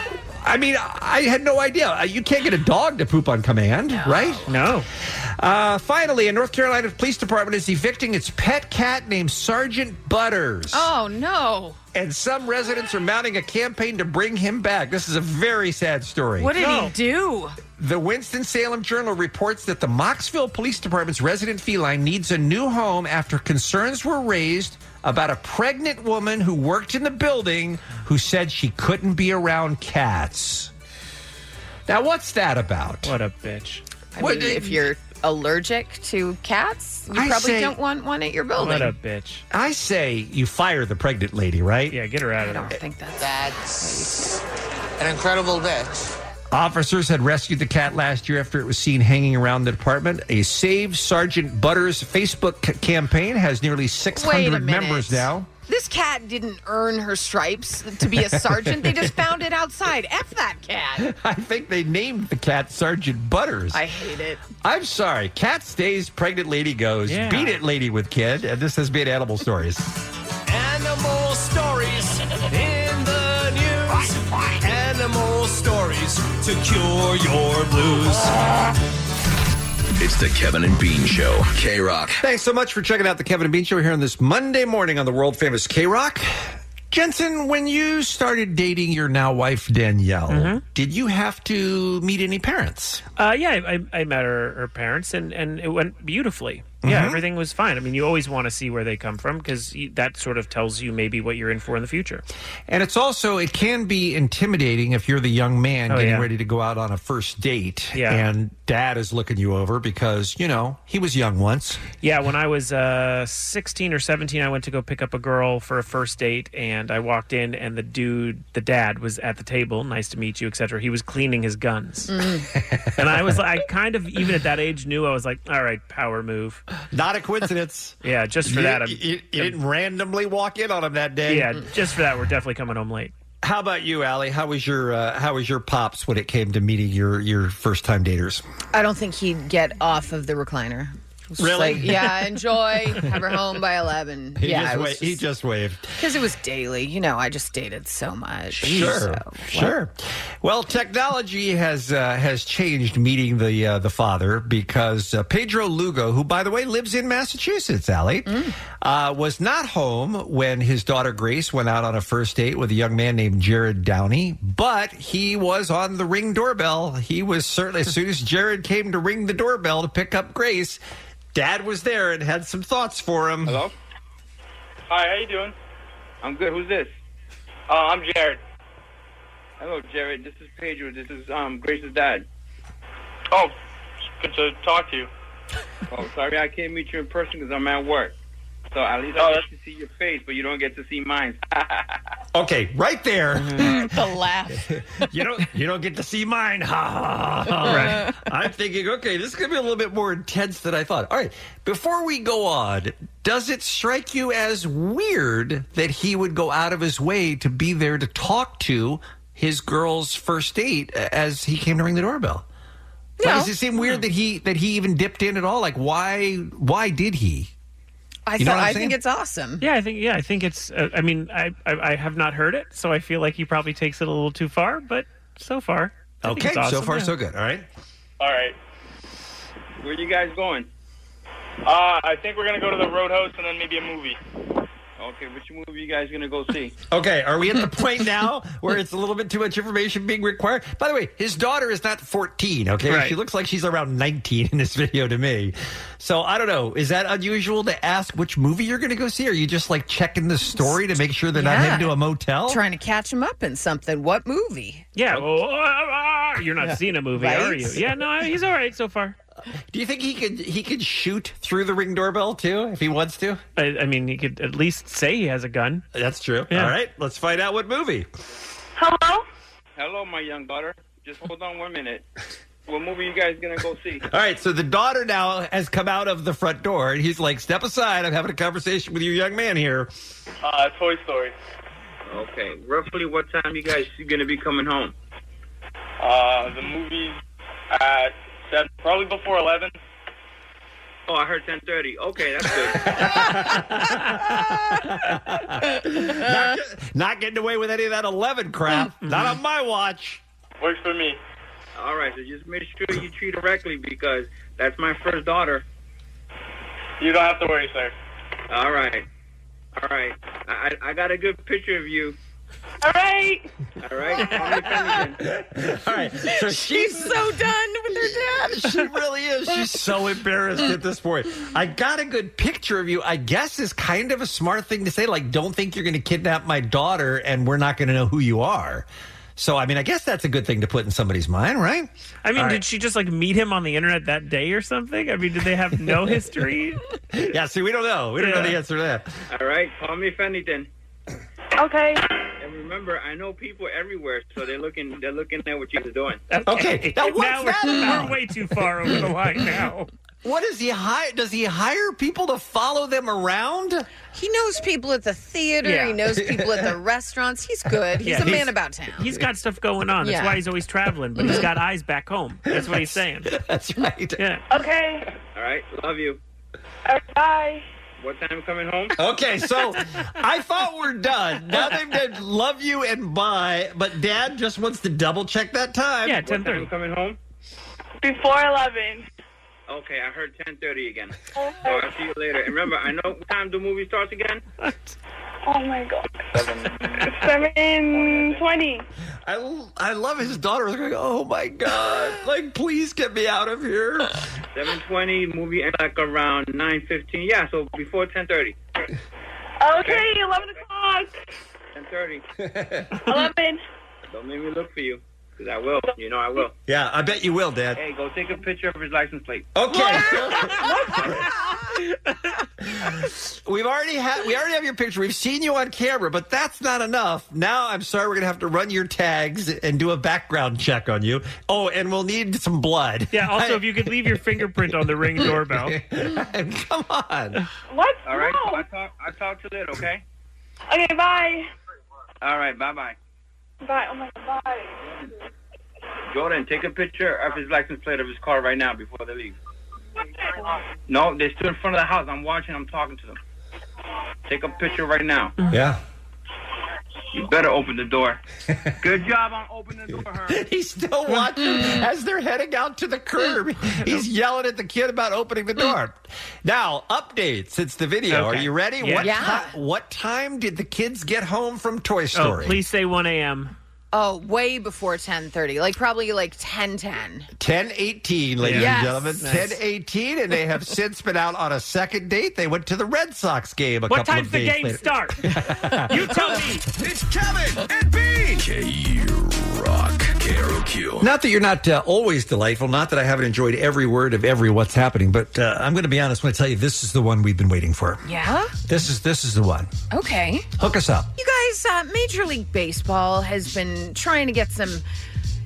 [SPEAKER 11] I mean, I had no idea. Uh, You can't get a dog to poop on command, right?
[SPEAKER 13] No.
[SPEAKER 11] Uh, finally, a North Carolina police department is evicting its pet cat named Sergeant Butters.
[SPEAKER 12] Oh no!
[SPEAKER 11] And some residents are mounting a campaign to bring him back. This is a very sad story.
[SPEAKER 12] What did he do?
[SPEAKER 11] The Winston-Salem Journal reports that the Moxville Police Department's resident feline needs a new home after concerns were raised about a pregnant woman who worked in the building who said she couldn't be around cats. Now, what's that about?
[SPEAKER 13] What a bitch.
[SPEAKER 12] I mean, if you're allergic to cats, you
[SPEAKER 11] I
[SPEAKER 12] probably
[SPEAKER 11] say-
[SPEAKER 12] don't want one at your building.
[SPEAKER 13] bitch.
[SPEAKER 11] I say you fire the pregnant lady, right?
[SPEAKER 13] Yeah, get her out of there.
[SPEAKER 12] I think that's
[SPEAKER 1] That's an incredible bitch.
[SPEAKER 11] Officers had rescued the cat last year after it was seen hanging around the department. A Save Sergeant Butters Facebook c- campaign has nearly 600 members now. <laughs>
[SPEAKER 12] This cat didn't earn her stripes to be a sergeant. they just found it outside. F that cat.
[SPEAKER 11] I think they named the cat Sergeant Butters.
[SPEAKER 12] I hate it.
[SPEAKER 11] I'm sorry. Cat stays, pregnant lady goes.
[SPEAKER 15] Yeah.
[SPEAKER 11] Beat it, lady with kid. And this has been Animal Stories.
[SPEAKER 15] Animal stories in the news. Animal stories to cure your blues.
[SPEAKER 17] It's the Kevin and Bean Show. K Rock.
[SPEAKER 11] Thanks so much for checking out the Kevin and Bean Show here on this Monday morning on the world famous K Rock. Jensen, when you started dating your now wife Danielle, did you have to meet any parents?
[SPEAKER 13] Uh, yeah, I, I I met her, her parents, and, and it went beautifully. Yeah,
[SPEAKER 11] Mhm.
[SPEAKER 13] everything was fine. I mean, you always want to see where they come from because that sort of tells you maybe what you're in for in the future.
[SPEAKER 11] And it's also it can be intimidating if you're the young man
[SPEAKER 13] Oh,
[SPEAKER 11] getting
[SPEAKER 13] yeah.
[SPEAKER 11] ready to go out on a first date
[SPEAKER 13] Yeah.
[SPEAKER 11] and dad is looking you over because, you know, he was young once.
[SPEAKER 13] Yeah, when I was uh, 16 or 17, I went to go pick up a girl for a first date, and I walked in, and the dude, the dad, was at the table. Nice to meet you, etc. He was cleaning his guns, and I was, I kind of even at that age knew I was like, all right, power move.
[SPEAKER 11] Not a coincidence.
[SPEAKER 13] yeah, just for
[SPEAKER 11] You-
[SPEAKER 13] that, um, I'm,
[SPEAKER 11] you- you didn't randomly walk in on him that day.
[SPEAKER 13] Yeah, just for that, we're definitely coming home late.
[SPEAKER 11] How about you, Allie? How was your uh, How was your pops when it came to meeting your your first time daters?
[SPEAKER 12] I don't think he'd get off of the recliner. It was just
[SPEAKER 11] Really?
[SPEAKER 12] like,
[SPEAKER 11] <laughs>
[SPEAKER 12] yeah, enjoy. Have her home by 11.
[SPEAKER 11] He
[SPEAKER 12] yeah,
[SPEAKER 11] just
[SPEAKER 12] it
[SPEAKER 11] wa-
[SPEAKER 12] was
[SPEAKER 11] he just waved.
[SPEAKER 12] Because it was daily. You know, I just dated so much.
[SPEAKER 11] Sure,
[SPEAKER 12] So,
[SPEAKER 11] sure. Well, technology has uh, has changed meeting the uh, the father because uh, Pedro Lugo, who by the way lives in Massachusetts, Allie, uh, was not home when his daughter Grace went out on a first date with a young man named Jared Downey, but he was on the ring doorbell. He was certainly as soon as Jared came to ring the doorbell to pick up Grace, Dad was there and had some thoughts for him. Hello.
[SPEAKER 8] Hi, how you doing? I'm good. Who's this? Uh, I'm Jared. Hello, Jared. This is Pedro. This is um Grace's dad. Oh, good to talk to you. Oh, sorry, I can't meet you in person because I'm at work. So at
[SPEAKER 9] Oh,
[SPEAKER 8] least I get to see your face, but you don't get to see mine.
[SPEAKER 9] <laughs>
[SPEAKER 11] Okay, right there.
[SPEAKER 12] <laughs> the laugh.
[SPEAKER 11] <laughs> you don't you don't get to see mine. <laughs> Ha ha ha, ha. All right. I'm thinking, okay, this is gonna be a little bit more intense than I thought. All right. Before we go on, does it strike you as weird that he would go out of his way to be there to talk to his girl's first date as he came to ring the doorbell? Like, does it seem
[SPEAKER 12] Hmm.
[SPEAKER 11] weird that he that he even dipped in at all? Like why why did he?
[SPEAKER 12] I,
[SPEAKER 11] You know
[SPEAKER 12] thought,
[SPEAKER 11] what I'm
[SPEAKER 12] I
[SPEAKER 11] saying?
[SPEAKER 12] think it's awesome.
[SPEAKER 13] Yeah, I think yeah, I think it's. Uh, I mean, I, I I have not heard it, so I feel like he probably takes it a little too far. But so far, I think
[SPEAKER 11] Okay,
[SPEAKER 13] it's
[SPEAKER 11] so
[SPEAKER 13] awesome,
[SPEAKER 11] far
[SPEAKER 13] yeah.
[SPEAKER 11] so good. All right.
[SPEAKER 8] All right. Where you guys going?
[SPEAKER 9] Uh, I think we're gonna go to the Roadhouse and then maybe a movie.
[SPEAKER 8] Okay, which movie you guys gonna go see?
[SPEAKER 11] Okay,
[SPEAKER 13] <laughs>
[SPEAKER 11] are we at the point now where it's a little bit too much information being required? By the way, his daughter is not 14, okay?
[SPEAKER 13] Right.
[SPEAKER 11] She looks like she's around 19 in this <laughs> video to me. So I don't know. Is that unusual to ask which movie you're going to go see? Are you just like checking the story to make sure they're not
[SPEAKER 12] Yeah.
[SPEAKER 11] heading to a motel?
[SPEAKER 12] Trying to catch him up in something. What movie?
[SPEAKER 13] Yeah. well, ah, ah, you're not seeing a movie, are
[SPEAKER 12] Right?
[SPEAKER 13] you? Yeah. No, I- he's all right so far.
[SPEAKER 11] Do you think he could he could shoot through the ring doorbell too if he wants to?
[SPEAKER 13] I, I mean, he could at least say he has a gun.
[SPEAKER 11] That's true.
[SPEAKER 13] Yeah.
[SPEAKER 11] All right, let's find out what movie.
[SPEAKER 8] Hello. Hello, my young daughter. Just hold on one minute. What movie you guys gonna go see?
[SPEAKER 11] All right, so the daughter now has come out of the front door and he's like, "Step aside, I'm having a conversation with your young man here." <laughs>
[SPEAKER 8] Uh, Toy Story. Okay. Roughly what time you guys gonna be coming home?
[SPEAKER 9] Uh, the movie at seven, probably before eleven.
[SPEAKER 8] Oh, I heard ten thirty. Okay, that's good.
[SPEAKER 11] not, get- not getting away with any of that 11
[SPEAKER 13] Mm-hmm.
[SPEAKER 11] crap. Not on my watch.
[SPEAKER 8] Works for me. Mm-hmm. All right, so just make sure you treat her correctly because that's my first daughter.
[SPEAKER 9] You don't have to worry, sir.
[SPEAKER 8] All right. All right. I, I I got a good picture of you. All right. All right. Call me Pemberton.
[SPEAKER 11] <laughs> All right. So she's
[SPEAKER 12] so done with her dad.
[SPEAKER 11] <laughs> she really is. She's <laughs> so embarrassed at this point. I got a good picture of you. I guess is kind of a smart thing to say. Like, don't think you're going to kidnap my daughter, and we're not going to know who you are. So, I mean, I guess that's a good thing to put in somebody's mind, right?
[SPEAKER 13] I mean,
[SPEAKER 11] All
[SPEAKER 13] did she just like meet him on the internet that day or something? I mean, did they have
[SPEAKER 11] <laughs>
[SPEAKER 13] no history?
[SPEAKER 11] yeah. See, we don't know. We don't know
[SPEAKER 13] Yeah.
[SPEAKER 11] the answer to that.
[SPEAKER 8] All right. Call me if anything.
[SPEAKER 9] Okay.
[SPEAKER 8] And remember, I know people everywhere, so they're looking. They're looking at what you're doing.
[SPEAKER 11] <laughs> Okay, now what's
[SPEAKER 13] now
[SPEAKER 11] that
[SPEAKER 13] we're,
[SPEAKER 11] about?
[SPEAKER 13] we're way too far over the line now.
[SPEAKER 11] What is he hire? Does he hire people to follow them around?
[SPEAKER 12] He knows people at the theater.
[SPEAKER 13] Yeah.
[SPEAKER 12] He knows
[SPEAKER 11] <laughs>
[SPEAKER 12] people at the restaurants. He's good. <laughs> He's
[SPEAKER 13] Yeah,
[SPEAKER 12] a man about town.
[SPEAKER 13] He's got stuff going on. That's
[SPEAKER 12] Yeah.
[SPEAKER 13] why he's always traveling, but he's got eyes back home. That's what he's saying.
[SPEAKER 11] <laughs> That's right.
[SPEAKER 13] Yeah.
[SPEAKER 8] Okay. All right. Love you. Bye. What time you coming home?
[SPEAKER 11] Okay, <laughs> so I thought we're done. Now they've done love you and bye, Eh, but Dad just wants to double check that time.
[SPEAKER 8] What time you coming home?
[SPEAKER 9] Before eleven.
[SPEAKER 8] Okay, I heard 10:30
[SPEAKER 9] <laughs>
[SPEAKER 8] again. So I'll see you later. And remember, I know what time the movie starts again.
[SPEAKER 9] Oh my god. Seven twenty.
[SPEAKER 11] I, I love his daughter. was going, oh my God. Like, please get me out of here.
[SPEAKER 8] 7:20 movie ends like around 9:15. Yeah, so before 10:30.
[SPEAKER 9] Okay, eleven o'clock.
[SPEAKER 8] 10:30.
[SPEAKER 9] Eleven.
[SPEAKER 8] Don't make me look for you, cause I will. You know I will.
[SPEAKER 11] Yeah, I bet you will, Dad.
[SPEAKER 8] Hey, go take a picture of his license plate.
[SPEAKER 11] Okay. We've already had we already have your picture. We've seen you on camera, but that's not enough. Now I'm sorry we're gonna have to run your tags and do a background check on you. Oh, and we'll need some blood.
[SPEAKER 13] Yeah. Also,
[SPEAKER 11] I-
[SPEAKER 13] if you could leave your fingerprint on the
[SPEAKER 11] <laughs>
[SPEAKER 13] ring doorbell. Oh,
[SPEAKER 11] Come on.
[SPEAKER 8] <laughs>
[SPEAKER 9] What?
[SPEAKER 8] All right.
[SPEAKER 9] No.
[SPEAKER 8] I talk. I talk to you later. Okay.
[SPEAKER 9] Okay, bye.
[SPEAKER 8] All right. Bye bye.
[SPEAKER 23] Bye. Oh my God. Bye.
[SPEAKER 8] Jordan, take a picture of his license plate of his car right now before they leave. No, they're still in front of the house. I'm watching. I'm talking to them. Take a picture right now.
[SPEAKER 11] Yeah.
[SPEAKER 8] You better open the door. Good job on opening the door.
[SPEAKER 11] <laughs> He's still watching <laughs> as they're heading out to the curb.
[SPEAKER 13] <laughs>
[SPEAKER 11] He's yelling at the kid about opening the door. Now, update since the video.
[SPEAKER 13] Okay.
[SPEAKER 11] Are you ready?
[SPEAKER 13] Yeah.
[SPEAKER 11] What,
[SPEAKER 13] Yeah.
[SPEAKER 11] ti- what time did the kids get home from Toy
[SPEAKER 13] Oh,
[SPEAKER 11] Story?
[SPEAKER 13] please say 1 a.m.
[SPEAKER 12] Oh, way before ten thirty. Like probably like ten ten.
[SPEAKER 11] 1018, ladies
[SPEAKER 12] Yes.
[SPEAKER 11] and gentlemen.
[SPEAKER 12] Nice.
[SPEAKER 11] 1018, and
[SPEAKER 13] <laughs>
[SPEAKER 11] they have since been out on a second date. They went to the Red Sox game a
[SPEAKER 15] What
[SPEAKER 11] couple
[SPEAKER 15] time's
[SPEAKER 11] of
[SPEAKER 15] the
[SPEAKER 11] days
[SPEAKER 15] game
[SPEAKER 11] later. <laughs>
[SPEAKER 15] start? you tell me. It's Kevin and
[SPEAKER 17] K Rock. K R O Q.
[SPEAKER 11] Not that you're not uh, always delightful, not that I haven't enjoyed every word of every what's happening, but uh, I'm going to be honest when I tell you this is the one we've been waiting for.
[SPEAKER 12] Yeah.
[SPEAKER 11] This is this is the one.
[SPEAKER 12] Okay.
[SPEAKER 11] Hook us up.
[SPEAKER 12] You guys, uh, Major League Baseball has been trying to get some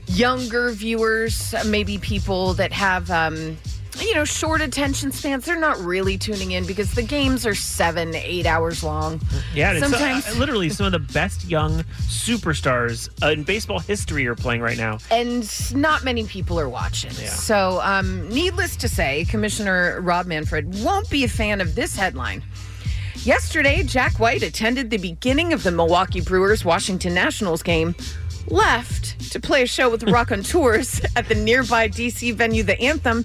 [SPEAKER 12] younger viewers, uh, maybe people that have, um, you know, short attention spans. They're not really tuning in because the games are seven, eight hours long.
[SPEAKER 13] Yeah, and it's, uh,
[SPEAKER 12] sometimes.
[SPEAKER 13] literally some of the best young superstars uh, in baseball history are playing right now.
[SPEAKER 12] and not many people are watching.
[SPEAKER 13] Yeah.
[SPEAKER 12] So, um, needless to say, Commissioner Rob Manfred won't be a fan of this headline. Yesterday, Jack White attended the beginning of the Milwaukee Brewers Washington Nationals game, left to play a show
[SPEAKER 13] <laughs>
[SPEAKER 12] with the Rock on Tours at the nearby DC venue, The Anthem,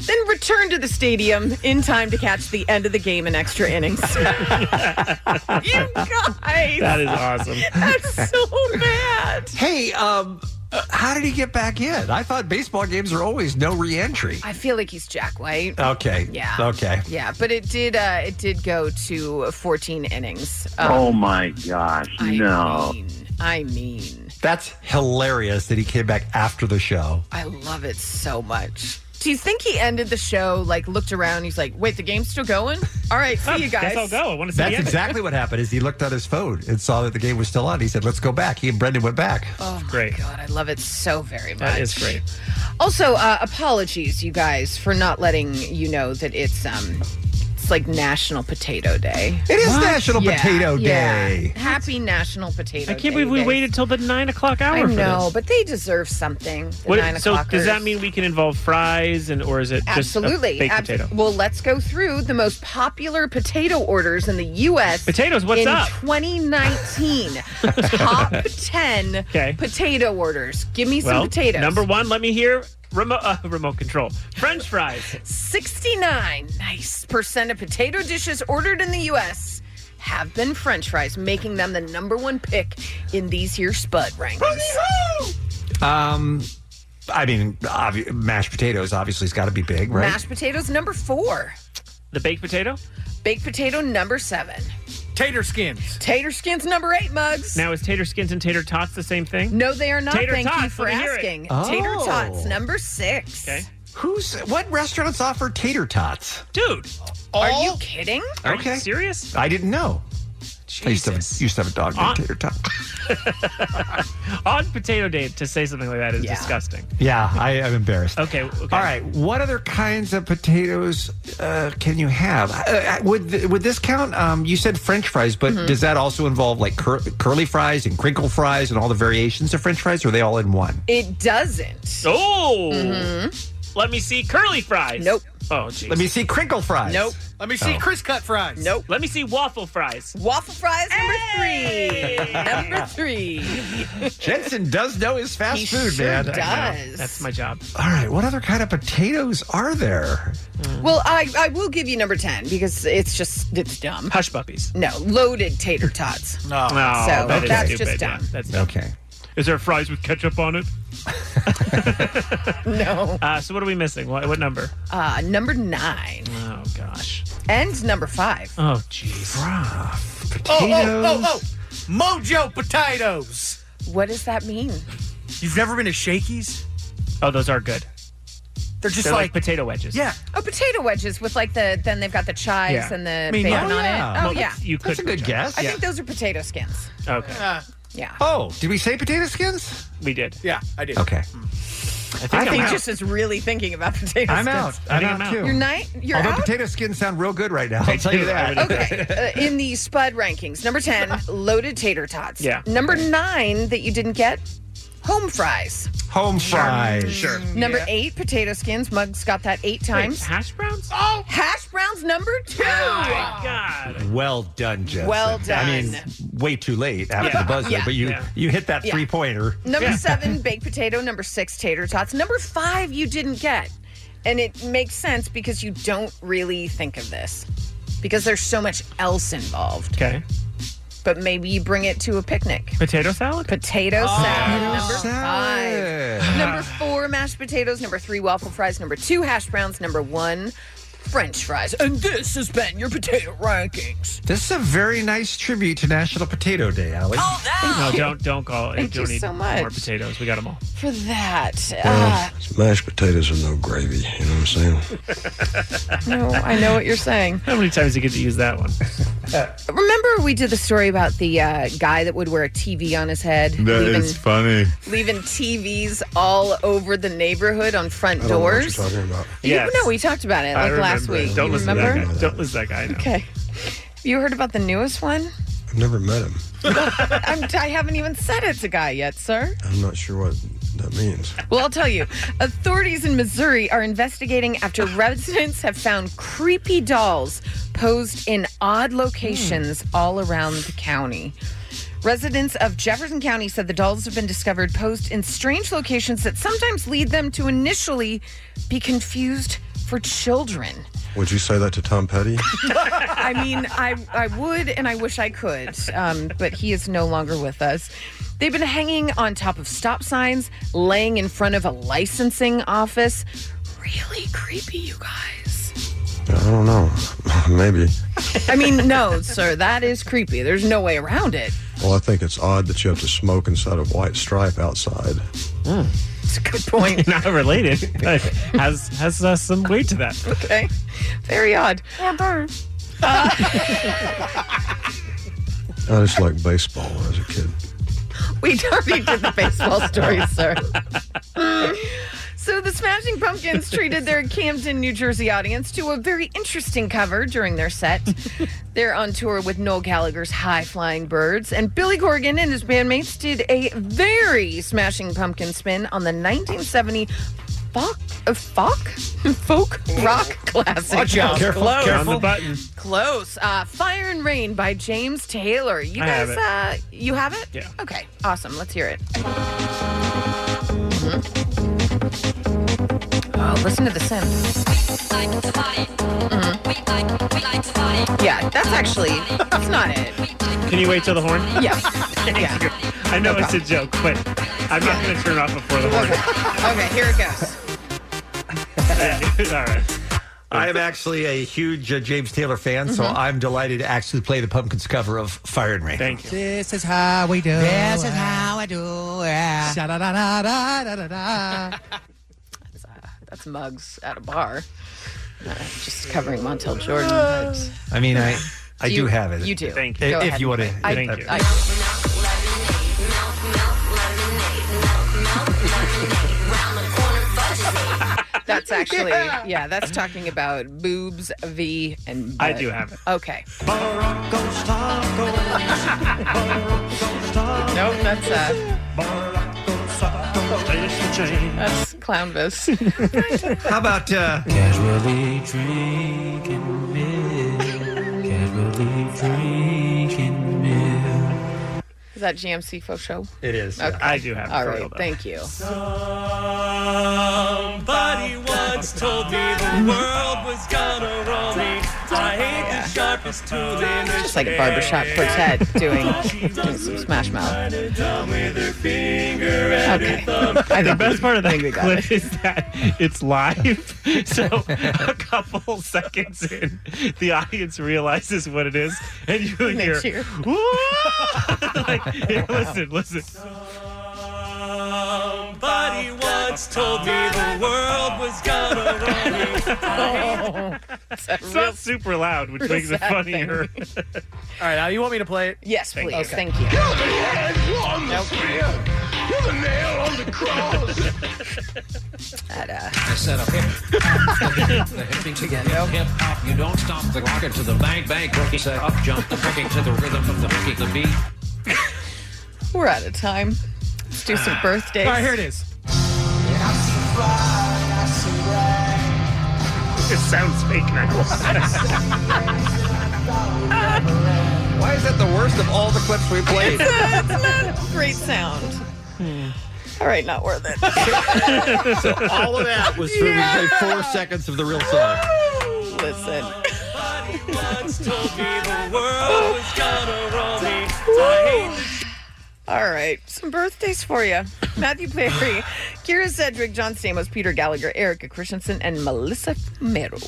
[SPEAKER 12] then returned to the stadium in time to catch the end of the game in
[SPEAKER 13] <laughs>
[SPEAKER 12] extra innings. you guys!
[SPEAKER 13] That is awesome.
[SPEAKER 12] <laughs>
[SPEAKER 11] <laughs>
[SPEAKER 12] That's so bad.
[SPEAKER 11] Hey, um, uh, how did he get back in? I thought baseball games are always no reentry.
[SPEAKER 12] I feel like he's Jack White.
[SPEAKER 11] Okay.
[SPEAKER 12] Yeah.
[SPEAKER 11] Okay.
[SPEAKER 12] Yeah, but it did. Uh, it did go to 14 innings. Um,
[SPEAKER 11] oh my gosh! no,
[SPEAKER 12] I mean,
[SPEAKER 11] that's hilarious that he came back after the show.
[SPEAKER 12] I love it so much. Do you think he ended the show like looked around? He's like, "Wait, the game's still going. All right, see
[SPEAKER 13] <laughs>
[SPEAKER 12] you guys.
[SPEAKER 11] That's exactly what happened. Is he looked on his phone and saw that the game was still on. He said, "Let's go back." He and Brendan went back.
[SPEAKER 12] Oh my
[SPEAKER 13] Great.
[SPEAKER 12] god, I love it so very much.
[SPEAKER 13] That is great.
[SPEAKER 12] Also, uh, apologies, you guys, for not letting you know that it's um, it's like National Potato Day.
[SPEAKER 11] It is National Potato
[SPEAKER 12] yeah.
[SPEAKER 11] Day.
[SPEAKER 12] Happy National Potato.
[SPEAKER 13] I can't
[SPEAKER 12] Day,
[SPEAKER 13] believe we
[SPEAKER 12] guys.
[SPEAKER 13] waited till the nine o'clock hour.
[SPEAKER 12] I
[SPEAKER 13] for
[SPEAKER 12] know,
[SPEAKER 13] this.
[SPEAKER 12] but they deserve something. The
[SPEAKER 13] What-
[SPEAKER 12] nine
[SPEAKER 13] so
[SPEAKER 12] o'clock.
[SPEAKER 13] does that mean we can involve fries and or is it just a
[SPEAKER 12] Absolutely.
[SPEAKER 13] baked
[SPEAKER 12] Abs-
[SPEAKER 13] <laughs> potato?
[SPEAKER 12] Well, let's go through the most popular potato orders in the U.S.
[SPEAKER 13] Potatoes, what's
[SPEAKER 12] in
[SPEAKER 13] up? <laughs>
[SPEAKER 12] 2019. Top 10 potato orders. Give me some
[SPEAKER 13] well,
[SPEAKER 12] potatoes.
[SPEAKER 13] Number one, let me hear remote uh, remote control. French fries.
[SPEAKER 12] 69 nice percent of potato dishes ordered in the U.S. have been French fries, making them the number one pick in these here Spud rankings.
[SPEAKER 11] Um, I mean, obvi- mashed potatoes obviously has got to be big, right?
[SPEAKER 12] Mashed potatoes number four.
[SPEAKER 13] The baked potato.
[SPEAKER 12] Baked potato number seven.
[SPEAKER 13] Tater skins.
[SPEAKER 12] Tater skins number eight mugs.
[SPEAKER 13] Now is tater skins and tater tots the same thing?
[SPEAKER 12] No, they are not.
[SPEAKER 13] Tater
[SPEAKER 12] Thank you
[SPEAKER 13] tots,
[SPEAKER 12] for
[SPEAKER 13] let me hear it.
[SPEAKER 12] asking.
[SPEAKER 13] Oh.
[SPEAKER 12] Tater tots number six. Okay.
[SPEAKER 11] Who's what restaurants offer tater tots?
[SPEAKER 13] Dude,
[SPEAKER 12] are you kidding?
[SPEAKER 11] Are you Okay.
[SPEAKER 13] serious?
[SPEAKER 11] I didn't know. I used to, have, used to have a dog named
[SPEAKER 13] Uh,
[SPEAKER 11] Tater Tot.
[SPEAKER 13] On potato day to say something like that is disgusting.
[SPEAKER 11] Yeah, I am embarrassed.
[SPEAKER 13] Okay, okay.
[SPEAKER 11] All right. What other kinds of potatoes uh, can you have? Uh, Uh, would th- would this count? Um, you said French fries, but
[SPEAKER 12] Mhm.
[SPEAKER 11] does that also involve like cur- curly fries and crinkle fries and all the variations of French fries? Or are they all in one?
[SPEAKER 12] It doesn't.
[SPEAKER 13] Oh.
[SPEAKER 12] Mhm.
[SPEAKER 13] Let me see curly fries. Nope. Oh, jeez.
[SPEAKER 11] Let me see crinkle fries.
[SPEAKER 13] Nope.
[SPEAKER 7] Let me see
[SPEAKER 13] Oh.
[SPEAKER 7] Chris cut fries.
[SPEAKER 12] Nope.
[SPEAKER 13] Let me see waffle fries.
[SPEAKER 12] Waffle fries number three. number three.
[SPEAKER 11] Jensen does know his fast
[SPEAKER 12] He
[SPEAKER 11] food,
[SPEAKER 12] sure
[SPEAKER 11] man.
[SPEAKER 12] does.
[SPEAKER 13] That's my job.
[SPEAKER 12] Oh,
[SPEAKER 11] All right. What other kind of potatoes are there?
[SPEAKER 12] Well, I, I will give you number 10 because it's just, it's dumb.
[SPEAKER 13] Hush puppies.
[SPEAKER 12] No, loaded tater tots.
[SPEAKER 13] No, Oh,
[SPEAKER 12] So
[SPEAKER 13] that is
[SPEAKER 12] that's
[SPEAKER 13] stupid.
[SPEAKER 12] just dumb.
[SPEAKER 13] Yeah, that's
[SPEAKER 11] okay.
[SPEAKER 13] Is there fries with ketchup on it?
[SPEAKER 12] <laughs> no.
[SPEAKER 13] Uh, so what are we missing? What, what number?
[SPEAKER 12] Uh, number nine
[SPEAKER 13] Oh gosh.
[SPEAKER 12] and number five.
[SPEAKER 13] Oh jeez.
[SPEAKER 7] Oh, oh, oh, oh. Mojo potatoes.
[SPEAKER 12] What does that mean?
[SPEAKER 7] You've never been to Shakey's?
[SPEAKER 13] Oh, those are good.
[SPEAKER 7] They're just
[SPEAKER 13] They're like
[SPEAKER 7] like,
[SPEAKER 13] potato wedges.
[SPEAKER 7] Yeah.
[SPEAKER 12] Oh, potato wedges with like the, then they've got the chives
[SPEAKER 13] Yeah.
[SPEAKER 12] and the
[SPEAKER 13] I mean,
[SPEAKER 12] bacon
[SPEAKER 13] yeah.
[SPEAKER 12] on
[SPEAKER 13] Yeah.
[SPEAKER 12] it. Oh,
[SPEAKER 13] Well,
[SPEAKER 12] yeah.
[SPEAKER 13] you That's could- a good guess.
[SPEAKER 12] I
[SPEAKER 13] Yeah.
[SPEAKER 12] think those are potato skins.
[SPEAKER 13] Okay.
[SPEAKER 12] Yeah.
[SPEAKER 11] Oh, did we say potato skins?
[SPEAKER 13] We did.
[SPEAKER 7] Yeah, I did.
[SPEAKER 11] Okay. think
[SPEAKER 12] I
[SPEAKER 11] I'm
[SPEAKER 12] think
[SPEAKER 11] out.
[SPEAKER 12] just is really thinking about potato
[SPEAKER 11] I'm
[SPEAKER 12] skins.
[SPEAKER 11] out. I'm out, too.
[SPEAKER 12] You're night. You're
[SPEAKER 11] Although
[SPEAKER 12] out.
[SPEAKER 11] potato skins sound real good right now, I'll tell you <laughs> that.
[SPEAKER 12] Okay, uh, in the Spud rankings, number ten,
[SPEAKER 11] <laughs>
[SPEAKER 12] loaded tater tots.
[SPEAKER 11] Yeah.
[SPEAKER 12] Number nine that you didn't get, home fries.
[SPEAKER 11] Home fries.
[SPEAKER 5] Sure.
[SPEAKER 12] Number eight, potato skins. Muggs got that eight times.
[SPEAKER 13] hash browns.
[SPEAKER 12] Oh, hash browns number two.
[SPEAKER 11] Well done, Jess.
[SPEAKER 12] Well
[SPEAKER 11] I mean,
[SPEAKER 12] done.
[SPEAKER 11] way too late after
[SPEAKER 12] Yeah.
[SPEAKER 11] the buzzer,
[SPEAKER 12] Yeah.
[SPEAKER 11] but you
[SPEAKER 12] Yeah.
[SPEAKER 11] you hit that
[SPEAKER 12] Yeah.
[SPEAKER 11] three pointer.
[SPEAKER 12] Number seven, baked potato. Number six, tater tots. Number five, you didn't get. And it makes sense because you don't really think of this because there's so much else involved.
[SPEAKER 13] Okay.
[SPEAKER 12] But maybe you bring it to a picnic.
[SPEAKER 13] Potato salad. Oh.
[SPEAKER 12] Potato salad. number five.
[SPEAKER 13] salad.
[SPEAKER 12] Number four, mashed potatoes. Number three, waffle fries. Number two, hash browns. Number one, French fries. And this has been your potato rankings.
[SPEAKER 11] This is a very nice tribute to National Potato Day, Allie.
[SPEAKER 12] Oh, no.
[SPEAKER 13] No, don't don't call. it.
[SPEAKER 12] Thank
[SPEAKER 13] don't
[SPEAKER 12] you
[SPEAKER 13] need
[SPEAKER 12] so
[SPEAKER 13] more
[SPEAKER 12] much.
[SPEAKER 13] potatoes. We got them all.
[SPEAKER 12] For that.
[SPEAKER 10] Well, mashed potatoes are no gravy. You know what I'm saying?
[SPEAKER 12] Ah, no, I know what you're
[SPEAKER 13] <laughs>
[SPEAKER 12] saying.
[SPEAKER 13] How many times do you get to use that one?
[SPEAKER 12] Remember, we did the story about the uh, guy that would wear a TV on his head, leaving,
[SPEAKER 16] funny.
[SPEAKER 12] leaving TVs all over the neighborhood on front
[SPEAKER 16] I don't know what
[SPEAKER 12] doors.
[SPEAKER 16] you're talking about.
[SPEAKER 12] You-
[SPEAKER 16] Yes.
[SPEAKER 12] no, we talked about it
[SPEAKER 16] I
[SPEAKER 12] like last
[SPEAKER 16] remember.
[SPEAKER 12] week.
[SPEAKER 16] Don't
[SPEAKER 12] You
[SPEAKER 16] listen to that
[SPEAKER 12] remember?
[SPEAKER 16] guy.
[SPEAKER 13] Don't listen to that guy. now.
[SPEAKER 12] Okay. You heard about the
[SPEAKER 16] <laughs>
[SPEAKER 12] newest one?
[SPEAKER 10] I've never met him.
[SPEAKER 12] I'm, I haven't even said it's a guy yet, sir.
[SPEAKER 10] I'm not sure what that means.
[SPEAKER 12] Well, I'll tell you. Authorities in Missouri are investigating after residents have found creepy dolls posed in odd locations all around the county. Residents of Jefferson County said the dolls have been discovered posed in strange locations that sometimes lead them to initially be confused for children.
[SPEAKER 10] Would you say that to Tom Petty?
[SPEAKER 12] I mean, I I would, and I wish I could, um, but he is no longer with us. They've been hanging on top of stop signs, laying in front of a licensing office. Really creepy, you guys.
[SPEAKER 10] I don't know. <laughs> Maybe.
[SPEAKER 12] I mean, no, sir, that is creepy. There's no way around it.
[SPEAKER 10] Well, I think it's odd that you have to smoke inside of white stripe outside.
[SPEAKER 12] It's a good point.
[SPEAKER 13] <laughs> Not related, but has has uh, some weight to that.
[SPEAKER 12] Okay, very odd. Or burn. Uh,
[SPEAKER 10] I just like baseball as a kid.
[SPEAKER 12] <laughs> We already did <laughs> the baseball story, sir. <laughs> So the Smashing Pumpkins treated their Camden, New Jersey audience to a very interesting cover during their set. They're on tour with Noel Gallagher's High Flying Birds, and Billy Corgan and his bandmates did a very Smashing Pumpkin spin on the 1970 folk, uh, folk, <laughs> folk rock classic.
[SPEAKER 13] Watch out. Careful,
[SPEAKER 12] Close.
[SPEAKER 13] careful. On the button.
[SPEAKER 12] Close. Uh, Fire and Rain by James Taylor. You
[SPEAKER 13] I
[SPEAKER 12] guys,
[SPEAKER 13] have
[SPEAKER 12] uh, you have it?
[SPEAKER 13] Yeah.
[SPEAKER 12] Okay. Awesome. Let's hear it. Oh, listen to the sound. Yeah, that's actually that's not it.
[SPEAKER 13] Can you wait till the horn?
[SPEAKER 12] Yeah.
[SPEAKER 13] Yeah. I know it's a joke, but I'm not going to turn it off before the horn.
[SPEAKER 12] Okay, here it goes.
[SPEAKER 11] <laughs>
[SPEAKER 12] <laughs>
[SPEAKER 13] All right.
[SPEAKER 11] I'm actually a huge uh, James Taylor fan, so
[SPEAKER 12] Mm-hmm.
[SPEAKER 5] Mhm.
[SPEAKER 11] I'm delighted to actually play the Pumpkins cover of Fire and Rain. Thank you.
[SPEAKER 5] This is how we do.
[SPEAKER 11] This is
[SPEAKER 5] how I do. Yeah.
[SPEAKER 12] Sha-da-da-da-da-da-da. That's, uh, That's mugs at a bar. Uh, just covering Montel Jordan. but-
[SPEAKER 11] I mean,
[SPEAKER 12] <laughs>
[SPEAKER 11] I I
[SPEAKER 12] You-
[SPEAKER 11] do have it.
[SPEAKER 12] You do.
[SPEAKER 11] Thank
[SPEAKER 12] Go
[SPEAKER 11] If,
[SPEAKER 12] ahead
[SPEAKER 11] you
[SPEAKER 12] and
[SPEAKER 11] want to.
[SPEAKER 12] play. I, I, that's actually, <laughs> yeah. that's talking about boobs, V, and
[SPEAKER 13] I
[SPEAKER 12] butt.
[SPEAKER 13] do have it.
[SPEAKER 12] Okay. nope, that's uh, that's
[SPEAKER 15] <laughs>
[SPEAKER 12] Clownvis.
[SPEAKER 11] How about uh,
[SPEAKER 15] Casually drinking milk. Casually drinking milk.
[SPEAKER 12] Is that GMC for show?
[SPEAKER 11] It is.
[SPEAKER 12] Okay.
[SPEAKER 13] I do have it
[SPEAKER 12] All
[SPEAKER 13] for
[SPEAKER 12] right,
[SPEAKER 13] real, though.
[SPEAKER 12] thank you.
[SPEAKER 15] Somebody once told me the world was gonna roll me. I hate the sharpest tool in the
[SPEAKER 12] Just like a barbershop quartet doing, doing some Smash Mouth. Okay. I
[SPEAKER 13] the
[SPEAKER 12] think
[SPEAKER 13] best part of
[SPEAKER 12] I
[SPEAKER 13] that
[SPEAKER 12] think we got
[SPEAKER 13] clip <laughs> is that it's live. <laughs> So a couple seconds in, the audience realizes what it is, and you
[SPEAKER 15] And they
[SPEAKER 13] hear,
[SPEAKER 15] cheer.
[SPEAKER 13] "Woo!" like,
[SPEAKER 12] <laughs>
[SPEAKER 13] here, <laughs> listen, listen.
[SPEAKER 15] Somebody once told me the world was gonna roll me. I hate-
[SPEAKER 13] It's not super loud, which
[SPEAKER 15] real
[SPEAKER 13] makes it
[SPEAKER 15] sad
[SPEAKER 7] <laughs>
[SPEAKER 13] funnier.
[SPEAKER 7] All right, now you want me to play it?
[SPEAKER 12] Yes, please.
[SPEAKER 7] Okay.
[SPEAKER 12] Thank you.
[SPEAKER 7] Nope.
[SPEAKER 15] With a nail on the cross.
[SPEAKER 26] I set up hip hop, the hippie to get hip hop. You don't stop the rocket to the bang bang rookie set up jump the cooking to the rhythm of the cookie the beat.
[SPEAKER 12] We're out of time. Let's do some birthdays.
[SPEAKER 18] All right, here it is.
[SPEAKER 15] It sounds fake now.
[SPEAKER 11] Why is that the worst of all the clips we played?
[SPEAKER 12] It's not a great sound. All right, not worth it.
[SPEAKER 27] so all of that was for we played four seconds of the real song.
[SPEAKER 12] Listen. <sighs> All right, some birthdays for you. Matthew Perry, Kira Sedgwick, John Stamos, Peter Gallagher, Erica Christensen, and Melissa Mero.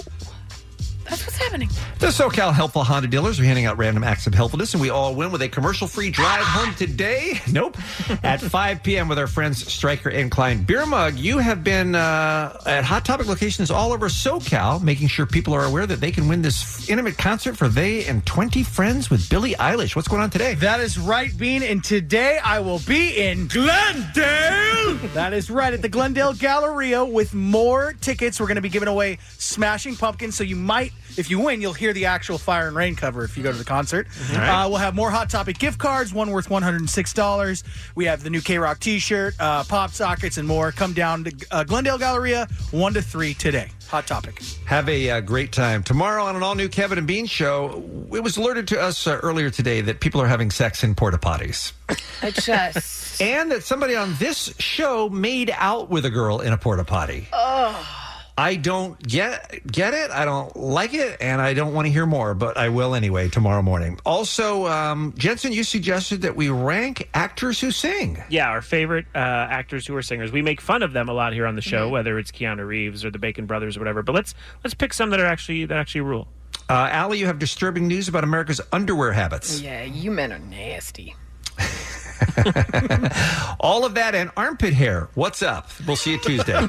[SPEAKER 12] That's what's happening.
[SPEAKER 11] The SoCal Helpful Honda dealers are handing out random acts of helpfulness, and we all win with a commercial free drive home today. <laughs> Nope. at 5 p.m. with our friends Stryker and Klein Beer Mug. You have been uh, at Hot Topic locations all over SoCal, making sure people are aware that they can win this intimate concert for They and 20 Friends with Billie Eilish. What's going on today?
[SPEAKER 18] That is right, Bean. And today I will be in Glendale. that is right at the Glendale Galleria with more tickets. We're going to be giving away Smashing Pumpkins. So you might, if you win, you'll hear the actual Fire and Rain cover if you go to the concert.
[SPEAKER 15] All right.
[SPEAKER 18] Uh, we'll have more Hot Topic gift cards, one worth $106. We have the new K Rock t shirt, uh, pop sockets, and more. Come down to uh, Glendale Galleria, 1 to 3 today. Hot Topic.
[SPEAKER 11] Have a uh, great time. Tomorrow on an all new Kevin and Bean show, it was alerted to us uh, earlier today that people are having sex in porta potties.
[SPEAKER 12] I just.
[SPEAKER 11] and that somebody on this show made out with a girl in a porta potty.
[SPEAKER 12] Oh.
[SPEAKER 11] I don't get get it. I don't like it, and I don't want to hear more. But I will anyway tomorrow morning. Also, um, Jensen, you suggested that we rank actors who sing.
[SPEAKER 13] Yeah, our favorite uh, actors who are singers. We make fun of them a lot here on the
[SPEAKER 7] Mm-hmm.
[SPEAKER 13] show, whether it's Keanu Reeves or the Bacon Brothers or whatever. But let's let's pick some that are actually that actually rule.
[SPEAKER 11] Uh, Allie, you have disturbing news about America's underwear habits.
[SPEAKER 12] Oh, Yeah, you men are nasty.
[SPEAKER 11] All of that and armpit hair. What's up? We'll see you Tuesday.